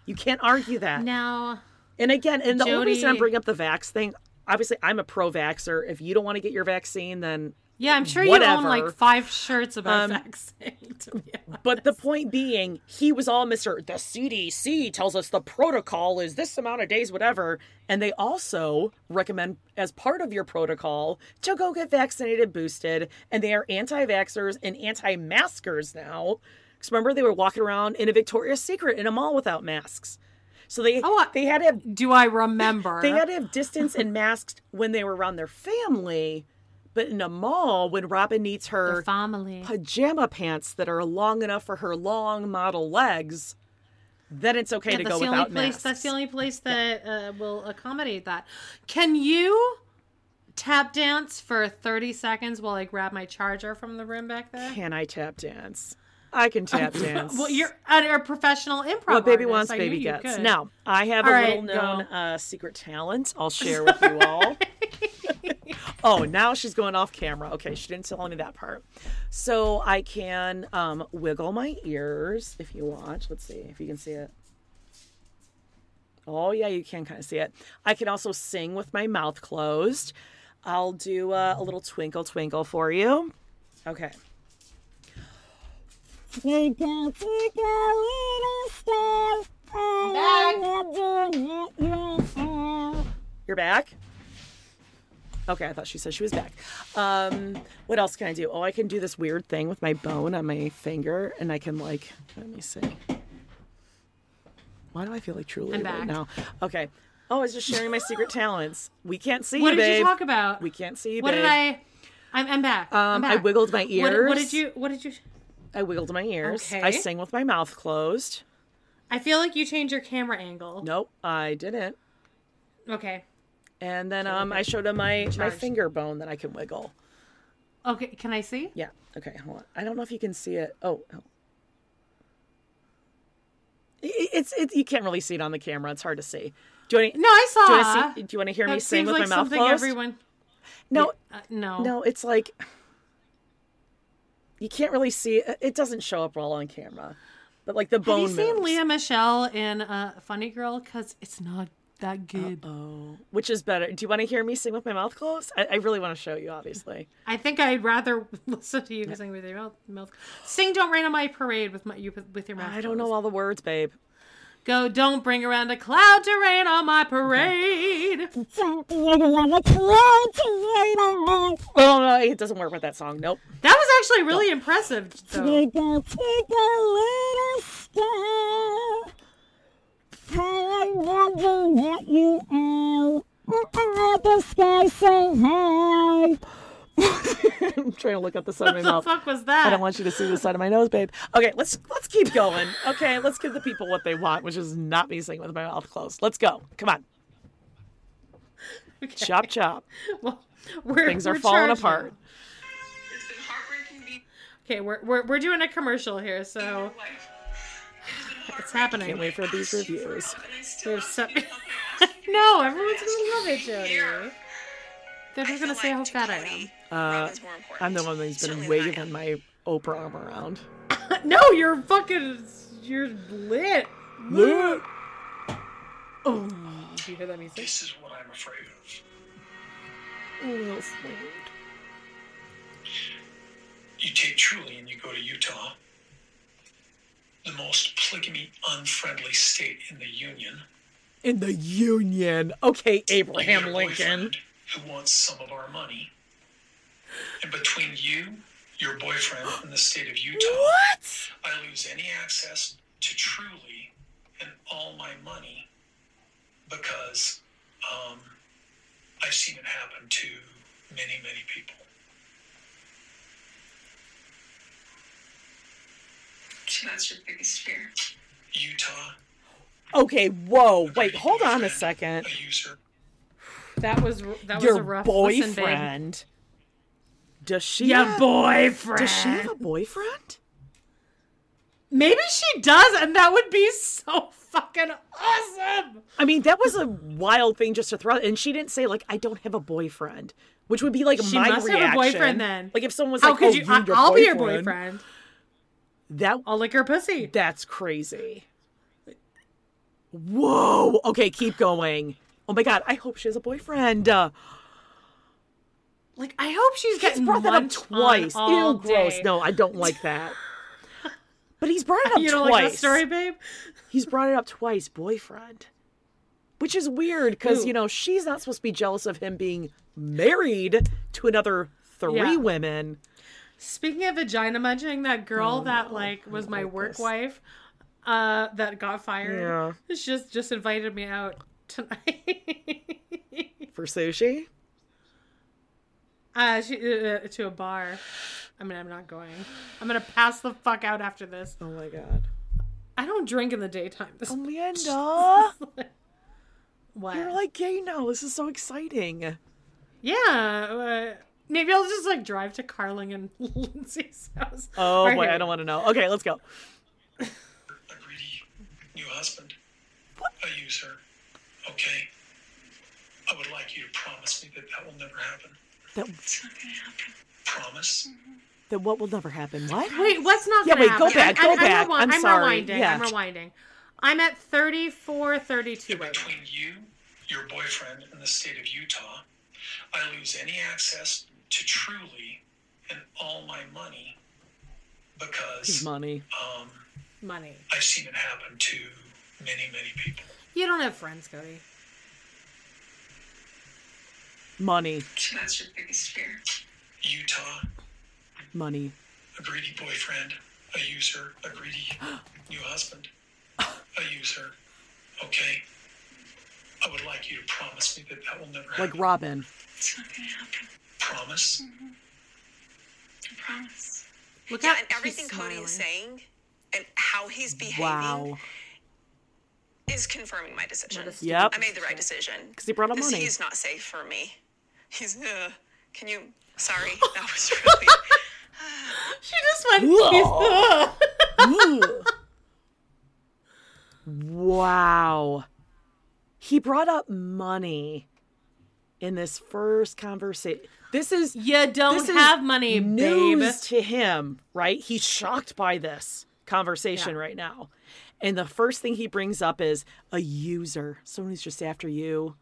S2: You can't argue that.
S3: Now,
S2: And again, and the only reason I'm
S3: Jody-
S2: bringing up the vax thing, obviously, I'm a pro vaxxer. If you don't want to get your vaccine, then.
S3: Yeah, I'm sure
S2: whatever.
S3: you own like five shirts about
S2: Um,
S3: vaccine. To be honest.
S2: But the point being, he was all Mr. The CDC tells us the protocol is this amount of days, whatever. And they also recommend, as part of your protocol, to go get vaccinated, boosted. And they are anti vaxxers and anti maskers now. Because remember, they were walking around in a Victoria's Secret in a mall without masks. So they they had to have,
S3: Oh, do I remember?
S2: They had to have distance and masks when they were around their family, but in a mall when Robin needs her
S3: family
S2: pajama pants that are long enough for her long model legs, then it's okay
S3: Yeah,
S2: to
S3: that's
S2: go
S3: the
S2: without
S3: only place,
S2: masks.
S3: That's the only place that uh, will accommodate that. Can you tap dance for 30 seconds while I grab my charger from the room back there?
S2: Can I tap dance? I can tap dance.
S3: well, you're a, a professional improv.
S2: What baby
S3: artist.
S2: wants,
S3: I knew
S2: baby
S3: you
S2: gets.
S3: could.
S2: Now, I have
S3: All
S2: a
S3: right,
S2: little known
S3: go.
S2: uh, secret talent I'll share with you all. oh, now she's going off camera. Okay, she didn't tell me that part. So I can um, wiggle my ears if you watch. Let's see if you can see it. Oh, yeah, you can kind of see it. I can also sing with my mouth closed. I'll do uh, a little twinkle twinkle for you. Okay.
S15: Twinkle, twinkle, little star, I wonder if you're
S2: You're back? Okay, I thought she said she was back. Um, what else can I do? Oh, I can do this weird thing with my bone on my finger, and I can like, let me see. Why do I feel like truly
S3: I'm
S2: right
S3: back.
S2: now? Okay. Oh, I was just sharing my secret talents. We can't see
S3: What
S2: you,
S3: did you
S2: babe.
S3: talk about?
S2: We can't see you,
S3: What
S2: babe.
S3: did I? I'm, I'm back. I'm
S2: Um, I
S3: back.
S2: wiggled my
S3: What- What,
S2: ears.
S3: did you? What did you?
S2: I wiggled my ears. I
S3: Okay.
S2: sang with my mouth closed.
S3: I feel like you changed your camera angle.
S2: Nope, I didn't.
S3: Okay.
S2: And then um, I showed him my, my
S3: Charged.
S2: finger bone that I can wiggle.
S3: Okay. Can I see?
S2: Yeah. Okay. Hold on. I don't know if you can see it. Oh. oh. I- I- It's it. You can't really see it on the camera. It's hard to see. Do you want?
S3: No, I saw.
S2: Do you want to, see, do you want to hear
S3: that
S2: me sing
S3: seems
S2: with
S3: like
S2: my mouth
S3: something
S2: closed?
S3: Everyone.
S2: No.
S3: Uh, no.
S2: No. It's like you can't really see. uh, It It doesn't show up well on camera. But like the
S3: Have
S2: bone.
S3: you seen
S2: moves.
S3: Leah Michelle in uh, Funny Girl? Because it's not that good.
S2: Oh. Which is better? Do you want to hear me sing with my mouth closed? I, I really want to show you. Obviously.
S3: I think I'd rather listen to you sing with your mouth. mouth. Sing "Don't Rain on My Parade" with my you with your mouth.
S2: I don't know all the words, babe.
S3: Go, don't bring around a cloud to rain on my parade.
S15: Oh
S2: no, it doesn't work with that song. Nope.
S3: That was actually really impressive. Though.
S15: Twinkle, twinkle, little star, how I wonder what you are. Up above the sky so high.
S2: I'm trying to look up the side of my
S15: the
S2: mouth.
S3: fuck was that?
S2: I don't want you to see the side of my nose, babe. Okay, let's let's keep going. Okay, let's give the people what they want, which is not me singing with my mouth closed. Let's go. Come on. Chop chop.
S3: Well, we're,
S2: Things are
S3: we're
S2: falling
S3: charged
S2: apart.
S3: now. Okay, we're, we're, we're doing a commercial here, so. It's happening.
S2: Can't wait for these reviews.
S3: There's some... no, everyone's gonna love it, Jody. They're just gonna say how fat I am.
S2: Uh, I'm the one that's been waving my Oprah arm around.
S3: no, you're fucking. You're lit.
S2: Lit.
S3: Oh, do you hear that music?
S7: This is what I'm afraid of.
S2: Little
S7: You take Truly and you go to Utah, the most polygamy unfriendly state in the Union,
S2: In the Union. Okay,
S7: Your
S2: Abraham Lincoln.
S7: boyfriend Who wants some of our money? And between you, your boyfriend, and the state of Utah,
S2: what?
S7: I lose any access to Truly and all my money because um, I've seen it happen to many, many people.
S6: That's your biggest fear.
S7: Utah,
S2: Okay, whoa. Wait, hold on a second.
S3: That was that was
S2: Your
S3: a rough listen, babe.
S2: boyfriend. Does she?
S3: Your
S2: have- Does she have a
S3: boyfriend.
S2: boyfriend?
S3: Maybe she does, and that would be so fucking awesome.
S2: I mean, that was a wild thing just to throw. And she didn't say like, "I don't have a boyfriend," which would be like
S3: She
S2: my
S3: must have a
S2: reaction.
S3: boyfriend then.
S2: Like if someone was
S3: How
S2: like,
S3: could
S2: "Oh,
S3: you?
S2: you
S3: I,
S2: your
S3: I'll be your
S2: boyfriend."
S3: boyfriend.
S2: That
S3: I'll lick her pussy.
S2: That's crazy. Whoa. Okay, keep going. Oh my god, I hope she has a boyfriend. Uh,
S3: Like I hope she's
S2: he's
S3: getting
S2: brought that up
S3: munched on
S2: twice.
S3: all
S2: Ew, gross.
S3: day.
S2: No, I don't like that. But he's brought it up
S3: You
S2: twice.
S3: don't like that story, babe?
S2: He's brought it up twice, boyfriend. Which is weird because,
S3: Ooh.
S2: you know, she's not supposed to be jealous of him being married to another three
S3: Yeah.
S2: women.
S3: Speaking of vagina munching, that girl
S2: Oh,
S3: that like was my work wife, uh, that got fired.
S2: Yeah.
S3: She just just invited me out tonight.
S2: For sushi?
S3: uh, she, uh, to a bar. I mean, I'm not going. I'm gonna pass the fuck out after this.
S2: Oh my god.
S3: I don't drink in the daytime. This
S2: Oh, Amanda!
S3: what?
S2: You're like gay now. This is so exciting.
S3: yeah. Uh, maybe I'll just like drive to Carling and Lindsay's house.
S2: Oh
S3: Right
S2: boy, I
S3: here.
S2: don't want to know. Okay, let's go.
S7: new husband, a user. Okay. I would like you to promise me that that will never happen.
S2: That,
S7: Promise?
S2: that what will never happen? What?
S3: Wait, what's not?
S2: Yeah,
S3: gonna
S2: wait, go
S3: happen?
S2: back,
S3: I'm,
S2: go
S3: I'm,
S2: back.
S3: I'm, rewi-
S2: I'm sorry.
S3: rewinding.
S2: Yeah.
S3: I'm rewinding. I'm at 34, 32 right now.
S7: You, your boyfriend, and the state of Utah, I lose any access to Truly and all my money
S2: His
S7: because
S2: money.
S7: um,
S3: Money.
S7: I've seen it happen to many, many people.
S3: You don't have friends, Cody.
S2: Money.
S6: That's your biggest fear.
S7: Utah,
S2: Money.
S7: a greedy boyfriend, a user, a greedy new husband, a user. Okay. I would like you to promise me that that will never happen.
S2: Like Robin.
S6: It's not gonna happen.
S7: Promise?
S6: I promise.
S3: Look
S6: yeah,
S3: at-
S6: and everything
S3: she's
S6: Cody is
S3: smiling.
S6: saying and how he's behaving
S2: Wow.
S6: is confirming my decision.
S2: stupid Yep.
S6: I made the right decision.
S2: 'Cause he brought up
S6: This-
S2: money.
S6: He's not safe for me. He's, uh, can you, sorry, that was really.
S3: She just went.
S2: Whoa.
S3: He's, ugh.
S2: Ugh. wow. He brought up money in this first conversation. This is
S3: You don't
S2: this is
S3: have money, babe.
S2: news to him, right? He's shocked by this conversation right now. And the first thing he brings up is a user, someone who's just after you.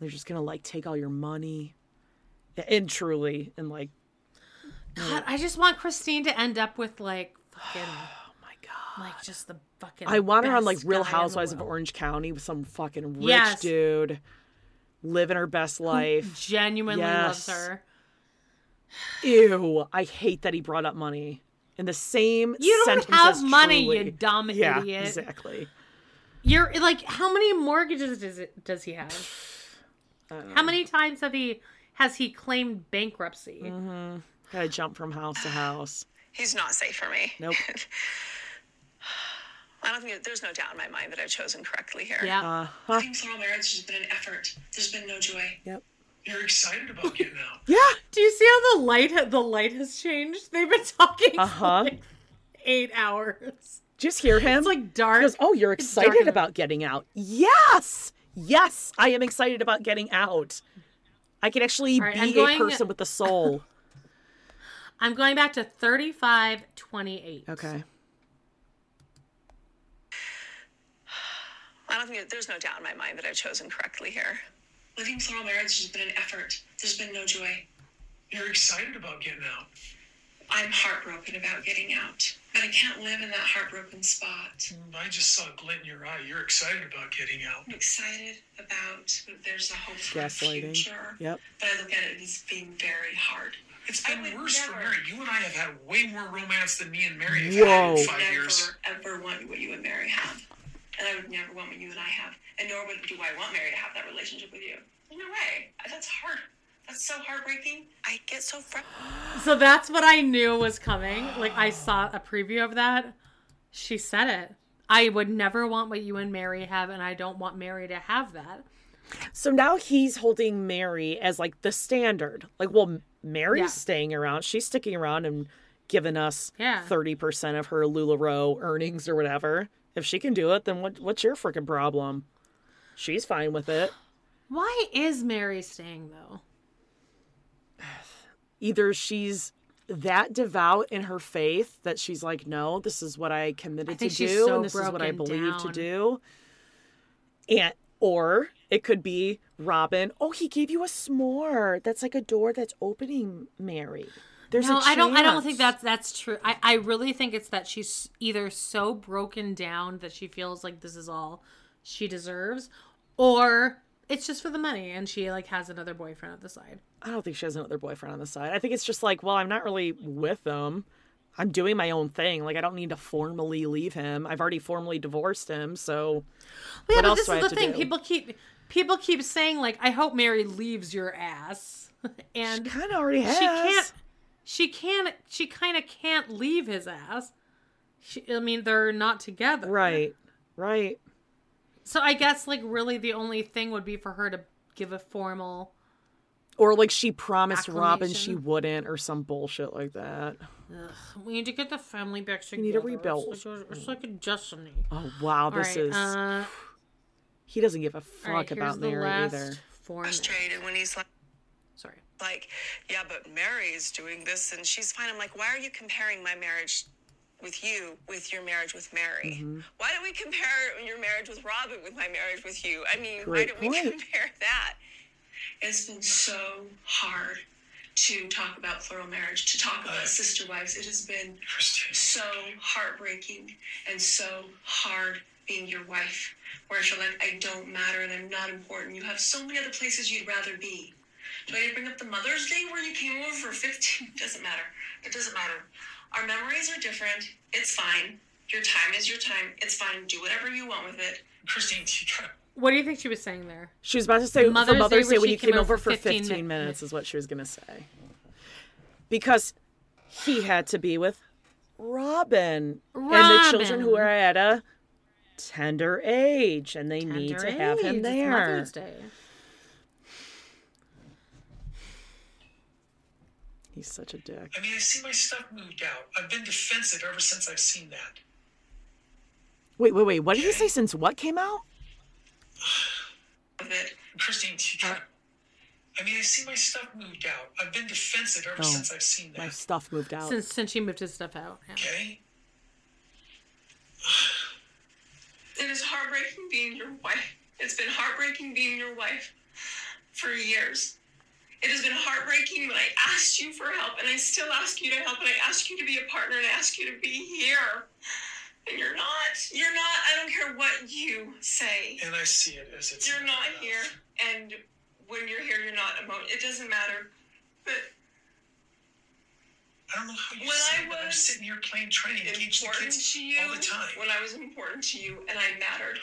S2: They're just gonna like take all your money. And truly, and like
S3: God, I just want Christine to end up with like fucking. Oh
S2: my god.
S3: Like just the fucking.
S2: I want her on like
S3: best
S2: Real
S3: guy in the
S2: Housewives of
S3: world.
S2: Orange County with some fucking rich
S3: Yes.
S2: dude living her best life.
S3: Genuinely
S2: Yes.
S3: loves her.
S2: Ew, I hate that he brought up money in the same
S3: You don't
S2: sentence
S3: have
S2: as
S3: money,
S2: truly.
S3: you dumb
S2: yeah,
S3: idiot.
S2: Exactly.
S3: You're like, how many mortgages does it, does he have? How many times have he has he claimed bankruptcy?
S2: Mm-hmm. Gotta jump from house to house.
S6: He's not safe for me.
S2: Nope.
S6: I don't think there's no doubt in my mind that I've chosen correctly here.
S2: Uh-huh.
S6: plural marriage has been an effort. There's been no joy.
S2: Yep.
S7: You're excited about getting out.
S2: Yeah.
S3: Do you see how the light the light has changed? They've been talking
S2: Uh-huh.
S3: for like eight hours.
S2: Just hear him.
S3: It's like dark. He
S2: goes, oh, you're excited about getting out. Yes. Yes, I am excited about getting out. I can actually
S3: All right,
S2: be
S3: I'm going-
S2: a person with a soul.
S3: I'm going back to 3528.
S2: Okay.
S1: I don't think there's no doubt in my mind that I've chosen correctly here.
S6: Living plural marriage has been an effort. There's been no joy.
S7: You're excited about getting out.
S6: I'm heartbroken about getting out, but I can't live in that heartbroken spot.
S7: I just saw a glint in your eye. You're excited about getting out.
S6: I'm excited about that there's a hope for the
S7: Gaslighting.
S6: future.
S7: Yep.
S6: But I look at it as being very hard.
S7: It's been worse for Mary. You and I have had way more romance than me and Mary have
S6: I
S7: had
S6: would
S7: in five years.
S6: never, ever want what you and Mary have. And I would never want what you and I have. And nor would do I want Mary to have that relationship with you. No way. That's hard. That's so heartbreaking. I get so frustrated.
S3: So that's what I knew was coming. Like I saw a preview of that. She said it. I would never want what you and Mary have, and I don't want Mary to have that.
S2: So now he's holding Mary as like the standard. Like, well, Mary's
S3: Yeah.
S2: staying around. She's sticking around and giving us
S3: Yeah.
S2: thirty percent of her Lularoe earnings or whatever. If she can do it, then what? What's your freaking problem? She's fine with it.
S3: Why is Mary staying though?
S2: Either she's that devout in her faith that she's like, no, this is what I committed
S3: I think
S2: to
S3: she's
S2: do,
S3: so
S2: and this is what I
S3: broken
S2: believe to
S3: down.
S2: do. And or it could be Robin. Oh, he gave you a s'more. That's like a door that's opening, Mary. There's
S3: no,
S2: a
S3: I don't. I don't think
S2: chance.
S3: that's that's true. I I really think it's that she's either so broken down that she feels like this is all she deserves, or it's just for the money and she like has another boyfriend at the side.
S2: I don't think she has another boyfriend on the side. I think it's just like, well, I'm not really with him. I'm doing my own thing. Like I don't need to formally leave him. I've already formally divorced him, so
S3: But yeah,
S2: what
S3: but
S2: else
S3: this
S2: do I
S3: is
S2: have
S3: the
S2: to
S3: thing.
S2: do?
S3: People keep people keep saying like, "I hope Mary leaves your ass," and
S2: kind of already
S3: She
S2: has.
S3: can't. She can't. She kind of can't leave his ass. She, I mean, they're not together,
S2: Right. Right.
S3: So I guess like really the only thing would be for her to give a formal.
S2: Or like she promised Robin she
S3: Acclamation.
S2: wouldn't, or some bullshit like that.
S3: Ugh, we need to get the family back
S2: We
S3: together.
S2: need a rebuild.
S3: It's like a, it's like a destiny.
S2: Oh wow,
S3: All
S2: this
S3: right,
S2: is.
S3: uh,
S2: he doesn't give a fuck
S3: all right, here's
S2: about
S3: the
S2: Mary
S3: last
S2: either.
S3: Four
S1: Frustrated when he's like,
S3: sorry,
S1: like, yeah, but Mary's doing this and she's fine. I'm like, why are you comparing my marriage with you with your marriage with Mary?
S2: Mm-hmm.
S6: Mm-hmm.
S1: Why don't we compare your marriage with Robin with my marriage with you? I mean,
S6: Great
S1: why don't we
S6: point.
S1: compare that?
S6: It's been so hard to talk about plural marriage, to talk about sister wives. It has been so heartbreaking and so hard being your wife, where I feel like I don't matter and I'm not important. You have so many other places you'd rather be. Do I need to bring up the Mother's Day where you came over for 15? doesn't matter. It doesn't matter. Our memories are different. It's fine. Your time is your time. It's fine. Do whatever you want with it. Christine,
S3: What do you think she was saying there?
S2: She was about to say
S3: Mother's
S2: Mother's, for
S3: Day
S2: Mother's Day,
S3: when
S2: when
S3: she
S2: you came
S3: came
S2: over
S3: over
S2: for 15,
S3: 15
S2: minutes, is what she was going to say. Because he had to be with Robin, and the children who
S3: Robin.
S2: are at a tender age and they need to
S3: Tender
S2: have
S3: age,
S2: him
S3: it's
S2: there.
S3: Mother's Day.
S2: He's such a dick.
S7: I mean, I see my stuff moved out. I've been defensive ever since I've seen that.
S2: Wait, wait, wait. What did he say since what came out?
S6: with it.
S7: Christine, she I mean, I see my stuff moved out. I've been defensive ever
S2: Oh,
S7: since I've seen that.
S2: my stuff moved out.
S3: Since since she moved his stuff out. yeah.
S7: Okay.
S6: It is heartbreaking being your wife. It's been heartbreaking being your wife for years. It has been heartbreaking when I asked you for help, and I still ask you to help, and I ask you to be a partner, and I ask you to be here. And you're not. You're not. I don't care what you say.
S7: And I see it as it's.
S6: You're not here. And when you're here, you're not emo It doesn't matter. But
S7: I don't know how you
S6: When
S7: say
S6: I
S7: it, but I'm
S6: was
S7: sitting here playing training to teach the
S6: important
S7: kids
S6: to you
S7: all the time.
S6: when I was important to you and I mattered.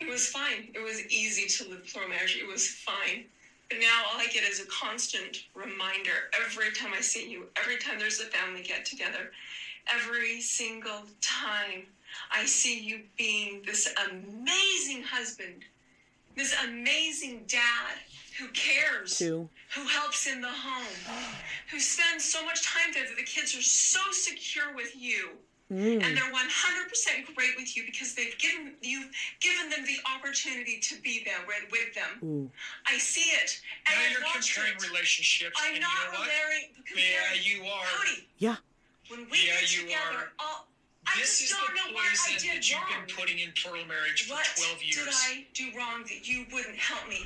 S6: It was fine. It was easy to live plural marriage. It was fine. But now all I get is a constant reminder every time I see you, every time there's a family get together, every single time I see you being this amazing husband, this amazing dad who cares
S2: Two.
S6: who helps in the home, who spends so much time there that the kids are so secure with you. Mm. And they're 100% great with you because they've given you've given them the opportunity to be there with, with them.
S4: Mm.
S2: Ooh.
S6: I see it. And
S7: Now
S6: I
S7: you're
S6: watch
S7: comparing
S6: it.
S7: relationships.
S6: I'm
S7: and
S6: not
S7: you know what?
S6: comparing.
S7: Yeah,
S6: comparing-
S7: you are.
S6: Cody,
S2: Yeah.
S6: when we
S7: Yeah,
S6: get
S7: you
S6: together,
S7: are.
S6: all, I
S7: this
S6: just
S7: is
S6: don't
S7: the
S6: know what I
S7: poison
S6: did
S7: that you've
S6: wrong.
S7: been putting in plural marriage for
S6: what
S7: 12 years.
S6: did I do wrong that you wouldn't help me?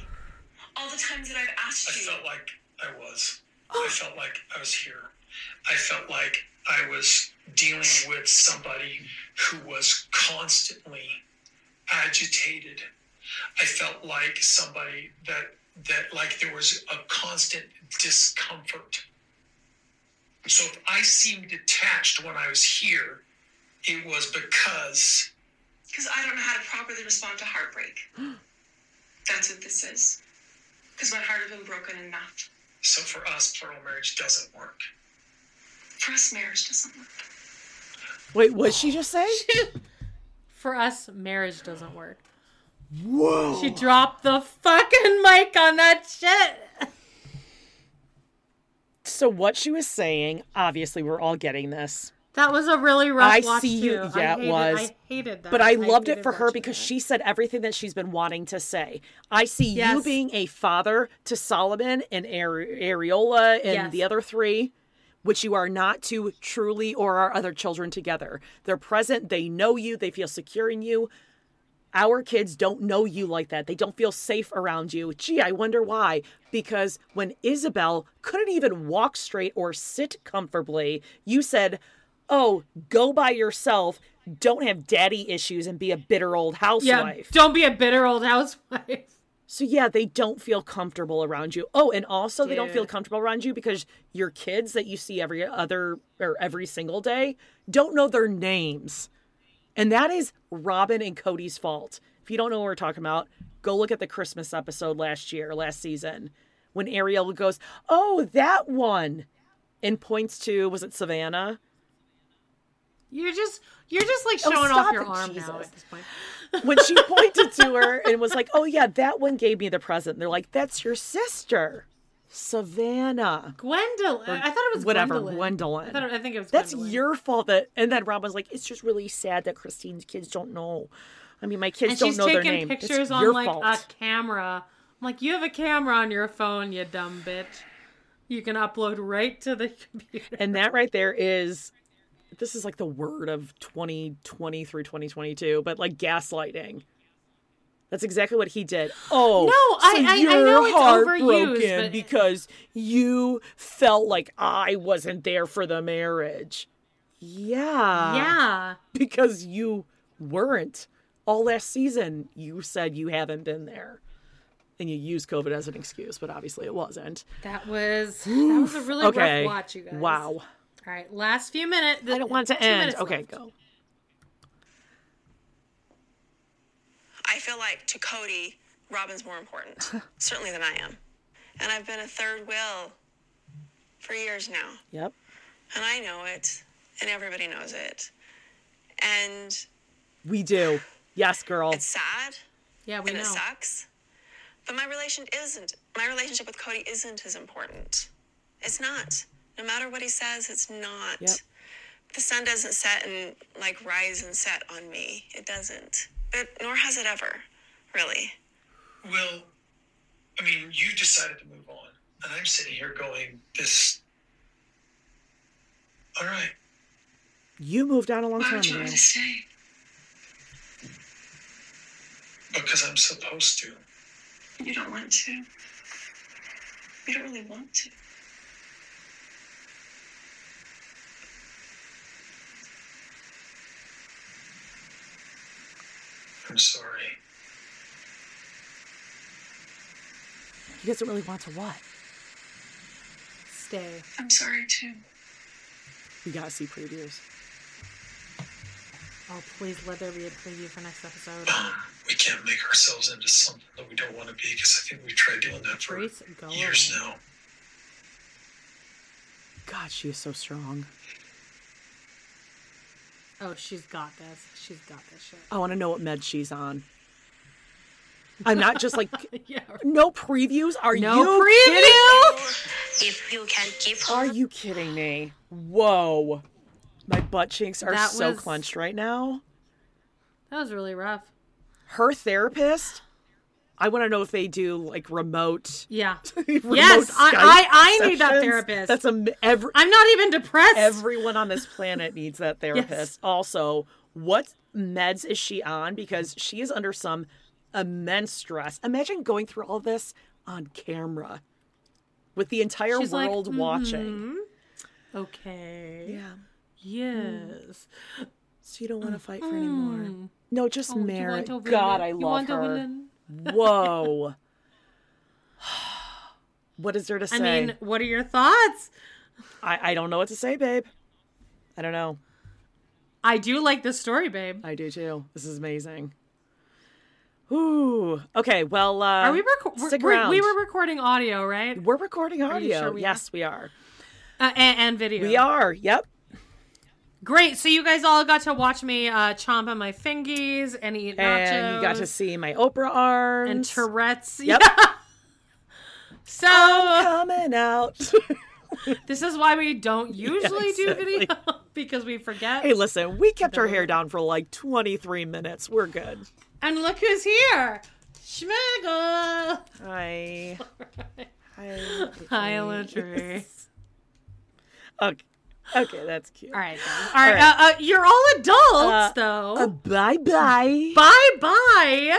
S6: All the times that I've asked
S7: I
S6: you.
S7: felt like I was. I felt like I was here. I felt like I was dealing with somebody who was constantly agitated. I felt like somebody that that like there was a constant discomfort. So if I seemed detached when I was here, it was because
S6: because I don't know how to properly respond to heartbreak. That's what this is. Because my heart has been broken enough.
S7: so for us plural marriage doesn't work.
S6: For us, marriage doesn't work.
S2: Wait, what'd she just say?
S3: For us, marriage doesn't work.
S2: Whoa.
S7: Oh.
S3: She dropped the fucking mic on that shit.
S2: So what she was saying, obviously we're all getting this.
S3: That was a really rough
S2: I
S3: watch
S2: see you.
S3: too. I
S2: Yeah,
S3: hated-
S2: it was.
S3: I hated that.
S2: But I loved it
S3: hated
S2: for her
S3: watching
S2: because
S3: that.
S2: she said everything that she's been wanting to say. I see you
S3: Yes.
S2: being a father to Solomon and Ari- Ariola and
S3: Yes.
S2: the other three, which you are not to truly or our other children together. They're present. They know you. They feel secure in you. Our kids don't know you like that. They don't feel safe around you. Gee, I wonder why. Because when Isabel couldn't even walk straight or sit comfortably, you said, Oh, go by yourself. Don't have daddy issues and be a bitter old housewife.
S3: don't be a bitter old housewife.
S2: So, yeah, they don't feel comfortable around you. Oh, and also they don't feel
S3: Dude.
S2: comfortable around you because your kids that you see every other or every single day don't know their names. And that is Robin and Cody's fault. If you don't know what we're talking about, go look at the Christmas episode last year, last season, when Ariel goes, Oh, that one, and points to, was it Savannah?
S3: You're just you're just like
S2: Oh,
S3: showing off
S2: stop
S3: your
S2: it,
S3: arm now
S2: Jesus.
S3: at this point.
S2: when she pointed to her and was like, "Oh yeah, that one gave me the present." They're like, "That's your sister, Savannah."
S3: Gwendolyn. I thought it was
S2: whatever
S3: Gwendolyn.
S2: Gwendolyn.
S3: I thought it- I think it was
S2: That's
S3: Gwendolyn.
S2: your fault. That and then Rob was like, "It's just really sad that Christine's kids don't know." I mean, my kids
S3: and
S2: don't
S3: she's
S2: know
S3: taking
S2: their name. It's
S3: pictures on
S2: your
S3: like
S2: fault.
S3: a camera. I'm like, you have a camera on your phone, you dumb bitch. You can upload right to the computer.
S2: and that right there is this is like the word of 2020 through 2022 but like gaslighting that's exactly what he did oh
S3: No, I-
S2: so
S3: I- I
S2: you're
S3: know it's overused,
S2: heartbroken
S3: but-
S2: because you felt like i wasn't there for the marriage yeah
S3: Yeah.
S2: because you weren't all last season you said you haven't been there and you used covid as an excuse but obviously it wasn't
S3: That was that was a
S2: Oof.
S3: really
S2: Okay.
S3: rough watch, you guys.
S2: wow
S3: All right, last few minutes. I don't
S2: want to end okay go
S6: I feel like to Cody, Robin's more important, certainly than I am. And I've been a third will for years now.
S2: Yep.
S6: And I know it, and everybody knows it. And
S2: We do. Yes, girl.
S6: it's sad.
S3: Yeah,
S6: we and it
S3: know.
S6: sucks. But my relation isn't. My relationship with Cody isn't as important. It's not. No matter what he says, it's not.
S4: Yep.
S6: The sun doesn't set and like rise and set on me. It doesn't. But nor has it ever, really.
S7: Well, I mean, you decided to move on, and I'm sitting here going, "This, all right."
S2: You moved out a long
S7: Why
S2: time
S7: would you
S2: ago.
S7: want to stay? Because I'm supposed to.
S6: You don't want to. You don't really want to.
S7: I'm sorry.
S2: He doesn't really want to what?
S3: Stay.
S6: I'm sorry too.
S2: We gotta see previews.
S3: Oh, please let there be a preview for next episode.
S7: We can't make ourselves into something that we don't want to be because I think we've tried doing that for
S3: Grace, go
S7: years now.
S2: God, she is so strong.
S3: Oh, she's got this. She's got this shit.
S2: I want to know what med she's on. I'm not just like
S3: yeah,
S2: no previews. Are
S3: No
S2: you
S3: preview?
S2: kidding?
S4: If you can keep
S2: Are you kidding me? Whoa. My butt cheeks are
S3: That
S2: so
S3: was-
S2: clenched right now.
S3: That was really rough.
S2: Her therapist. I want to know if they do like remote.
S3: Yeah.
S2: remote
S3: yes,
S2: Skype
S3: I, I, I need that
S2: sessions.
S3: therapist.
S2: That's a every.
S3: I'm not even depressed.
S2: Everyone on this planet needs that therapist. Also, what meds is she on? Because she is under some immense stress. Imagine going through all this on camera, with the entire
S3: She's like,
S2: world
S3: "Mhm.
S2: watching.
S3: Okay.
S2: Yeah.
S3: Yes. Mm.
S2: So you don't want to fight for anymore. No,
S3: Oh,
S2: just marry. God, I love
S3: want a
S2: her.
S3: villain?
S2: Whoa. what is there to say?
S3: I mean, what are your thoughts?
S2: I, I don't know what to say, babe. I don't know.
S3: I do like this story, babe.
S2: I do too. This is amazing. Ooh. Okay. Well, uh,
S3: Are we reco- we're-
S2: Stick
S3: we're-
S2: around.
S3: We were recording audio, right?
S2: We're recording audio.
S3: sure we
S2: yes, we are.
S3: Uh, and, and video.
S2: We are. Yep.
S3: Great. So you guys all got to watch me uh, chomp on my fingies and eat nachos.
S2: And you got to see my Oprah arms
S3: And Tourette's.
S2: Yep.
S3: So
S2: coming out.
S3: this is why we don't usually
S2: exactly.
S3: do video because we forget.
S2: Hey, listen. We kept our hair down for like 23 minutes. We're good.
S3: And look who's here. Schmiggle.
S2: Hi. Hi.
S3: Hi, Eladri.
S2: Okay. Okay, that's cute.
S3: All right. All right. Uh, uh, you're all
S2: Uh,
S3: adults, though.
S2: bye bye.
S3: Bye bye.